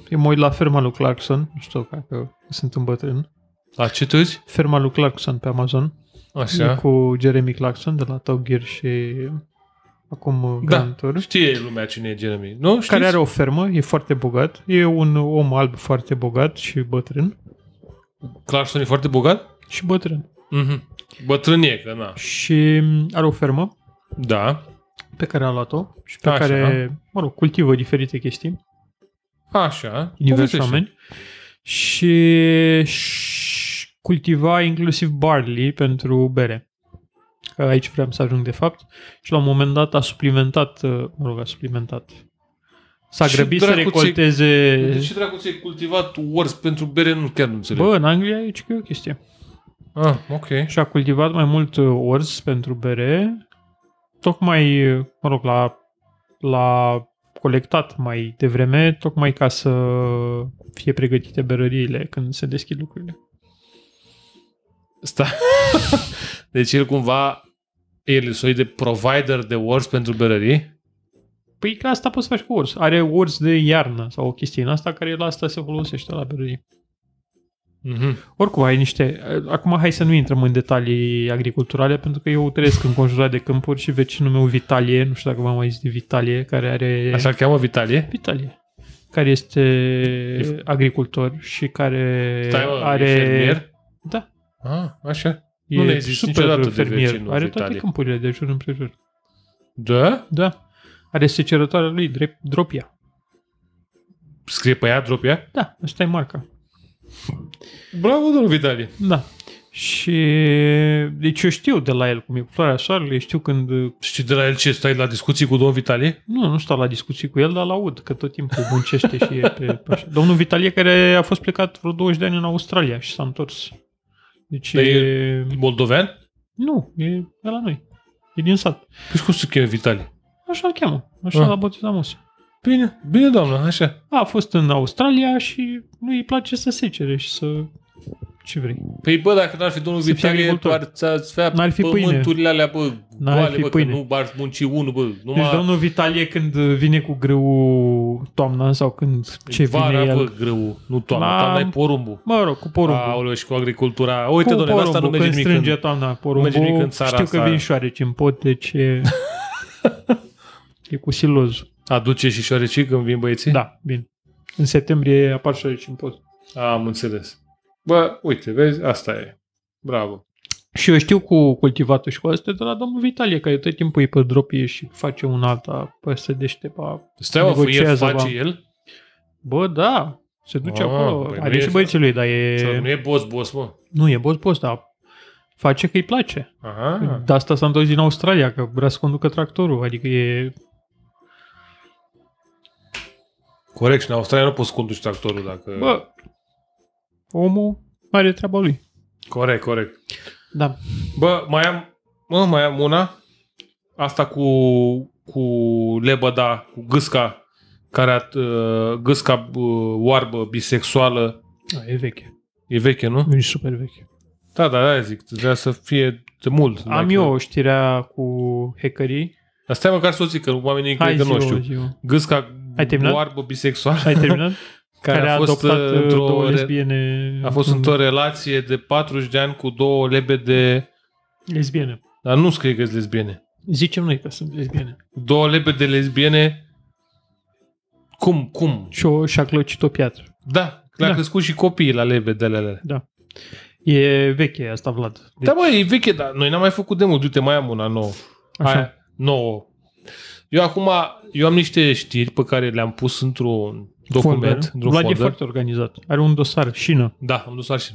[SPEAKER 1] eu mă uit la ferma lui Clarkson, nu știu dacă sunt un bătrân.
[SPEAKER 2] La ce te uiți?
[SPEAKER 1] Ferma lui Clarkson pe Amazon, e
[SPEAKER 2] Așa.
[SPEAKER 1] cu Jeremy Clarkson de la Top Gear și acum
[SPEAKER 2] Da,
[SPEAKER 1] Grand Tour,
[SPEAKER 2] știe lumea cine e Jeremy, nu? Știți?
[SPEAKER 1] care are o fermă, e foarte bogat, e un om alb foarte bogat și bătrân.
[SPEAKER 2] Clarkson e foarte bogat?
[SPEAKER 1] Și bătrân.
[SPEAKER 2] Mhm. Bătrân e, că na.
[SPEAKER 1] Și are o fermă
[SPEAKER 2] Da.
[SPEAKER 1] pe care a luat-o și pe
[SPEAKER 2] Așa.
[SPEAKER 1] care, mă rog, cultivă diferite chestii.
[SPEAKER 2] Așa.
[SPEAKER 1] diversi
[SPEAKER 2] Povestește.
[SPEAKER 1] oameni și, și cultiva inclusiv barley pentru bere. Că Aici vreau să ajung de fapt și la un moment dat a suplimentat, uh, mă rog, a suplimentat. S-a
[SPEAKER 2] Și Deci-
[SPEAKER 1] grăbit să
[SPEAKER 2] dracu ți-ai-
[SPEAKER 1] recolteze...
[SPEAKER 2] De ce dracu ți-ai cultivat ors pentru bere? Nu chiar nu înțeleg.
[SPEAKER 1] Bă, în Anglia e că e o chestie.
[SPEAKER 2] Ah, ok.
[SPEAKER 1] Și a cultivat mai mult uh, orz pentru bere, tocmai, uh, mă rog, la, la colectat mai devreme, tocmai ca să fie pregătite berăriile când se deschid lucrurile.
[SPEAKER 2] Sta. deci el cumva el e soi de provider de ors pentru berării?
[SPEAKER 1] Păi că asta poți să faci cu urs. Are urs de iarnă sau o chestie în asta care la asta se folosește la berărie.
[SPEAKER 2] Mhm.
[SPEAKER 1] Oricum ai niște... uh, Acum hai să nu intrăm în detalii agriculturale pentru că eu trăiesc înconjurat de câmpuri și vecinul meu Vitalie, nu știu dacă v-am mai zis de Vitalie, care are...
[SPEAKER 2] Așa îl cheamă Vitalie?
[SPEAKER 1] Vitalie. Care este agricultor și care
[SPEAKER 2] Stai, mă,
[SPEAKER 1] are...
[SPEAKER 2] e fermier?
[SPEAKER 1] Da.
[SPEAKER 2] Ah, așa.
[SPEAKER 1] E
[SPEAKER 2] Nu le-ai zis niciodată de vecinul
[SPEAKER 1] Are toate
[SPEAKER 2] Vitalie.
[SPEAKER 1] câmpurile de jur împrejur.
[SPEAKER 2] Da?
[SPEAKER 1] Da. Are secerătoarea lui, drept, Dropia.
[SPEAKER 2] Scrie pe ea, drop ea?
[SPEAKER 1] Da, asta e marca.
[SPEAKER 2] Bravo, domnul Vitalie.
[SPEAKER 1] Da. Și deci eu știu de la el cum e cu floarea soarelui, știu când
[SPEAKER 2] Știi de la el ce? Stai la discuții cu domnul Vitalie?
[SPEAKER 1] nu, nu stau la discuții cu el, dar l-aud că tot timpul muncește și e pe, pe așa. Domnul Vitalie care a fost plecat vreo 20 de ani în Australia și s-a întors. Deci
[SPEAKER 2] Dar
[SPEAKER 1] e...
[SPEAKER 2] Moldovean?
[SPEAKER 1] Nu, e de la noi. E din sat.
[SPEAKER 2] Păi cum se cheamă Vitalie?
[SPEAKER 1] Așa îl cheamă. Așa
[SPEAKER 2] Ah.
[SPEAKER 1] l-a botezat Moise.
[SPEAKER 2] Bine, bine, doamnă, așa.
[SPEAKER 1] A fost în Australia și lui îi place să secere și să... Ce vrei?
[SPEAKER 2] Păi bă, dacă n-ar fi domnul
[SPEAKER 1] Să fie
[SPEAKER 2] Vitalie,
[SPEAKER 1] agricultor.
[SPEAKER 2] doar ți-ați fea
[SPEAKER 1] N-ar fi pâine.
[SPEAKER 2] pământurile alea, bă,
[SPEAKER 1] N-ar
[SPEAKER 2] goale,
[SPEAKER 1] fi
[SPEAKER 2] bă,
[SPEAKER 1] pâine.
[SPEAKER 2] că nu ar munci unul, bă. Numai
[SPEAKER 1] Deci domnul Vitalie când vine cu greu toamna sau când ce vine
[SPEAKER 2] Păi vara,
[SPEAKER 1] el...
[SPEAKER 2] bă, greu, nu toamna,
[SPEAKER 1] La-
[SPEAKER 2] toamna e porumbul.
[SPEAKER 1] Mă rog, cu porumbul.
[SPEAKER 2] Aoleu, și cu agricultura. Uite,
[SPEAKER 1] cu
[SPEAKER 2] doamne, la asta nu merge
[SPEAKER 1] când
[SPEAKER 2] nimic.
[SPEAKER 1] strânge
[SPEAKER 2] în-
[SPEAKER 1] toamna
[SPEAKER 2] merge nimic
[SPEAKER 1] porumbul,
[SPEAKER 2] în
[SPEAKER 1] știu
[SPEAKER 2] țara
[SPEAKER 1] că
[SPEAKER 2] asta.
[SPEAKER 1] vin șoareci în pot, deci e, e cu silozul.
[SPEAKER 2] Aduce și șoarecii când vin băieții?
[SPEAKER 1] Da, bine. În septembrie apar șoareci în pot.
[SPEAKER 2] Am înțeles. Bă, uite, vezi, asta e. Bravo.
[SPEAKER 1] Și eu știu cu cultivatul și cu asta de la domnul Vitalie, că tot timpul e pe dropie și face un alta păi pe să deștepa.
[SPEAKER 2] Stai, mă, fă el,
[SPEAKER 1] Negociază,
[SPEAKER 2] face
[SPEAKER 1] bă.
[SPEAKER 2] el?
[SPEAKER 1] Bă, da, se duce
[SPEAKER 2] Ah,
[SPEAKER 1] acolo.
[SPEAKER 2] păi nu
[SPEAKER 1] Are
[SPEAKER 2] e
[SPEAKER 1] și
[SPEAKER 2] așa.
[SPEAKER 1] băieții lui, dar
[SPEAKER 2] Sau
[SPEAKER 1] e...
[SPEAKER 2] Nu e boss, boss, mă.
[SPEAKER 1] Nu, e boss boss, dar face că îi place.
[SPEAKER 2] Aha.
[SPEAKER 1] De asta s-a întors din Australia, că vrea să conducă tractorul, adică e
[SPEAKER 2] Corect, și în Australia nu poți să conduci tractorul dacă...
[SPEAKER 1] Bă, omul are treaba lui.
[SPEAKER 2] Corect, corect.
[SPEAKER 1] Da.
[SPEAKER 2] Bă, mai am, mă, mai am una. Asta cu, cu lebăda, cu gâsca, care a, uh, gâsca uh, oarbă, bisexuală.
[SPEAKER 1] da. E veche.
[SPEAKER 2] E veche, nu?
[SPEAKER 1] E super veche.
[SPEAKER 2] Da, da, da, zic. Trebuia să fie de mult.
[SPEAKER 1] Am eu știrea cu hackerii.
[SPEAKER 2] Dar stai măcar să o zic, că oamenii
[SPEAKER 1] Hai
[SPEAKER 2] cred că
[SPEAKER 1] zi-o,
[SPEAKER 2] nu știu.
[SPEAKER 1] zi-o.
[SPEAKER 2] Gâsca
[SPEAKER 1] Ai terminat?
[SPEAKER 2] oarbă bisexuală
[SPEAKER 1] Ai terminat?
[SPEAKER 2] care,
[SPEAKER 1] a,
[SPEAKER 2] a fost
[SPEAKER 1] adoptat
[SPEAKER 2] uh, Mhm.
[SPEAKER 1] uh, două
[SPEAKER 2] într-o, re-
[SPEAKER 1] lesbiene.
[SPEAKER 2] a fost într-o relație de 40 de ani cu două lebede,
[SPEAKER 1] Lesbiene.
[SPEAKER 2] dar nu scrie că sunt lesbiene.
[SPEAKER 1] Zicem noi că sunt lesbiene.
[SPEAKER 2] Două lebede lesbiene cum, cum?
[SPEAKER 1] Și o și-a clăcit o piatră.
[SPEAKER 2] Da, le-a
[SPEAKER 1] Da.
[SPEAKER 2] crescut și copiii la lebedele alea. Deci-
[SPEAKER 1] Da. E veche asta, Vlad.
[SPEAKER 2] Da, bă, e veche, dar noi n-am mai făcut de mult. Du-te, mai am una nouă.
[SPEAKER 1] Așa.
[SPEAKER 2] Aia, nouă. Eu acum, eu am niște știri pe care le-am pus într-un document,
[SPEAKER 1] folder.
[SPEAKER 2] într-un
[SPEAKER 1] Vlad e
[SPEAKER 2] folder.
[SPEAKER 1] foarte organizat. Are un dosar, șină.
[SPEAKER 2] Da, am dus așa.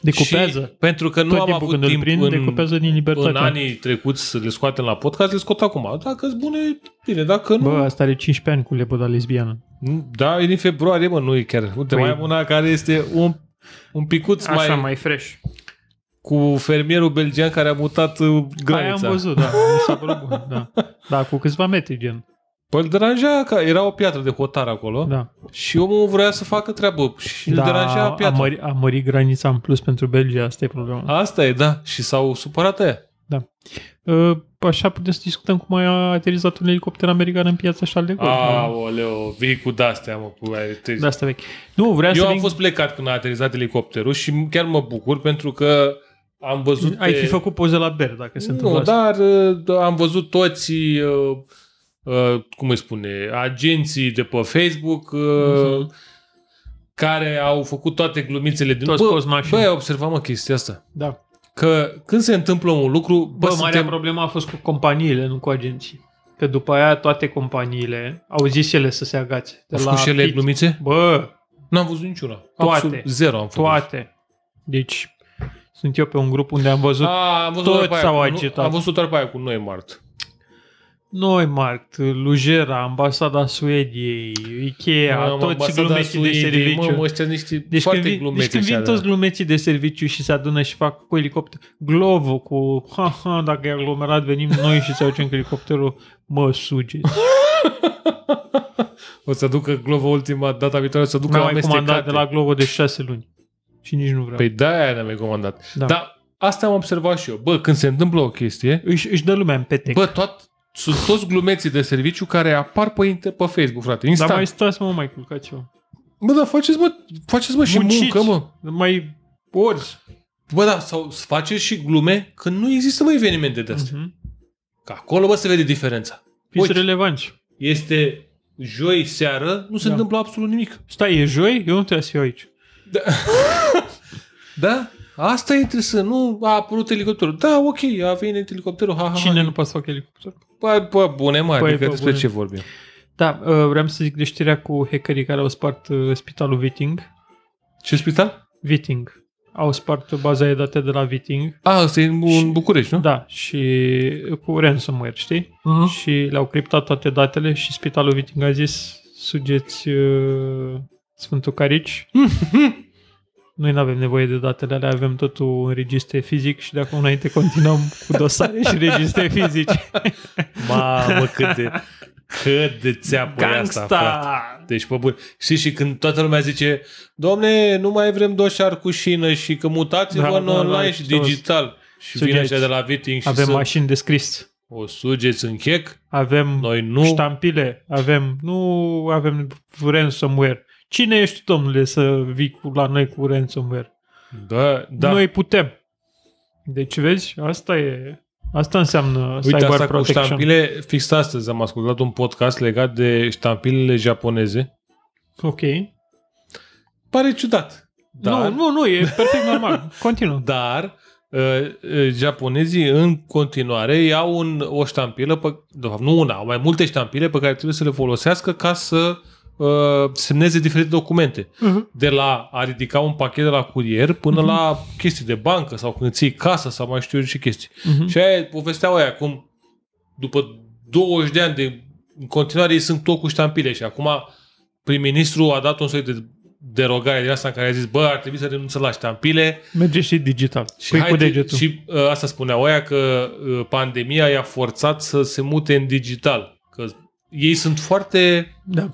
[SPEAKER 1] Decupează.
[SPEAKER 2] Și pentru că nu
[SPEAKER 1] Tot
[SPEAKER 2] am
[SPEAKER 1] timpul
[SPEAKER 2] avut
[SPEAKER 1] când îl
[SPEAKER 2] timp
[SPEAKER 1] prind,
[SPEAKER 2] în,
[SPEAKER 1] decupează din libertate.
[SPEAKER 2] în anii trecuți să le scoatem la podcast, le scot acum. Dacă sunt bune, bine. Dacă nu,
[SPEAKER 1] Bă,
[SPEAKER 2] Bă.
[SPEAKER 1] asta are 15 ani cu leboda lesbiană.
[SPEAKER 2] da, e din februarie, mă, nu e chiar. Uite,
[SPEAKER 1] Păi-
[SPEAKER 2] mai am una care este un, un picuț mai, mai,
[SPEAKER 1] fresh.
[SPEAKER 2] cu fermierul belgian care a mutat uh,
[SPEAKER 1] Aia
[SPEAKER 2] granița.
[SPEAKER 1] am văzut, da. Mi s-a părut bun, da. Da, cu câțiva metri, gen.
[SPEAKER 2] Păi îl deranja, că era o piatră de hotar acolo
[SPEAKER 1] Da.
[SPEAKER 2] și omul vrea să facă treabă și îl deranja
[SPEAKER 1] da, a,
[SPEAKER 2] piatra.
[SPEAKER 1] mări, a mărit granița în plus pentru Belgia, asta e problema.
[SPEAKER 2] Asta e, da. Și s-au supărat aia.
[SPEAKER 1] Uh, Așa putem să discutăm cum a aterizat un elicopter american în piața și al de da. gol.
[SPEAKER 2] Aoleo, vii cu d-astea, mă, cu aia, te-
[SPEAKER 1] De asta vechi. Nu, vreau Da. să
[SPEAKER 2] Exact. Eu am
[SPEAKER 1] vin-
[SPEAKER 2] fost plecat când a aterizat elicopterul și chiar mă bucur pentru că am văzut...
[SPEAKER 1] Ai
[SPEAKER 2] pe-
[SPEAKER 1] fi făcut poze la ber, dacă se întâmplă
[SPEAKER 2] Nu,
[SPEAKER 1] asta.
[SPEAKER 2] dar uh, da, am văzut toți, uh, uh, cum îi spune, agenții de pe Facebook uh, care au făcut toate glumițele din...
[SPEAKER 1] Toți
[SPEAKER 2] Bă,
[SPEAKER 1] poți mașini.
[SPEAKER 2] bă, ai observat, mă, chestia asta.
[SPEAKER 1] Da.
[SPEAKER 2] Că când se întâmplă un lucru, bă,
[SPEAKER 1] Bă, marea
[SPEAKER 2] suntem...
[SPEAKER 1] problemă a fost cu companiile, nu cu agenții. Că după aia toate companiile au zis ele să se agațe. De
[SPEAKER 2] Au făcut și ele
[SPEAKER 1] Pitt-
[SPEAKER 2] glumițe?
[SPEAKER 1] Bă,
[SPEAKER 2] N-am văzut niciuna.
[SPEAKER 1] Toate.
[SPEAKER 2] Absolut zero am făcut.
[SPEAKER 1] toate. Deci, sunt eu pe un grup unde am văzut A.
[SPEAKER 2] A, am văzut
[SPEAKER 1] Toți
[SPEAKER 2] doar pe aia
[SPEAKER 1] s-au
[SPEAKER 2] cu-
[SPEAKER 1] agitat.
[SPEAKER 2] Am văzut doar pe aia cu noi, Mart.
[SPEAKER 1] Noi, Markt, Lujera, Ambasada Suediei, Ikea,
[SPEAKER 2] Mamă,
[SPEAKER 1] toți
[SPEAKER 2] Da, ambasada
[SPEAKER 1] glumeții de
[SPEAKER 2] Suediei,
[SPEAKER 1] serviciu.
[SPEAKER 2] Mă, mă, ăștia niște
[SPEAKER 1] deci
[SPEAKER 2] foarte
[SPEAKER 1] când, vin,
[SPEAKER 2] glumeți
[SPEAKER 1] deci când vin
[SPEAKER 2] ăștia,
[SPEAKER 1] toți
[SPEAKER 2] da.
[SPEAKER 1] glumeții de serviciu și se adună și fac cu elicopter, Glovo cu, ha, ha, dacă e aglomerat venim noi și se aducem cu elicopterul, mă sugeți.
[SPEAKER 2] O să ducă Glovo ultima data viitoare, o să ducă
[SPEAKER 1] N-am mai
[SPEAKER 2] amestecate.
[SPEAKER 1] comandat da, de la Glovo de șase luni. Și nici nu vreau.
[SPEAKER 2] Păi da, aia n-am mai comandat.
[SPEAKER 1] Da.
[SPEAKER 2] Da. Dar asta am observat și eu. Bă, când se întâmplă o chestie,
[SPEAKER 1] Își, își dă lumea în petec.
[SPEAKER 2] bă, tot, sunt toți glumeții de serviciu care apar pe, inter- pe Facebook, frate, instant.
[SPEAKER 1] Dar
[SPEAKER 2] Dar
[SPEAKER 1] Da, mai stați, mă, mai culcați eu.
[SPEAKER 2] Bă, dar faceți, mă, faceți, mă, și
[SPEAKER 1] Munciți.
[SPEAKER 2] muncă, mă.
[SPEAKER 1] Mai orzi.
[SPEAKER 2] Bă, da, sau faceți și glume când nu există, mă, evenimente de astea.
[SPEAKER 1] Mhm.
[SPEAKER 2] Că acolo, bă, se vede diferența.
[SPEAKER 1] Fiți
[SPEAKER 2] Uite.
[SPEAKER 1] relevanți.
[SPEAKER 2] Este joi seară, nu se
[SPEAKER 1] Da.
[SPEAKER 2] da. întâmplă absolut nimic.
[SPEAKER 1] Stai, e joi? Eu nu trebuie să fiu aici.
[SPEAKER 2] Da? Asta e interesant. Nu a apărut elicopterul. Da, ok, a venit elicopterul. Ha, ha,
[SPEAKER 1] Cine
[SPEAKER 2] ha.
[SPEAKER 1] nu poate să facă elicopter?
[SPEAKER 2] Bă, bă, bune, mă,
[SPEAKER 1] Păi,
[SPEAKER 2] adică
[SPEAKER 1] bă,
[SPEAKER 2] despre
[SPEAKER 1] bune.
[SPEAKER 2] ce vorbim?
[SPEAKER 1] Da, uh, vreau să zic de știrea cu hackerii care au spart uh, spitalul Viting.
[SPEAKER 2] Ce spital?
[SPEAKER 1] Viting. Au spart baza de date de la Viting.
[SPEAKER 2] A, ăsta Ah, e în
[SPEAKER 1] Și-
[SPEAKER 2] și... București, nu?
[SPEAKER 1] Da, și cu ransomware, știi?
[SPEAKER 2] Uh-huh.
[SPEAKER 1] Și le-au criptat toate datele și spitalul Viting a zis sugeți uh, Sfântul Carici. Noi nu avem nevoie de datele alea, avem totul în registre fizic și de acum înainte continuăm cu dosare și registre fizice.
[SPEAKER 2] Mamă, cât de, cât de țeapă e asta, frate. Deci, pe bun. Știi, și când toată lumea zice, domne, nu mai vrem doșar cu șină și că mutați-vă
[SPEAKER 1] Da,
[SPEAKER 2] în
[SPEAKER 1] da, da,
[SPEAKER 2] online și
[SPEAKER 1] știu.
[SPEAKER 2] digital. Și vine
[SPEAKER 1] Sugeți.
[SPEAKER 2] așa de la Viting și
[SPEAKER 1] Avem
[SPEAKER 2] să
[SPEAKER 1] mașini de scris,
[SPEAKER 2] o sugeți în chec.
[SPEAKER 1] avem
[SPEAKER 2] Noi nu...
[SPEAKER 1] ștampile, avem, nu avem ransomware. Cine ești, domnule, să vii cu, la noi cu ransomware?
[SPEAKER 2] Da, da.
[SPEAKER 1] Noi putem. Deci, vezi, asta e... Asta înseamnă
[SPEAKER 2] Uite,
[SPEAKER 1] cyber
[SPEAKER 2] asta
[SPEAKER 1] protection.
[SPEAKER 2] cu ștampile, fix astăzi am ascultat un podcast legat de ștampilele japoneze.
[SPEAKER 1] Ok.
[SPEAKER 2] Pare ciudat.
[SPEAKER 1] Da.
[SPEAKER 2] Dar,
[SPEAKER 1] Nu, nu, nu, e perfect normal. Continuă.
[SPEAKER 2] dar uh, uh, japonezii în continuare iau un, o ștampilă, pe, de fapt nu una, au mai multe ștampile pe care trebuie să le folosească ca să uh, semneze diferite documente.
[SPEAKER 1] Mhm.
[SPEAKER 2] De la a ridica un pachet de la curier până la chestii de bancă sau când ții casă sau mai știu eu ce chestii.
[SPEAKER 1] Mhm.
[SPEAKER 2] Și aia povesteau aia cum după 20 de ani de în continuare ei sunt tot cu ștampile și acum prim-ministru a dat un soi de derogare din asta în care a zis, bă, ar trebui să renunțăm la ștampile
[SPEAKER 1] Merge și digital.
[SPEAKER 2] și,
[SPEAKER 1] Pui cu
[SPEAKER 2] haide-
[SPEAKER 1] degetul.
[SPEAKER 2] și uh, asta spunea oia că uh, pandemia i-a forțat să se mute în digital. Că ei sunt foarte
[SPEAKER 1] Da.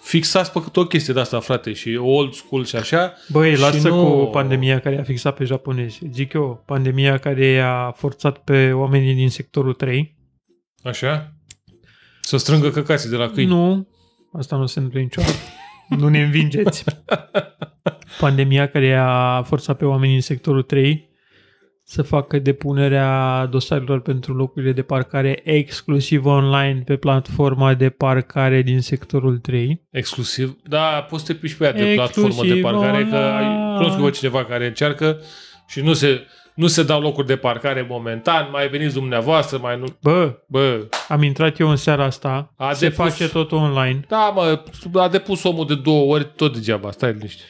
[SPEAKER 2] fixați pe câte o chestie de asta, frate, și old school și așa.
[SPEAKER 1] Băi,
[SPEAKER 2] Și
[SPEAKER 1] lasă
[SPEAKER 2] nu-
[SPEAKER 1] cu pandemia care a fixat pe japonezi. Zic eu, pandemia care i-a forțat pe oamenii din sectorul 3.
[SPEAKER 2] Așa? Să strângă căcații de la câini.
[SPEAKER 1] Nu, asta nu se întâmplă niciodată. nu ne învingeți. Pandemia care i-a forțat pe oamenii în sectorul 3 să facă depunerea dosarelor pentru locurile de parcare exclusiv online pe platforma de parcare din sectorul 3.
[SPEAKER 2] Exclusiv. Da, poți să te piși pe ea de
[SPEAKER 1] Exclusiv
[SPEAKER 2] platformă de parcare, că ai,
[SPEAKER 1] online.
[SPEAKER 2] cunosc eu pe cineva care încearcă și nu se, nu se dau locuri de parcare momentan, mai veniți dumneavoastră, mai nu...
[SPEAKER 1] Bă,
[SPEAKER 2] Bă,
[SPEAKER 1] am intrat eu în seara asta,
[SPEAKER 2] A
[SPEAKER 1] se
[SPEAKER 2] depus-
[SPEAKER 1] face totul online.
[SPEAKER 2] da, mă, a depus omul de două ori tot degeaba, stai liniște.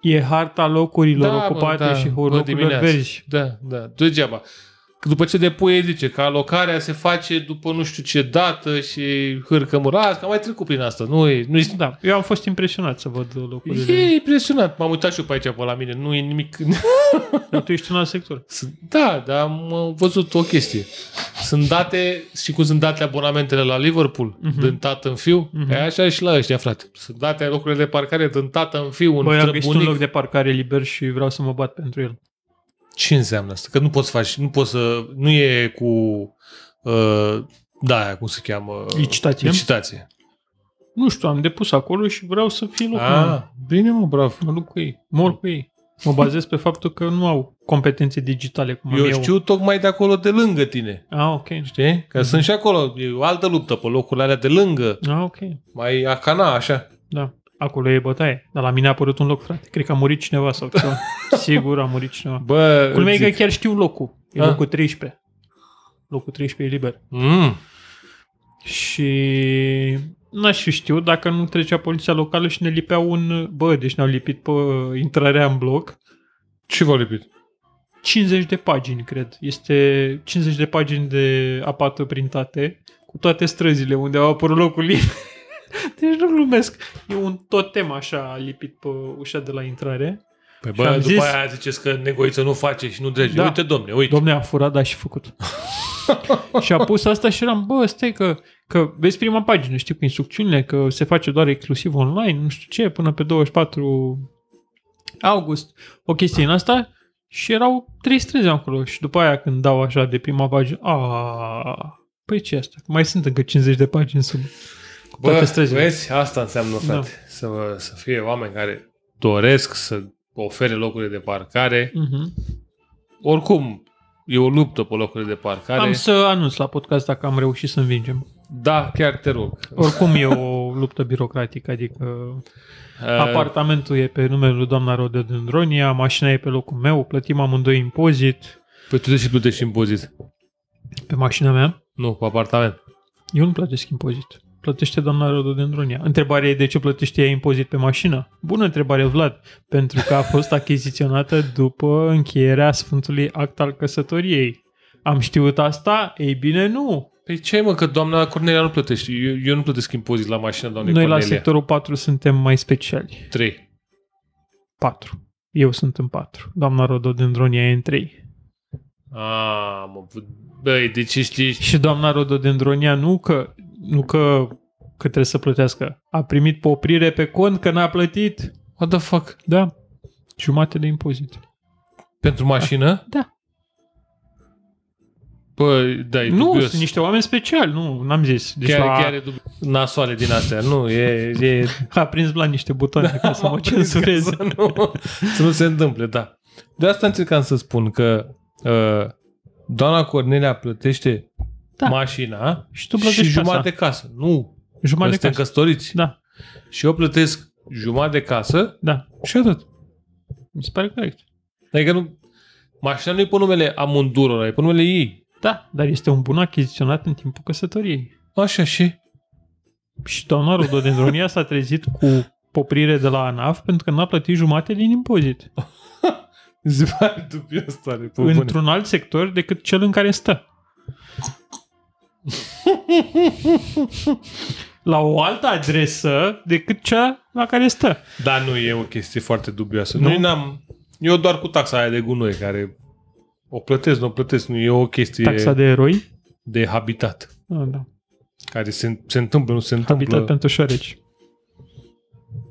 [SPEAKER 1] E harta locurilor
[SPEAKER 2] da,
[SPEAKER 1] ocupate și
[SPEAKER 2] bă,
[SPEAKER 1] locurilor
[SPEAKER 2] dimineață.
[SPEAKER 1] verzi.
[SPEAKER 2] Da, da, degeaba. Că după ce depui, zice că alocarea se face după nu știu ce dată și hârcă mura, că am mai trecut prin asta, nu e, nu e,
[SPEAKER 1] Da, eu am fost impresionat să văd locurile.
[SPEAKER 2] e impresionant, m-am uitat și eu pe aici pe la mine, nu e nimic,
[SPEAKER 1] Dar tu ești în alt sector.
[SPEAKER 2] Sunt- Da, dar am uh, văzut o chestie. Sunt date, și cum sunt date abonamentele la Liverpool,
[SPEAKER 1] Mhm.
[SPEAKER 2] uh-huh. din tată în fiu, uh-huh. e așa și la ăștia, frate. Sunt date locurile de parcare din tată în fiu, un
[SPEAKER 1] Băi, am găsit un
[SPEAKER 2] străbunic.
[SPEAKER 1] loc de parcare liber și vreau să mă bat pentru el.
[SPEAKER 2] Ce înseamnă asta? Că nu poți face, nu poți să, nu e cu, uh, da, aia cum se cheamă?
[SPEAKER 1] Licitație?
[SPEAKER 2] Licitație.
[SPEAKER 1] Nu știu, am depus acolo și vreau să fie locul meu.
[SPEAKER 2] Ah, bine mă, bravo.
[SPEAKER 1] Mă duc cu ei, mor cu ei. Mă bazez pe faptul că nu au competențe digitale cum am
[SPEAKER 2] Eu,
[SPEAKER 1] eu.
[SPEAKER 2] știu tocmai de acolo, de lângă tine.
[SPEAKER 1] Ah, ok.
[SPEAKER 2] Știi? Că sunt și acolo, e o altă luptă pe locurile alea de lângă,
[SPEAKER 1] Ah, ok.
[SPEAKER 2] mai acana, așa.
[SPEAKER 1] Da. Acolo e bătaie. Dar la mine a apărut un loc, frate. Cred că a murit cineva sau ceva. Sigur a murit cineva.
[SPEAKER 2] Bă,
[SPEAKER 1] Culmea e
[SPEAKER 2] îți
[SPEAKER 1] că
[SPEAKER 2] zic.
[SPEAKER 1] chiar știu locul. E
[SPEAKER 2] Ah.
[SPEAKER 1] locul 13. Locul 13 e liber.
[SPEAKER 2] Mm.
[SPEAKER 1] Și n-aș fi știut dacă nu trecea poliția locală și ne lipea un... Bă, deci ne-au lipit pe intrarea în bloc.
[SPEAKER 2] Ce v-a lipit?
[SPEAKER 1] 50 de pagini, cred. Este 50 de pagini de apată printate cu toate străzile unde au apărut locul liber. Deci nu glumesc. E un totem așa lipit pe ușa de la intrare.
[SPEAKER 2] Păi
[SPEAKER 1] Și
[SPEAKER 2] bă,
[SPEAKER 1] am
[SPEAKER 2] după
[SPEAKER 1] zis-
[SPEAKER 2] aia ziceți că negoiță nu face și nu trece. Da.
[SPEAKER 1] Da.
[SPEAKER 2] Uite, domne, uite.
[SPEAKER 1] Domne, a furat, dar și făcut. și a pus asta și eram, bă, stai că, că vezi prima pagină, știi, cu instrucțiunile, că se face doar exclusiv online, nu știu ce, până pe 24 august, o chestie în asta și erau trei străzi acolo și după aia când dau așa de prima pagină, a, păi ce e asta? Mai sunt încă 50 de pagini sub cu toate
[SPEAKER 2] bă,
[SPEAKER 1] străzile.
[SPEAKER 2] vezi, asta înseamnă, frate. Da. Să, să fie oameni care doresc să ofere locuri de parcare.
[SPEAKER 1] Mhm.
[SPEAKER 2] Oricum, e o luptă pe locurile de parcare.
[SPEAKER 1] Am să anunț la podcast dacă am reușit să învingem.
[SPEAKER 2] Da, chiar te rog.
[SPEAKER 1] Oricum e o luptă birocratică, adică
[SPEAKER 2] Apart.
[SPEAKER 1] Apartamentul e pe numele lui doamna Rododendronia, mașina e pe locul meu, plătim amândoi impozit
[SPEAKER 2] Păi tu de și plătești impozit.
[SPEAKER 1] pe mașina mea.
[SPEAKER 2] Nu, pe apartament.
[SPEAKER 1] Eu nu plătesc impozit. Plătește doamna Rododendronia. Întrebarea e de ce plătește ea impozit pe mașină? Bună întrebare, Vlad. Pentru că a fost achiziționată după încheierea Sfântului Act al Căsătoriei. Am știut asta? Ei bine, nu.
[SPEAKER 2] Păi ce ai, mă, că doamna Cornelia nu plătește. Eu, eu nu plătesc impozit la mașina doamnei
[SPEAKER 1] Noi la
[SPEAKER 2] Cornelia.
[SPEAKER 1] sectorul 4 suntem mai speciali.
[SPEAKER 2] 3.
[SPEAKER 1] 4. Eu sunt în 4. Doamna Rododendronia e în 3.
[SPEAKER 2] A, Ah, mă, băi, de ce știi?
[SPEAKER 1] Și doamna Rododendronia nu că, nu că, că trebuie să plătească. A primit poprire pe cont că n-a plătit.
[SPEAKER 2] What the fuck?
[SPEAKER 1] Da. Jumate de impozit.
[SPEAKER 2] Pentru mașină?
[SPEAKER 1] Da.
[SPEAKER 2] Bă, da, e
[SPEAKER 1] nu,
[SPEAKER 2] dubios.
[SPEAKER 1] sunt niște oameni speciali, nu, n-am zis. Deci
[SPEAKER 2] chiar,
[SPEAKER 1] l-a,
[SPEAKER 2] chiar e dubios. Nasoale din astea, nu, e... e...
[SPEAKER 1] a prins la niște
[SPEAKER 2] Da,
[SPEAKER 1] butoane ca să mă censureze.
[SPEAKER 2] Să nu, să nu se întâmple, da. De asta încercam să spun că uh, doamna Cornelia plătește
[SPEAKER 1] Da.
[SPEAKER 2] mașina
[SPEAKER 1] Și tu plătești
[SPEAKER 2] și jumătate
[SPEAKER 1] casa.
[SPEAKER 2] de casă. Nu, că
[SPEAKER 1] Jumate de
[SPEAKER 2] suntem
[SPEAKER 1] casă.
[SPEAKER 2] căsătoriți.
[SPEAKER 1] Da,
[SPEAKER 2] Și eu plătesc jumătate de casă
[SPEAKER 1] da.
[SPEAKER 2] și atât.
[SPEAKER 1] Mi se pare corect.
[SPEAKER 2] Adică nu, mașina nu e pe numele amândurora, e pe numele ei.
[SPEAKER 1] Da, dar este un bun achiziționat în timpul căsătoriei.
[SPEAKER 2] Așa și...
[SPEAKER 1] Și doamna Rododendronia s-a trezit cu poprire de la ANAF pentru că n-a plătit jumate din impozit.
[SPEAKER 2] Zi, mai dubios tare, pe bune.
[SPEAKER 1] într-un alt sector decât cel în care stă. la o altă adresă decât cea la care stă.
[SPEAKER 2] Dar nu e o chestie foarte dubioasă.
[SPEAKER 1] Nu?
[SPEAKER 2] Noi n-am... Eu doar cu taxa aia de gunoi care o plătesc, nu o plătesc, nu e o chestie
[SPEAKER 1] Taxa
[SPEAKER 2] de...
[SPEAKER 1] de eroi.
[SPEAKER 2] de habitat
[SPEAKER 1] Ah, da.
[SPEAKER 2] care se, se întâmplă, nu se întâmplă.
[SPEAKER 1] Habitat
[SPEAKER 2] Habitat.
[SPEAKER 1] pentru șoareci.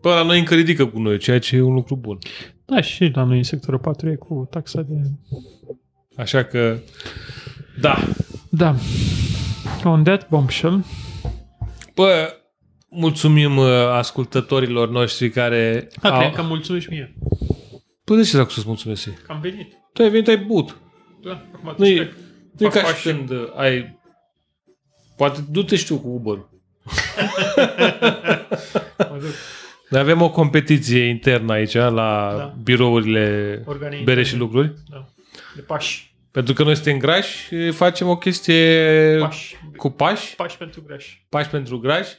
[SPEAKER 2] Bă, la noi încă ridică gunoiul, ceea ce e un lucru bun.
[SPEAKER 1] Da, și la noi în sectorul 4 e cu taxa de...
[SPEAKER 2] Așa că, da.
[SPEAKER 1] Da. On that bombshell.
[SPEAKER 2] Bă, mulțumim uh, ascultătorilor noștri care...
[SPEAKER 1] Da,
[SPEAKER 2] au...
[SPEAKER 1] cred că mulțumesc mie.
[SPEAKER 2] Păi de ce dacă să-ți mulțumesc? eu?
[SPEAKER 1] Că am venit.
[SPEAKER 2] Tu ai venit, ai but.
[SPEAKER 1] Da, acum
[SPEAKER 2] Nu e, nu e
[SPEAKER 1] Fac
[SPEAKER 2] ca și
[SPEAKER 1] pași.
[SPEAKER 2] când uh, ai... Poate du-te și tu cu uber Noi avem o competiție internă aici la da.
[SPEAKER 1] Da.
[SPEAKER 2] birourile
[SPEAKER 1] Organii
[SPEAKER 2] bere
[SPEAKER 1] interne.
[SPEAKER 2] și lucruri.
[SPEAKER 1] Da. De pași.
[SPEAKER 2] Pentru că noi suntem grași, e, facem o chestie
[SPEAKER 1] Pași.
[SPEAKER 2] cu pași,
[SPEAKER 1] Pași pentru greș.
[SPEAKER 2] pași pentru grași,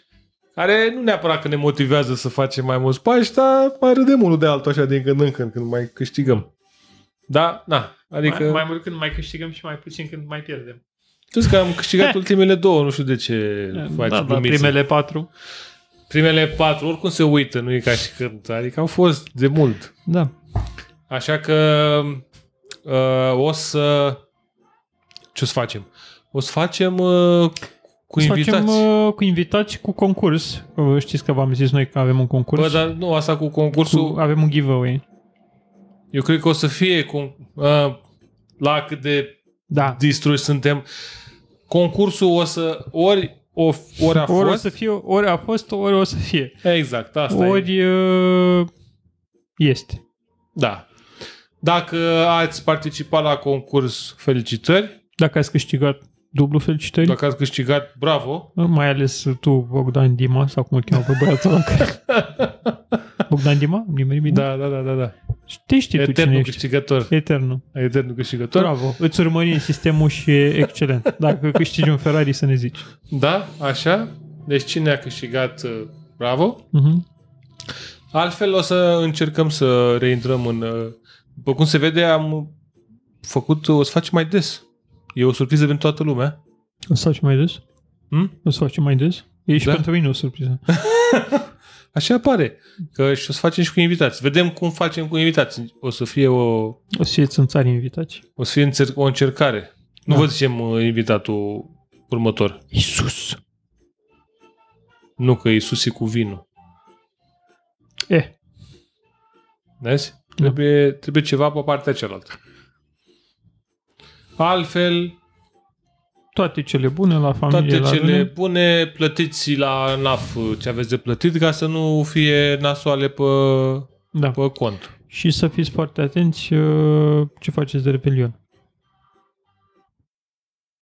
[SPEAKER 2] care nu neapărat că ne motivează să facem mai mulți pași, dar mai râdem unul de altul așa din când în când, când mai câștigăm. Da, na, adică...
[SPEAKER 1] Mai, mai mult când mai câștigăm și mai puțin când mai pierdem.
[SPEAKER 2] Știți că am câștigat ultimele două, nu știu de ce faci
[SPEAKER 1] da, da,
[SPEAKER 2] glumițe.
[SPEAKER 1] primele patru.
[SPEAKER 2] primele patru, oricum se uită, nu e ca și când, adică au fost de mult.
[SPEAKER 1] Da.
[SPEAKER 2] Așa că uh, o să... Ce o să facem? O să facem uh, cu
[SPEAKER 1] Să
[SPEAKER 2] invitați.
[SPEAKER 1] Facem uh, cu invitați și cu concurs. Uh, Știți că v-am zis noi că avem un concurs.
[SPEAKER 2] Bă, dar nu, asta cu concursul...
[SPEAKER 1] cu,
[SPEAKER 2] Cu...
[SPEAKER 1] avem un giveaway.
[SPEAKER 2] Eu cred că o să fie cu, uh, la cât de
[SPEAKER 1] Da.
[SPEAKER 2] distruși suntem. Concursul o să... Ori, o, ori a
[SPEAKER 1] Ori o
[SPEAKER 2] fost...
[SPEAKER 1] să fie, ori a fost, ori o să fie.
[SPEAKER 2] Exact, asta e.
[SPEAKER 1] ori uh, este.
[SPEAKER 2] Da. Dacă ați participat la concurs, felicitări.
[SPEAKER 1] Dacă ați câștigat dublu felicitări,
[SPEAKER 2] Dacă ați câștigat, bravo.
[SPEAKER 1] mai ales tu, Bogdan Dima, sau cum îl cheamă pe băiatul ăla. care- Bogdan Dima? Am nimerit bine?
[SPEAKER 2] Da, da, da, da. da.
[SPEAKER 1] Știi, știi tu cine
[SPEAKER 2] Eternul
[SPEAKER 1] ești.
[SPEAKER 2] câștigător.
[SPEAKER 1] Eternul.
[SPEAKER 2] Eternul câștigător.
[SPEAKER 1] Bravo. Îți urmări sistemul și e excelent. Dacă câștigi un Ferrari, să ne zici.
[SPEAKER 2] Da, așa. Deci cine a câștigat, uh, bravo.
[SPEAKER 1] Uh-huh.
[SPEAKER 2] Altfel o să încercăm să reintrăm în... uh, După cum se vede, am făcut... O să facem mai des. E o surpriză pentru toată lumea.
[SPEAKER 1] O să faci mai des?
[SPEAKER 2] Hmm?
[SPEAKER 1] O să faci mai des? E și
[SPEAKER 2] Da.
[SPEAKER 1] da. pentru mine o surpriză.
[SPEAKER 2] Așa apare. Că și o să facem și cu invitați. Vedem cum facem cu invitați. O să fie o
[SPEAKER 1] O să ieți în țară invitați.
[SPEAKER 2] O să fie înțer- o încercare. Nu
[SPEAKER 1] Da.
[SPEAKER 2] vă zicem uh, invitatul următor.
[SPEAKER 1] Isus.
[SPEAKER 2] Nu, că Iisus e cu vinul.
[SPEAKER 1] E,
[SPEAKER 2] Vezi? Trebuie, trebuie ceva pe partea cealaltă. Altfel,
[SPEAKER 1] toate cele bune la familie.
[SPEAKER 2] toate
[SPEAKER 1] la
[SPEAKER 2] cele
[SPEAKER 1] rând.
[SPEAKER 2] bune, plătiți la NAF ce aveți de plătit ca să nu fie nasoale pe,
[SPEAKER 1] Da.
[SPEAKER 2] pe cont.
[SPEAKER 1] Și să fiți foarte atenți uh, ce faceți de repelion.